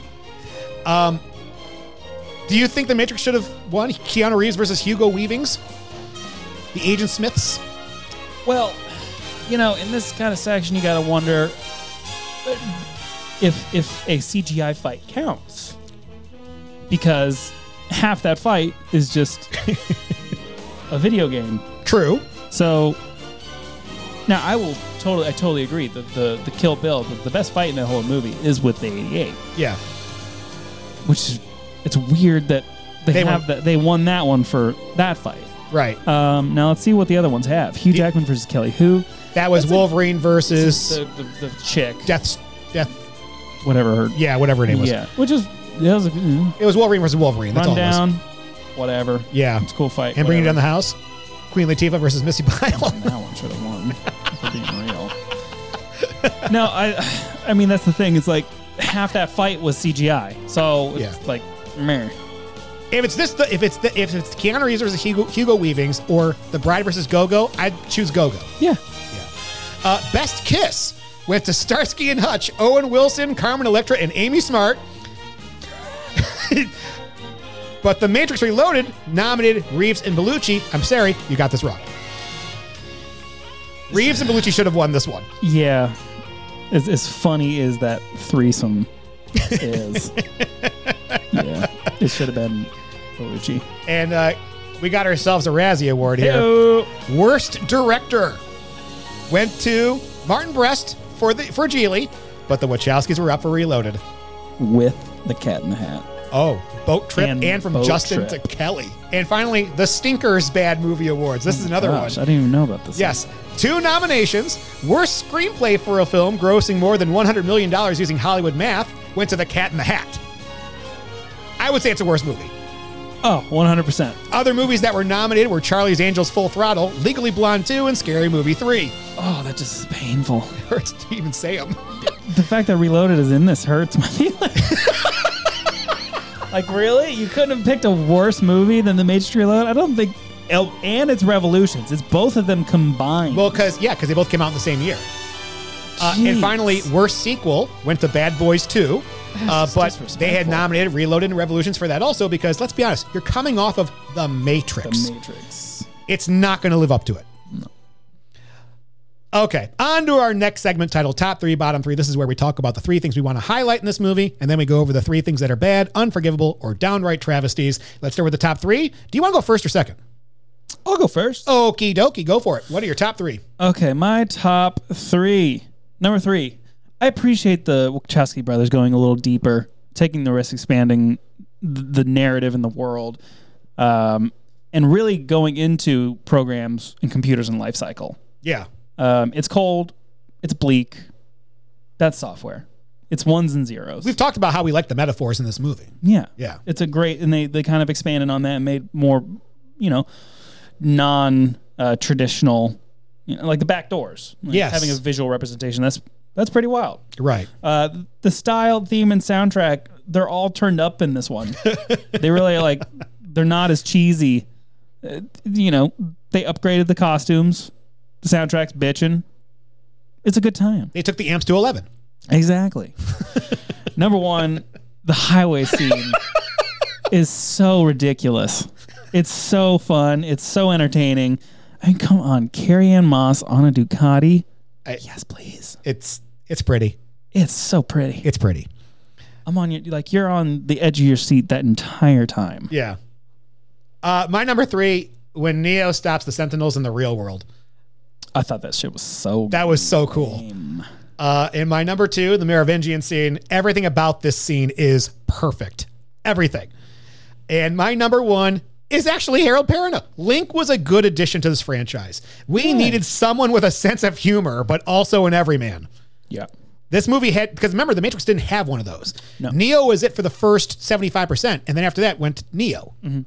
Speaker 1: Do you think The Matrix should have won Keanu Reeves versus Hugo Weavings? The Agent Smiths?
Speaker 4: well, you know, in this kind of section, you got to wonder uh, if if a CGI fight counts. Because half that fight is just a video game.
Speaker 1: True.
Speaker 4: So now I will totally, I totally agree that the the Kill Bill, the, the best fight in that whole movie is with the 88,
Speaker 1: Yeah.
Speaker 4: which is it's weird that they,
Speaker 1: They
Speaker 4: have
Speaker 1: won-
Speaker 4: that they won that one for that fight.
Speaker 1: Right.
Speaker 4: Um, now let's see what the other ones have. Hugh Jackman versus Kelly Who
Speaker 1: that was
Speaker 4: that's a-
Speaker 1: Wolverine versus
Speaker 4: the, the, the chick,
Speaker 1: Death's Death.
Speaker 4: whatever her
Speaker 1: Yeah, whatever her name was.
Speaker 4: yeah, which is that was a mm,
Speaker 1: It was Wolverine versus Wolverine. That's all it was.
Speaker 4: rundown, whatever.
Speaker 1: Yeah.
Speaker 4: it's a cool fight.
Speaker 1: And bringing down
Speaker 4: whatever.
Speaker 1: the house. Queen Latifah versus Missy Pyle.
Speaker 4: That one should have won. For being real. no, I, I mean that's the thing. It's like half that fight was CGI, so it's
Speaker 1: Yeah.
Speaker 4: like, meh.
Speaker 1: if it's this, the, if it's the, if it's Keanu Reeves versus Hugo, Hugo Weavings or The Bride versus Go-Go, I'd choose Go-Go.
Speaker 4: Yeah.
Speaker 1: Uh, Best Kiss went to Starsky and Hutch, Owen Wilson, Carmen Electra, and Amy Smart. but The Matrix Reloaded nominated Reeves and Bellucci. I'm sorry, you got this wrong. Reeves and Bellucci should have won this one.
Speaker 4: Yeah. As, as funny as that threesome is. yeah. It should have been Bellucci.
Speaker 1: And uh, we got ourselves a Razzie Award here. Worst Director went to Martin Brest for the for Geely, but the Wachowskis were up for Reloaded.
Speaker 4: With the cat in the hat.
Speaker 1: Oh, Boat Trip and,
Speaker 4: And
Speaker 1: from
Speaker 4: Boat
Speaker 1: Justin
Speaker 4: Trip.
Speaker 1: to Kelly. And finally, the Stinkers Bad Movie Awards. This is another
Speaker 4: Gosh, I
Speaker 1: one.
Speaker 4: didn't even know about this.
Speaker 1: Yes, two nominations. Worst screenplay for a film grossing more than $100 million using Hollywood math went to The Cat in the Hat. I would say it's a worst movie.
Speaker 4: Oh, 100%.
Speaker 1: Other movies that were nominated were Charlie's Angels Full Throttle, Legally Blonde 2, and Scary Movie 3.
Speaker 4: Oh, that just is painful.
Speaker 1: Hurts to even say them.
Speaker 4: The fact that Reloaded is in this hurts my feelings. like, really? You couldn't have picked a worse movie than The Matrix Reloaded? I don't think. Oh, and it's Revolutions. It's both of them combined.
Speaker 1: Well, because, yeah, because they both came out in the same year. Uh, and
Speaker 4: Jeez.
Speaker 1: finally, worst sequel went to Bad Boys 2. Uh,
Speaker 4: just
Speaker 1: but they had
Speaker 4: disrespectful.
Speaker 1: nominated Reloaded and Revolutions for that also because, let's be honest, you're coming off of The Matrix.
Speaker 4: The Matrix.
Speaker 1: it's not going to live up to it. Okay, on to our next segment titled Top Three, Bottom Three. This is where we talk about the three things we want to highlight in this movie, and then we go over the three things that are bad, unforgivable, or downright travesties. Let's start with the top three. Do you want to go first or second?
Speaker 4: I'll go first.
Speaker 1: Okie dokie, go for it. What are your top three?
Speaker 4: Okay, my top three. Number three, I appreciate the Wachowski brothers going a little deeper, taking the risk, expanding th- the narrative and the world, um, and really going into programs and computers and life cycle.
Speaker 1: Yeah.
Speaker 4: Um, it's cold, it's bleak. That's software. It's ones and zeros.
Speaker 1: We've talked about how we like the metaphors in this movie.
Speaker 4: Yeah.
Speaker 1: Yeah.
Speaker 4: It's a great, and they, they kind of expanded on that and made more, you know, non uh, traditional, you know, like the back doors. Like
Speaker 1: Yes.
Speaker 4: Having a visual representation. That's, that's pretty wild.
Speaker 1: Right.
Speaker 4: Uh, the style, theme, and soundtrack, they're all turned up in this one. they really like, they're not as cheesy. Uh, you know, they upgraded the costumes, the soundtrack's bitching. It's a good time.
Speaker 1: They took the amps to 11.
Speaker 4: Exactly. Number one, the highway scene is so ridiculous. It's so fun. It's so entertaining. I mean, come on, Carrie Ann Moss on a Ducati.
Speaker 1: I-
Speaker 4: yes, please.
Speaker 1: It's it's pretty.
Speaker 4: It's so pretty.
Speaker 1: It's pretty.
Speaker 4: I'm on your like you're on the edge of your seat that entire time.
Speaker 1: Yeah. Uh, my number three, when Neo stops the Sentinels in the real world.
Speaker 4: I thought that shit was so.
Speaker 1: That was so cool. Uh, and my number two, the Merovingian scene, everything about this scene is perfect. Everything. And my number one is actually Harold Perrina. Link was a good addition to this franchise. We needed someone with a sense of humor, but also an everyman.
Speaker 4: yeah.
Speaker 1: This movie had, because remember, The Matrix didn't have one of those. Neo was it for the first 75%, and then after that went Neo.
Speaker 4: Mm-hmm.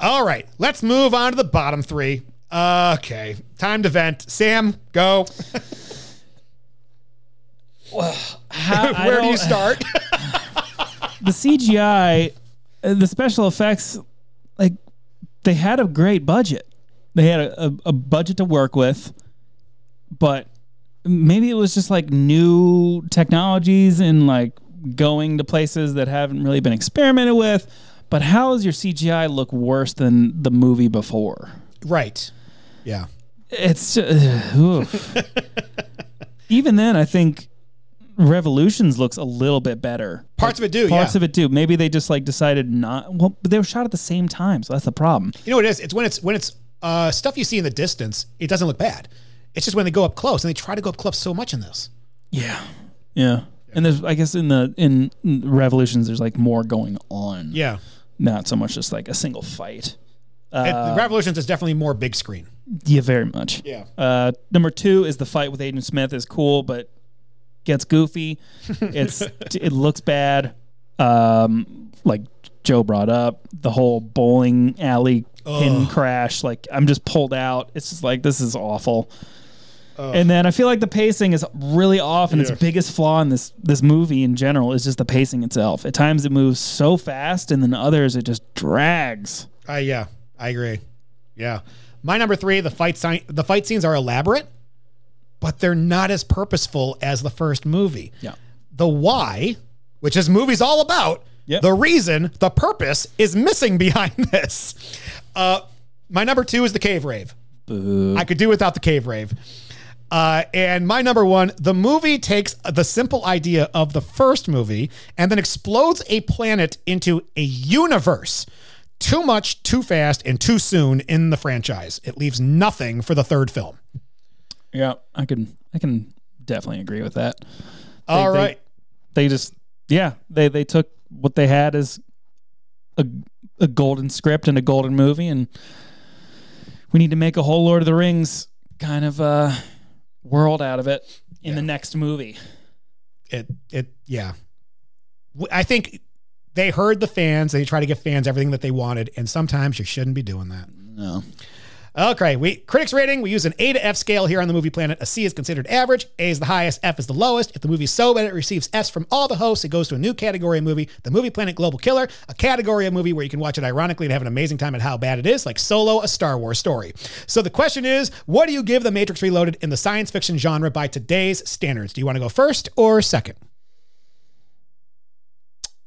Speaker 1: All right, let's move on to the bottom three. Okay, time to vent. Sam, go.
Speaker 4: How- I
Speaker 1: Where do you
Speaker 4: don't-
Speaker 1: start?
Speaker 4: the CGI, uh, the special effects, like they had a great budget. They had a, a, a budget to work with, but maybe it was just like new technologies and like going to places that haven't really been experimented with. But how does your CGI look worse than the movie before?
Speaker 1: right. Yeah.
Speaker 4: It's just, oof. even then. I think Revolutions looks a little bit better
Speaker 1: Parts of it do.
Speaker 4: parts
Speaker 1: yeah.
Speaker 4: of it do. Maybe they just like decided not. Well, but they were shot at the same time, so that's the problem.
Speaker 1: You know what it is? It's when it's when it's uh, stuff you see in the distance, it doesn't look bad. It's just when they go up close, and they try to go up close so much in this.
Speaker 4: Yeah, yeah. And there's, I guess, in the in Revolutions, there's like more going on.
Speaker 1: Yeah.
Speaker 4: not so much just like a single fight.
Speaker 1: it, Revolutions is definitely more big screen.
Speaker 4: Uh, Yeah, very much.
Speaker 1: Yeah.
Speaker 4: Uh, number two is the fight with Agent Smith is cool, but gets goofy. It's it looks bad. Um, like Joe brought up the whole bowling alley and crash. Like I'm just pulled out. It's just like this is awful. And then I feel like the pacing is really off, and
Speaker 10: Yeah.
Speaker 4: its biggest flaw in this this movie in general is just the pacing itself. At times it moves so fast, and then others it just drags.
Speaker 1: Uh, yeah, I agree. Yeah, my number three: the fight scene. The fight scenes are elaborate, but they're not as purposeful as the first movie.
Speaker 4: Yeah.
Speaker 1: The why, which this movie's all about,
Speaker 4: Yep.
Speaker 1: the reason, the purpose is missing behind this. Uh, my number two is the cave rave. I could do without the cave rave. Uh, and my number one, the movie takes the simple idea of the first movie and then explodes a planet into a universe. Too much, too fast, and too soon in the franchise. It leaves nothing for the third film.
Speaker 4: Yeah, I can I can definitely agree with that.
Speaker 1: All
Speaker 4: they-
Speaker 1: right.
Speaker 4: They just yeah they they took what they had as a a golden script and a golden movie, and we need to make a whole Lord of the Rings kind of uh world out of it in the next movie.
Speaker 1: it it yeah W- i think they heard the fans they try to give fans everything that they wanted and sometimes you shouldn't be doing that
Speaker 4: No.
Speaker 1: okay we critics rating we use an a to f scale here on the movie planet a c is considered average a is the highest f is the lowest if the movie's so bad it receives f's from all the hosts it goes to a new category of movie the movie planet global killer a category of movie where you can watch it ironically and have an amazing time at how bad it is like solo a star wars story so the question is what do you give the matrix reloaded in the science fiction genre by today's standards do you want to go first or second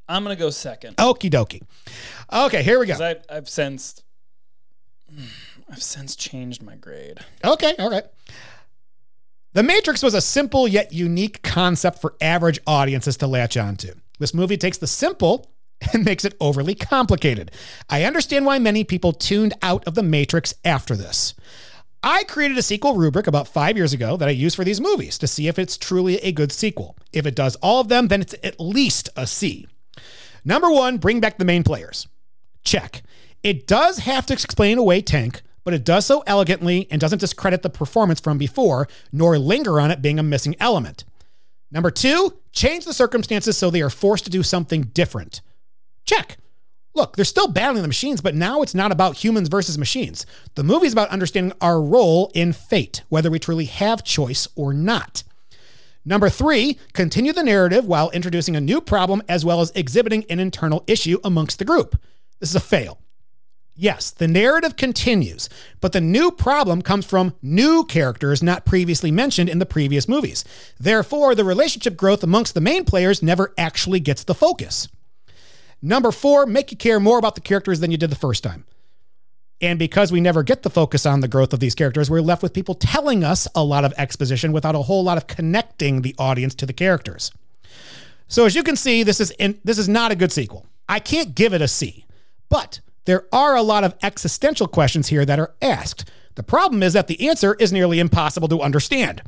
Speaker 4: I'm gonna go second.
Speaker 1: Okie dokie. Okay, here we go.
Speaker 4: 'Cause I've, I've sensed I've since changed my grade.
Speaker 1: Okay, all right. The Matrix was a simple yet unique concept for average audiences to latch onto. This movie takes the simple and makes it overly complicated. I understand why many people tuned out of The Matrix after this. I created a sequel rubric about five years ago that I use for these movies to see if it's truly a good sequel. If it does all of them, then it's at least a C. Number one, bring back the main players. Check. It does have to explain away Tank, but it does so elegantly and doesn't discredit the performance from before, nor linger on it being a missing element. Number two, change the circumstances so they are forced to do something different. Check. Look, they're still battling the machines, but now it's not about humans versus machines. The movie's about understanding our role in fate, whether we truly have choice or not. Number three, continue the narrative while introducing a new problem as well as exhibiting an internal issue amongst the group. This is a fail. Yes, the narrative continues, but the new problem comes from new characters not previously mentioned in the previous movies. Therefore, the relationship growth amongst the main players never actually gets the focus. Number four, make you care more about the characters than you did the first time. And because we never get the focus on the growth of these characters, we're left with people telling us a lot of exposition without a whole lot of connecting the audience to the characters. So as you can see, this is in, this is not a good sequel. I can't give it a C, but there are a lot of existential questions here that are asked. The problem is that the answer is nearly impossible to understand.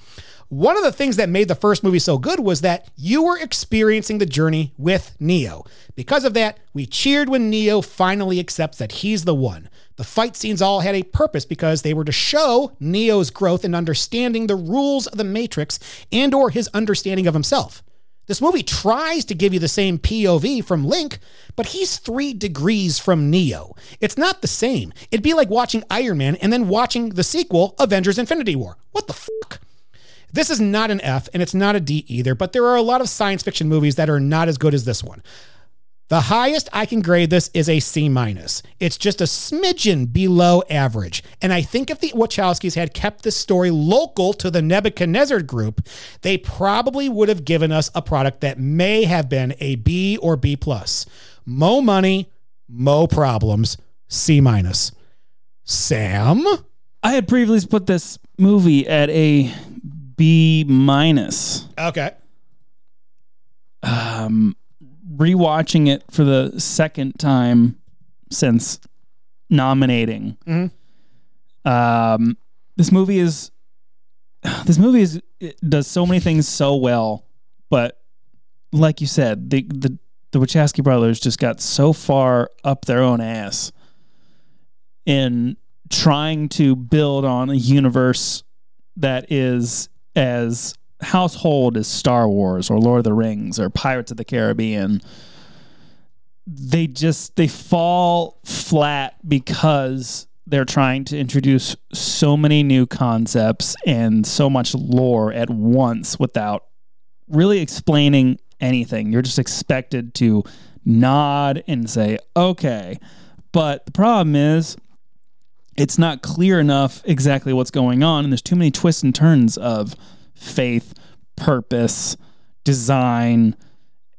Speaker 1: One of the things that made the first movie so good was that you were experiencing the journey with Neo. Because of that, we cheered when Neo finally accepts that he's the one. The fight scenes all had a purpose because they were to show Neo's growth in understanding the rules of the Matrix and or his understanding of himself. This movie tries to give you the same POV from Link, but he's three degrees from Neo. It's not the same. It'd be like watching Iron Man and then watching the sequel, Avengers Infinity War. What the fuck? This is not an F and it's not a D either, but there are a lot of science fiction movies that are not as good as this one. The highest I can grade this is a C minus. It's just a smidgen below average. And I think if the Wachowskis had kept this story local to the Nebuchadnezzar group, they probably would have given us a product that may have been a B or B plus. Mo money, mo problems, C minus. Sam?
Speaker 4: I had previously put this movie at a B minus.
Speaker 1: Okay.
Speaker 4: um, rewatching it for the second time since nominating. Um, this movie is this movie is it does so many things so well, but like you said, the the the Wachowski brothers just got so far up their own ass in trying to build on a universe that is as household as Star Wars or Lord of the Rings or Pirates of the Caribbean they just they fall flat because they're trying to introduce so many new concepts and so much lore at once without really explaining anything. You're just expected to nod and say, "Okay." But the problem is it's not clear enough exactly what's going on and there's too many twists and turns of faith purpose design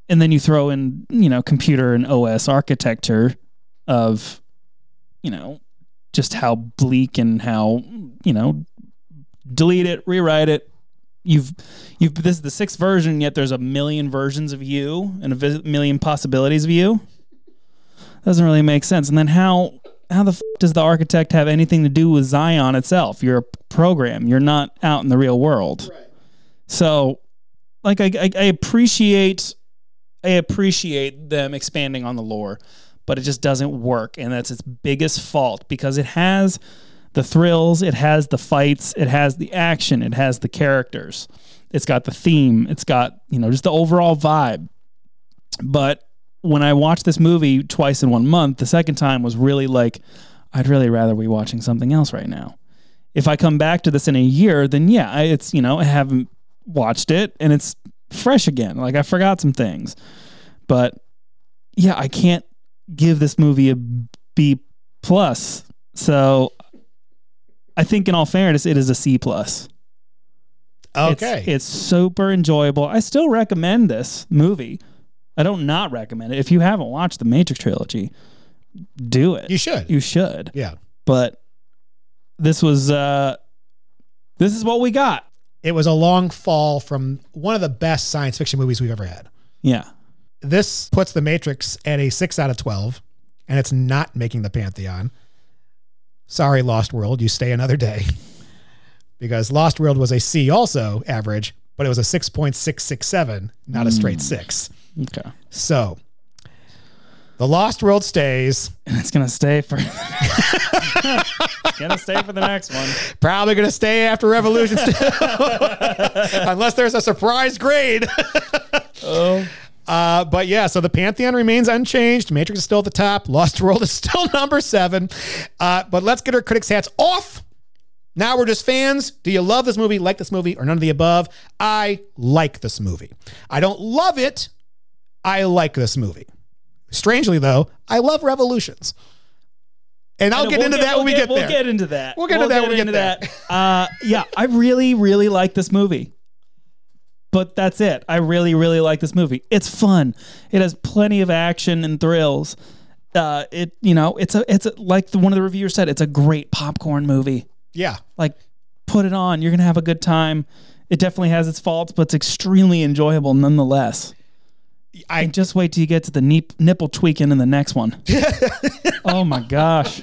Speaker 4: and then you throw in you know computer and os architecture of you know just how bleak and how you know delete it rewrite it you've you've this is the sixth version yet there's a million versions of you and a vis- million possibilities of you doesn't really make sense and then how how the f- does the architect have anything to do with Zion itself? You're a program. You're not out in the real world. So, like, I, I, I appreciate, I appreciate them expanding on the lore, but it just doesn't work, and that's its biggest fault because it has the thrills, it has the fights, it has the action, it has the characters, it's got the theme, it's got you know just the overall vibe, but when I watched this movie twice in one month, the second time was really like, I'd really rather be watching something else right now. If I come back to this in a year, then yeah, I, it's, you know, I haven't watched it and it's fresh again. Like I forgot some things. But yeah, I can't give this movie a B plus. So I think in all fairness, it is a C plus. It's-
Speaker 1: Okay.
Speaker 4: It's, super enjoyable. I still recommend this movie. I don't not recommend it. If you haven't watched the Matrix trilogy, do it.
Speaker 1: you should.
Speaker 4: You should.
Speaker 1: yeah.
Speaker 4: But this was uh this is what we got.
Speaker 1: It was a long fall from one of the best science fiction movies we've ever had.
Speaker 4: Yeah.
Speaker 1: This puts The Matrix at a 6 out of 12, and it's not making the Pantheon. Sorry, Lost World. You stay another day. Because Lost World was a C also average, but it was a 6.667, not a straight six.
Speaker 4: Okay.
Speaker 1: So The Lost World stays.
Speaker 4: And it's gonna stay for gonna stay for the next one.
Speaker 1: Probably going to stay after Revolution, still. unless there's a surprise grade.
Speaker 4: Oh
Speaker 1: Uh, but yeah, so the Pantheon remains unchanged. Matrix is still at the top. Lost World is still number seven. Uh, but let's get our critics' hats off. Now we're just fans. Do you love this movie, like this movie, or none of the above? I like this movie. I don't love it. I like this movie. Strangely, though, I love Revolutions. And I'll
Speaker 4: And
Speaker 1: get
Speaker 4: we'll
Speaker 1: into that when we
Speaker 4: we'll
Speaker 1: get, there.
Speaker 4: We'll get into that.
Speaker 1: We'll get into that when we get
Speaker 4: into that. Uh, yeah, I really, really like this movie. But that's it. I really, really like this movie. It's fun. It has plenty of action and thrills. Uh, it, you know, it's a, it's a, like the, one of the reviewers said, it's a great popcorn movie.
Speaker 1: yeah.
Speaker 4: Like, put it on. You're gonna have a good time. It definitely has its faults, but it's extremely enjoyable nonetheless.
Speaker 1: I-
Speaker 4: and just wait till you get to the neep, nipple tweaking in the next one. oh my gosh,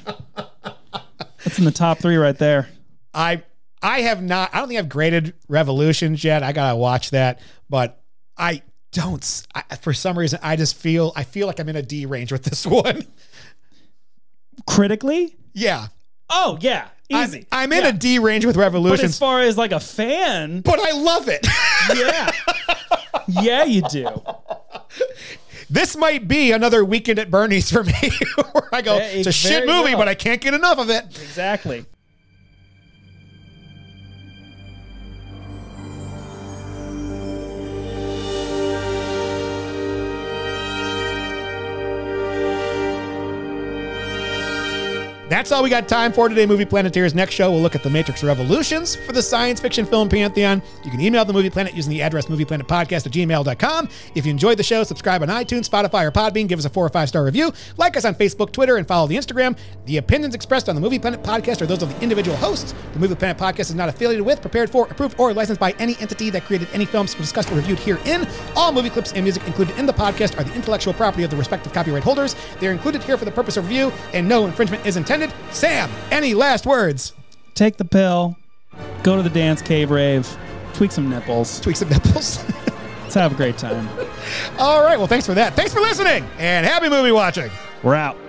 Speaker 4: that's in the top three right there.
Speaker 1: I I have not. I don't think I've graded Revolutions yet. I gotta watch that, but I don't. s- I, for some reason, I just feel I feel like I'm in a D range with this one.
Speaker 4: Critically,
Speaker 1: yeah,
Speaker 4: oh yeah, easy.
Speaker 1: I'm, I'm in
Speaker 4: Yeah.
Speaker 1: a D range with
Speaker 4: But as
Speaker 1: Revolutions,
Speaker 4: far as like a fan,
Speaker 1: but I love it.
Speaker 4: yeah, yeah, you do.
Speaker 1: this might be another weekend at Bernie's for me, where I go,
Speaker 4: Yeah, it
Speaker 1: it's a shit
Speaker 4: very
Speaker 1: movie,
Speaker 4: well.
Speaker 1: but I can't get enough of it.
Speaker 4: Exactly.
Speaker 1: That's all we got time for today, Movie Planeteers. Next show, we'll look at The Matrix Revolutions for the science fiction film Pantheon. You can email The Movie Planet using the address movieplanetpodcast at gmail.com. If you enjoyed the show, subscribe on iTunes, Spotify, or Podbean. Give us a four or five star review. Like us on Facebook, Twitter, and follow the Instagram. The opinions expressed on The Movie Planet Podcast are those of the individual hosts. The Movie Planet Podcast is not affiliated with, prepared for, approved, or licensed by any entity that created any films discussed or reviewed herein. All movie clips and music included in the podcast are the intellectual property of the respective copyright holders. They're included here for the purpose of review, and no infringement is intended. Sam, any last words?
Speaker 4: Take the pill. Go to the dance cave rave. Tweak some nipples.
Speaker 1: Tweaks of nipples.
Speaker 4: Let's have a great time.
Speaker 1: All right, well, thanks for that. Thanks for listening, and happy movie watching.
Speaker 4: We're out.